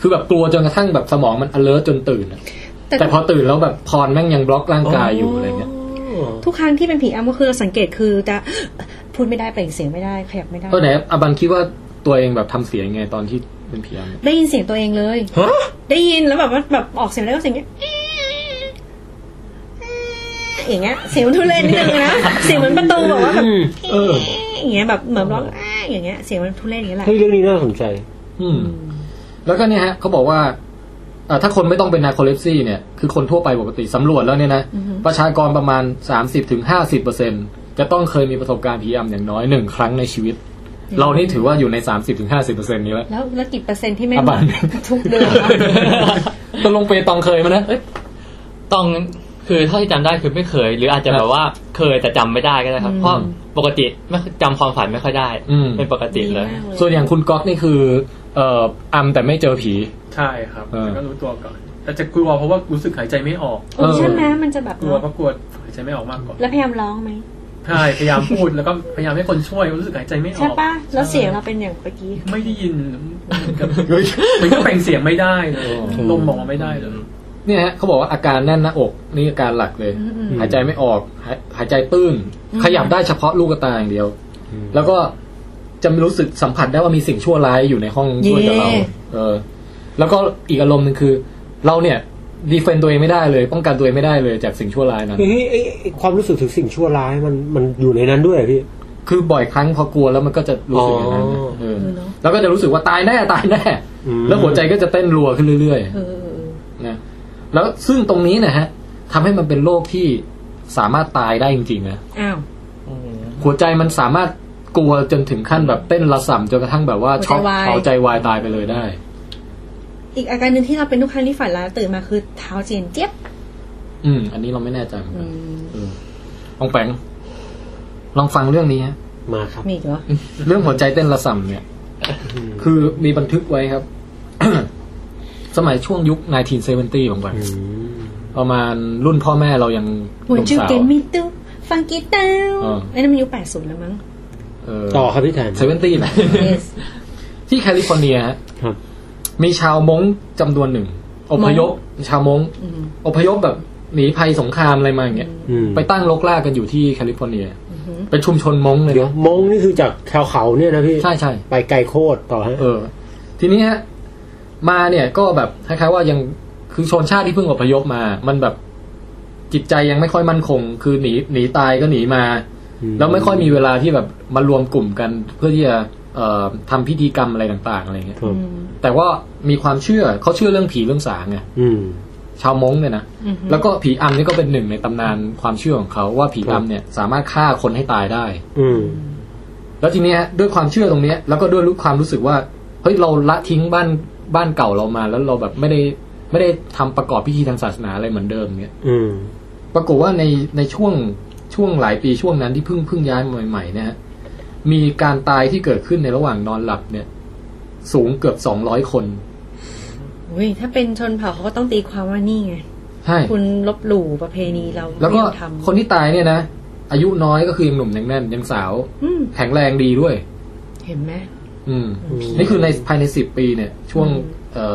Speaker 1: คือแบบกลัวจนกระทั่งแบบสมองมัน alert จนตื่นอะแต่พอตื่นแล้วแบบพรแม่งยังบล็อกร่างกายอยู่อะไรเงี้ย
Speaker 5: ทุกครั้งที่เป็นผีอ้ำก็คือเราสังเกตคือจะ พูดไม่ได้เปล่งเสียงไม่ได้ขยับไม่ได้
Speaker 1: ก็ไหนอะบันคิดว่าตัวเองแบบทำเสียงไงตอนที่เป็นผีอำเนี่ย
Speaker 5: ได้ยินเสียงตัวเองเลย
Speaker 2: ฮะ
Speaker 5: ได้ยินแล้วแบบว่าแบบ ออกเสียงแล้วก็เสียงเนี้ยอย่างเงี้ยเสียงมันทุเรศนิดนึง นะเสียงเหมือนประตูแบบว่าแบบ
Speaker 2: เออ
Speaker 5: อย่างเงี้ยแบบเหมือนร้องอ้าอย่างเงี้ยเสียงมันทุเรศอย่างเงี้ยแหละ
Speaker 2: เฮ้ยเรื่องนี้น่าสนใจ
Speaker 1: อืม แล้วก็เนี่ยฮะเขาบอกว่าเอ่อถ้าคนไม่ต้องเป็นนาโคเลปซี่เนี่ย คือคนทั่วไปปกติสำรวจแล้วเนี่ยนะประชากรประมาณ 30-50%จะต้องเคยมีประสบการณ์ผีอำอย่างน้อยหนึ่งครั้งในชีวิต เรานี่ถือว่าอยู่ใน 30-50%นี้แล้ว
Speaker 5: แล้วแล้วกี่เปอร์เซ็นต์ที่ไม่
Speaker 1: อ่ะบัตร
Speaker 5: ทุกเดือนวะ
Speaker 1: ตกลงเปตองเคยไหมั้ยนะ
Speaker 4: ต้องคือเท่าที่จำได้คือไม่เคย หรืออาจจะ
Speaker 1: ครับ
Speaker 4: แบบว่าเคยแต่จำไม่ได้ก็ได้ครับ เพราะปกติไม่จำความฝันไม่ค่อยได้
Speaker 1: อืม
Speaker 4: เป็นปกติเลย
Speaker 5: ดีมาก
Speaker 1: ส่วนอย่างคุณก๊อกนี่คือ เอ่ออำแต่ไม่เจอผี
Speaker 6: ใช่ครับ
Speaker 1: เออ
Speaker 6: แล้วก็รู้ตัวก่อน แต่จะกลัวเพราะว่ารู้สึกหายใจไม่ออก
Speaker 5: โอ้ใช่ไหมมันจะแบบ
Speaker 6: กลัวเพราะกลัวหายใจไม่ออกมากกว่า
Speaker 5: แล้วพยายามร้องไหม
Speaker 6: ใช่พยายามพูดแล้วก็พยายามให้คนช่วยรู้สึกหายใจไม่ออก
Speaker 5: ใช่ปะแล้วเสียงเราเป็นอย่างเมื่อกี้
Speaker 6: ไม่ได้ยินมันก็เปล่งเสียงไม่ได้เลยลมออกมาไม่ได้เลย
Speaker 1: เนี่ยฮะเขาบอกว่าอาการแน่นหน้าอกนี่อาการหลักเลย หายใจไม่ออกหายหายใจตื้น ขยับได้เฉพาะลูกตาอย่างเดียว
Speaker 2: อืม
Speaker 1: แล้วก็จะรู้สึกสัมผัสได้ว่ามีสิ่งชั่วร้ายอยู่ในห้องช่วยกับเรา เออ แล้วก็อีกอารมณ์หนึ่งคือ เราเนี่ยดีเฟนตัวเองไม่ได้เลย ป้องกันตัวเองไม่ได้เลยจากสิ่งชั่วร้ายนั้น
Speaker 2: เฮ้ยไอ้ไอ้ความรู้สึกถึงสิ่งชั่วร้ายมันมันอยู่ในนั้นด้วยเหรอพี่
Speaker 1: คือบ่อยครั้งพอกลัวแล้วมันก็จะรู้สึกอย่างนั้นนะ
Speaker 2: อ๋อ
Speaker 1: เออแล้วก็จะรู้สึกว่าตายแน่ตายแน่
Speaker 2: อืม
Speaker 1: แล้วหัวใจก็จะเต้นรัวขึ้นเรื่อย
Speaker 5: เออเออเออ
Speaker 1: ๆนะแล้วซึ่งตรงนี้นะฮะทำให้มันเป็นโรคที่สามารถตายได้จริงๆนะ
Speaker 5: อ้าว
Speaker 1: หัวใจมันสามารถกลัวจนถึงขั้นแบบเต้นระส่ำจนกระทั่งแบบว่าช็อกเผาใจวายตายไปเลยได้
Speaker 5: อีกอาการหนึ่งที่เราเป็นทุกครั้งที่ฝันร้ายตื่นมาคือเท้าเจียนเจี๊ยบ
Speaker 1: อืม อันนี้เราไม่แน่ใจเหมือน
Speaker 5: อื
Speaker 1: กัน
Speaker 5: ม
Speaker 1: เออลองแปงลองฟังเรื่องนี้ฮะ
Speaker 2: มาครับ
Speaker 5: มีอีกเหรอ
Speaker 1: เรื่องหัวใจเต้นระส่ำเนี่ย คือมีบันทึกไว้ครับ สมัยช่วงยุค 1970ของวัน
Speaker 2: อืม
Speaker 1: ประมาณรุ่นพ่อแม่เรายัง
Speaker 5: หัว
Speaker 1: หนุ่ม
Speaker 5: จู
Speaker 1: สาว
Speaker 5: เกนมิตุฟังกีเตา
Speaker 1: อ่า
Speaker 5: ไอ้นั่นมันยุคแปดศูนย์แล้วมั้ง
Speaker 1: เออ
Speaker 2: ต่อครับพี่แทน
Speaker 1: เซเวนตี้แหละ
Speaker 5: yes
Speaker 1: ที่แคลิฟอร์เนียฮะ
Speaker 2: ครับ
Speaker 1: มีชาวมงค์จำนวนหนึ่ง อพยพ ชาวมงค์
Speaker 5: อืม
Speaker 1: อพยพแบบหนีภัยสงครามอะไรมาอย่างเงี้ย
Speaker 2: อืม
Speaker 1: ไปตั้งลกลากกันอยู่ที่แคลิฟอร์เนีย เป็นชุมชนมงค์เลย
Speaker 2: เดี๋ยว
Speaker 1: นะ
Speaker 2: มงนี่คือจากชาวเขาเนี่ยนะพี่
Speaker 1: ใช่ใช่
Speaker 2: ไปไกลโคตรต่อฮะ
Speaker 1: เออ ทีนี้ฮะมาเนี่ยก็แบบคล้ายๆว่ายังคือชนชาติที่เพิ่งอพยพมา มันแบบจิตใจยังไม่ค่อยมั่นคง คือหนีหนีตายก็หนีมา
Speaker 2: อืม
Speaker 1: แล้วไม่ค่อยมีเวลาที่แบบมารวมกลุ่มกัน เพื่อที่จะเอ่อทำพิธีกรรมอะไรต่างๆอะไรเงี้ย
Speaker 2: ครับ
Speaker 1: แต่ว่ามีความเชื่อเขาเชื่อเรื่องผีเรื่องสางไง
Speaker 2: อืม
Speaker 1: ชาวมงค์เนี่ยนะแล้วก็ผีอำนี่ก็เป็นหนึ่งในตำนานความเชื่อของเขาว่าผี
Speaker 2: ครับ
Speaker 1: อำเนี่ยสามารถฆ่าคนให้ตายได้
Speaker 2: อืม
Speaker 1: แล้วทีเนี้ยด้วยความเชื่อตรงเนี้ยแล้วก็ด้วยรู้ความรู้สึกว่าเฮ้ยเราละทิ้งบ้าน บ้านเก่าเรามาแล้วเราแบบไม่ได้ไม่ได้ทำประกอบพิธีทางศาสนาอะไรเหมือนเดิมเงี้ย
Speaker 2: อืม
Speaker 1: ปรากฏว่าในในช่วงช่วงหลายปีช่วงนั้นที่เพิ่งเพิ่งย้ายมาใหม่ๆเนะฮะมีการตายที่เกิดขึ้นในระหว่างนอนหลับเนี่ย สูงเกือบสองร้อยคน
Speaker 5: อุ้ยถ้าเป็นชนเผ่าเขาก็ต้องตีความว่านี่ไง
Speaker 1: ใช่
Speaker 5: คุณลบหลู่ประเพณีเรา
Speaker 1: แล้วก็
Speaker 5: ไม่ยอมทำ
Speaker 1: คนที่ตายเนี่ยนะ อายุน้อยก็คือยังหนุ่มยังแน่นยังสาว
Speaker 5: อืม
Speaker 1: แข็งแรงดีด้วย
Speaker 5: เห็นไหม
Speaker 1: อืม
Speaker 2: อืม
Speaker 1: นี่คือในภายในสิบปีเนี่ย ช่วง
Speaker 5: อืม
Speaker 1: เอ่อ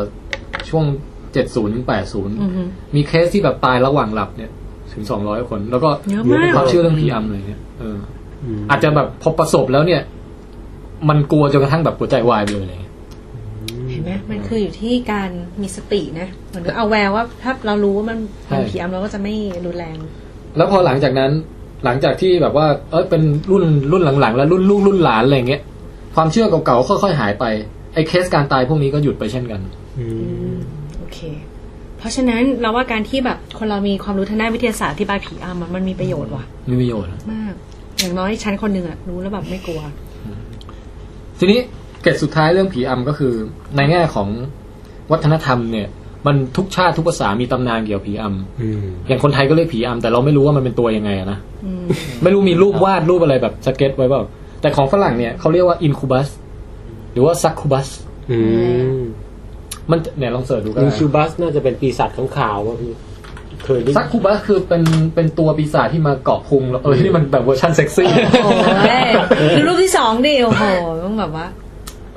Speaker 1: ช่วงเจ็ดศูนย์ถึงแปดศูนย์
Speaker 5: อือฮึ
Speaker 1: มีเคสที่แบบตายระหว่างหลับเนี่ย ถึงสองร้อยคน แล้วก็
Speaker 5: เยอะ
Speaker 2: เยอะ
Speaker 5: มาก
Speaker 2: ไป
Speaker 1: ความเชื่อเรื่องผีอำเลยเนี่ยเออ
Speaker 2: ม
Speaker 1: อาจจะแบบพอประสบแล้วเนี่ย มันกลัวจนกระทั่งแบบหัวใจวายไปเลยอะไรเงี้ย
Speaker 5: เห็นไหมมันคืออยู่ที่การมีสตินะเหมือนเอาแววว่าถ้าเรารู้ว่ามันเป็นผีอำเราก็จะไม่รุนแรง
Speaker 1: แล้วพอหลังจากนั้น หลังจากที่แบบว่า เอยเป็นรุ่นรุ่นหลังๆ แล้วรุ่นลูกรุ่นหลานอะไรเงี้ยความเชื่อเก่าๆค่อยๆหายไปไอ้เคสการตายพวกนี้ก็หยุดไปเช่นกัน
Speaker 2: อืม
Speaker 5: โอเค เพราะฉะนั้นเราว่าการที่แบบคนเรามีความรู้ทางด้านวิทยาศาสตร์ที่บายผีอำมันมันมีประโยชน์ว่ะ
Speaker 1: มีประโยชน์นะ
Speaker 5: มาก อย่างน้อยฉันคนหนึ่งอะรู้แล้วแบบไม่กลัว
Speaker 1: ทีนี้เกร็ดสุดท้ายเรื่องผีอำก็คือ ในแง่ของวัฒนธรรมเนี่ย มันทุกชาติทุกภาษามีตำนานเกี่ยวกับผีอ
Speaker 2: อืม
Speaker 1: ำอย่างคนไทยก็เรียกผีอำแต่เราไม่รู้ว่ามันเป็นตัวยังไงอะนะ
Speaker 5: อืม
Speaker 1: ไม่รู้มีรูปวาดรูปอะไรแบบสเก็ตไว้เปล่าแต่ของฝรั่งเนี่ยเขาเรียกว่าอินคูบัสหรือว่าซักคูบัส
Speaker 2: อืม
Speaker 1: มันเนี่ยลองเสิร์ชดูก็
Speaker 2: ลิง
Speaker 1: ได้
Speaker 2: คิวบัสน่าจะเป็นปีศาจข้างขาวว่ะพี่เคยได้
Speaker 1: ซักคูบัสคือเป็นเป็นตัวปีศาจที่มาเกาะพุงแล้วเออที่มันแบบเวอร์ชันเซ็กซี่
Speaker 5: โอ้ยดูรูปที่สองดิ โอ้โห ต้องแบบว่า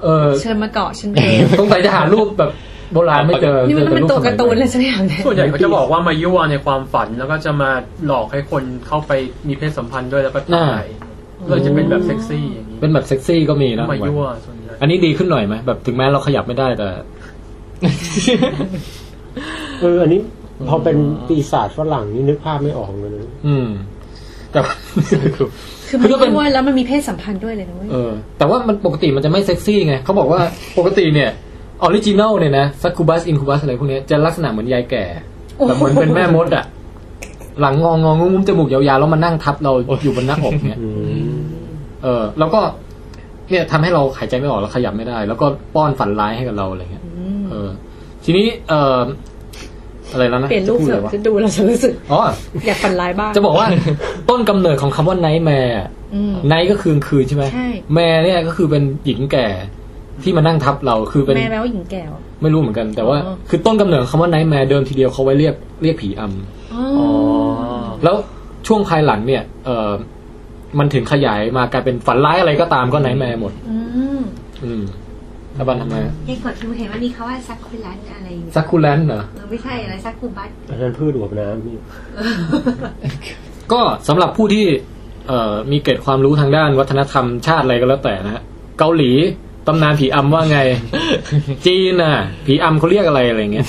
Speaker 1: เออ
Speaker 5: เชิญมาเกาะฉันเอง
Speaker 1: สงสัยจะหารูปแบบโบราณไม่เจอ
Speaker 5: นี่มัน
Speaker 1: จ
Speaker 5: ต้
Speaker 1: อ
Speaker 5: องเป็น
Speaker 1: แป
Speaker 5: ตัวการ์ตู
Speaker 1: ส
Speaker 5: น
Speaker 1: มั
Speaker 5: เลย ยสักอย่างเนี่ย
Speaker 6: ส่วนใหญ่เขาจะบอกว่ามายั่วในความฝันแล้วก็จะมาหลอกให้คนเข้าไปมีเพศสัมพันธ์ด้วยแล้วก็ตายเลยจะเป็นแบบเซ็กซี่อย่างนี้
Speaker 1: เป็นแบบเซ็กซี่ก็มีนะ
Speaker 6: มายั่วส่วนใหญ่
Speaker 1: อันนี้ดีขึ้นหน่อยไหมแบบถึงแม้เราขยับไม่ได้แต่
Speaker 2: เอออันนี้พอเป็นปีศาจฝรั่งนี่นึกภาพไม่ออกเลยนะ
Speaker 1: อืม แต่ว่า
Speaker 5: คือมันด้วยแล้วมันมีเพศสัมพันธ์ด้วยเลยนะเว้ย
Speaker 1: เออแต่ว่ามันปกติมันจะไม่เซ็กซี่ไงเขาบอกว่า ปกติเนี่ยออริจิน l ลเนี่ยนะซักคูบัสอินคูบัสอะไรพวกเนี้ยจะลักษณะเหมือนยายแก่แบบเหมือนเป็นแม่มดอะหลังงององงุ้มจมูกยาวๆ แล้วมานั่งทับเราอยู่บนหน้าอกเนี่ย
Speaker 2: อืม
Speaker 1: เออแล้วก็เนี่ยทำให้เราหายใจไม่ออกแล้วขยับไม่ได้ แล้วก็ป้อนฝันร้ายให้กับเราอะไรเงี้ยเออ ทีนี้เอ่ออะไรแล้วนะ
Speaker 5: เปลี่ยนรูป
Speaker 1: จะพูด
Speaker 5: เถ
Speaker 1: อะไร
Speaker 5: อะ
Speaker 1: วะ
Speaker 5: จะดูเราจะรู้สึก
Speaker 1: อ๋อ
Speaker 5: อยากฝันร้ายบ้าง
Speaker 1: จะบอกว่าต้นกำเนิดของคำว่าไนท์แมร์
Speaker 5: อืม
Speaker 1: ไนท์ก็คืนคืนใช่ไหม
Speaker 5: ใช่
Speaker 1: แม่เนี่ยก็คือเป็นหญิงแก่ที่มานั่งทับเราคือเป็น
Speaker 5: แม่แม้ว่าหญิงแก่ว
Speaker 1: ไม่รู้เหมือนกัน แต่ว่า
Speaker 5: อ๋อ
Speaker 1: คือต้นกำเนิดคำว่าไนท์แมร์เดิมทีเดียวเขาไว้เรียกเรียกผีอำ
Speaker 5: อ๋อ
Speaker 4: อ๋อ
Speaker 1: แล้วช่วงภายหลังเนี่ยเออมันถึงขยายมากลายเป็นฝันร้ายอะไรก็ตามก็ไนท์แมร์หมด
Speaker 5: อืม
Speaker 1: อืมแล้วบันทำไม
Speaker 3: ยังกดคิวเห็นว่ามีเขาว่าซักคุรันอะไรอย่างเงี้ย
Speaker 1: ซักคูแลนเหรอ
Speaker 3: เออไม่ใช่อะไรซักคูบัต
Speaker 2: อันนั้นพืชหัวน้ำพี่
Speaker 1: ก็สำหรับผู้ที่เอ่อมีเกร็ดความรู้ทางด้านวัฒนธรรมชาติอะไรก็แล้วแต่นะฮะเกาหลีตำนานผีอำว่าไง จีนน่ะ ผีอำเขาเรียกอะไรอะไรอย่างเงี้ย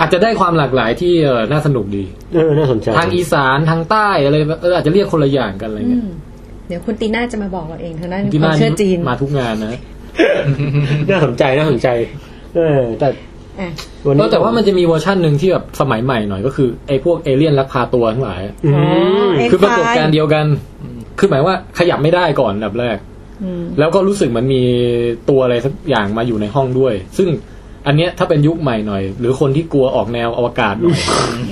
Speaker 1: อาจจะได้ความหลากหลายที่เอ่อน่าสนุกดี
Speaker 2: เออน่าสนใจ
Speaker 1: ทางอีสานทางใต้อะไรเอออาจจะเรียกคนละอย่างกันอะไร
Speaker 5: อื
Speaker 1: เงี้ย
Speaker 5: มเดี๋ยวคุณตีน่าจะมาบอกเราเองทางด้าน
Speaker 1: ที่
Speaker 5: ความเชื่อจีน
Speaker 1: มาทุกงานนะ
Speaker 2: น่าสนใจน่าสนใจ เออ แต่
Speaker 5: อ่ะ
Speaker 2: วัน
Speaker 1: เอ
Speaker 2: นี้
Speaker 1: อแต่ว่ามันจะมีเวอร์ชั่นหนึ่งที่แบบสมัยใหม่หน่อยก็คือไอ้พวกเอเลี่ยนลักพาตัวทั้งหลาย
Speaker 2: อืม
Speaker 5: เอ็ซ์
Speaker 1: คือปรากฏการณ์เดียวกัน คือหมายว่าขยับไม่ได้ก่อนอันดับแรก
Speaker 5: อืม
Speaker 1: แล้วก็รู้สึกเหมันมีตัวอะไรสักอย่างมาอยู่ในห้องด้วย ซึ่งอันเนี้ยถ้าเป็นยุคใหม่หน่อย หรือคนที่กลัวออกแนวอวกาศหน่อย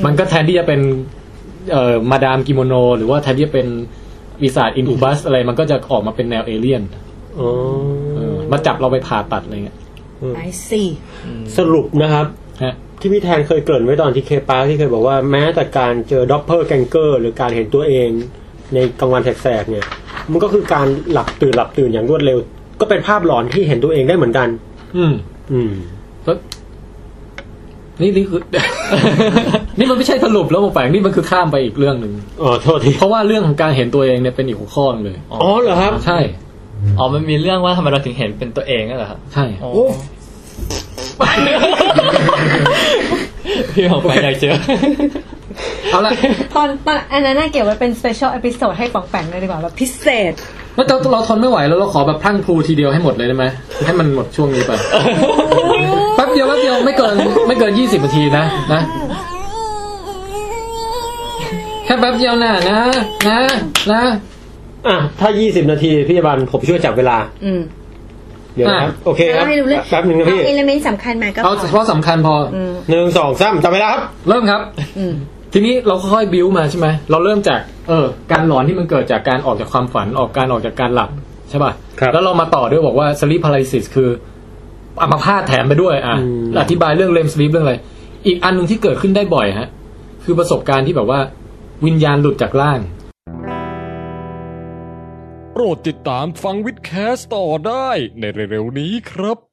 Speaker 1: มันก็แทนที่จะเป็นเอ่อมาดามกิโมโน หรือว่าแทนที่จะเป็นวิสาดอินทูบัสอะไรมันก็จะออกมาเป็นแนวเอเลี่ยน
Speaker 2: อ๋อ
Speaker 1: เออมาจับเราไปผ่าตัดอะไรเงี้ย
Speaker 5: I see
Speaker 2: สรุปนะครับ
Speaker 1: ฮะ
Speaker 2: ที่พี่แทนเคยเกริ่นไว้ตอนที่เคปาร์คที่เคยบอกว่าแม้แต่การเจอด็อปเปอร์แกงเกอร์ หรือการเห็นตัวเองในกลางวันแสกๆเนี่ย มันก็คือการหลับตื่นหลับตื่นอย่างรวดเร็ว ก็เป็นภาพหลอนที่เห็นตัวเองได้เหมือนกัน
Speaker 1: อืม
Speaker 2: อืม
Speaker 1: แล้วนี่นี่คือ นี่มันไม่ใช่สรุปแล้วมาแฝงนี่มันคือข้ามไปอีกเรื่องหนึ่ง
Speaker 2: อ๋อโทษที
Speaker 1: เพราะว่าเรื่องของการเห็นตัวเองเนี่ยเป็นอีกหัวข้อหนึ่งเลย
Speaker 2: อ๋อเหรอครับ
Speaker 1: ใช่
Speaker 4: อ๋อ มันมีเรื่องว่าทำไมเราถึงเห็นเป็นตัวเองนั่นเหรอครับ
Speaker 1: ใช่
Speaker 4: อ๋ อพี่ผมไปอยากเจอ
Speaker 1: เอาละ
Speaker 5: ตอนตอนอันนั้นน่าเก็บไว้เป็น special episode ให้ป๋องแปงเลยดีกว่าแบบพิเศษ
Speaker 1: ไม่เราเราทนไม่ไหวแล้วเราขอแบบพรั่งพลูทีเดียวให้หมดเลยได้ไหมให้มันหมดช่วงนี้ไปแป๊บเดียวแป๊บเดียวไม่เกินไม่เกินยี่สิบนาทีนะนะแค่แป๊บเดียวน่ะนะนะนะ
Speaker 2: อ่ะถ้า 20 นาทีพี่บันผมช่วยจับเวลา
Speaker 5: อืม
Speaker 2: เดี๋ยวนะครับ โอเคครับ
Speaker 3: ไม่รู้เรื่อง
Speaker 2: แป๊บหนึ่งนะพี่
Speaker 3: เอลเมนต์สำคัญมาก็
Speaker 1: เอาเฉ
Speaker 3: พอ
Speaker 1: พาะสำคัญพออ
Speaker 3: อืม
Speaker 2: หนึ่งสองสามจำเวลาครับ
Speaker 1: เริ่มครับ
Speaker 3: อืม
Speaker 1: ทีนี้เราค่อยๆบิ้วมาใช่ไหม เราเริ่มจาก เออ การหลอนที่มันเกิดจากการออกจากความฝัน ออกการออกจากการหลับใช่ป่ะ
Speaker 2: ครับ
Speaker 1: แล้วเรามาต่อด้วยบอกว่า sleep paralysis คืออัมพาตแถมไปด้วย อ่ะ อธิบายเรื่อง REM sleep เรื่องอะไร อีกอันหนึงที่เกิดขึ้นได้บ่อยฮะ คือประสบการณ์ที่แบบว่าวิญญาณหลุดจากร่าง
Speaker 7: โปรดติดตามฟังวิดแคสต์ต่อได้ในเร็วๆนี้ครับ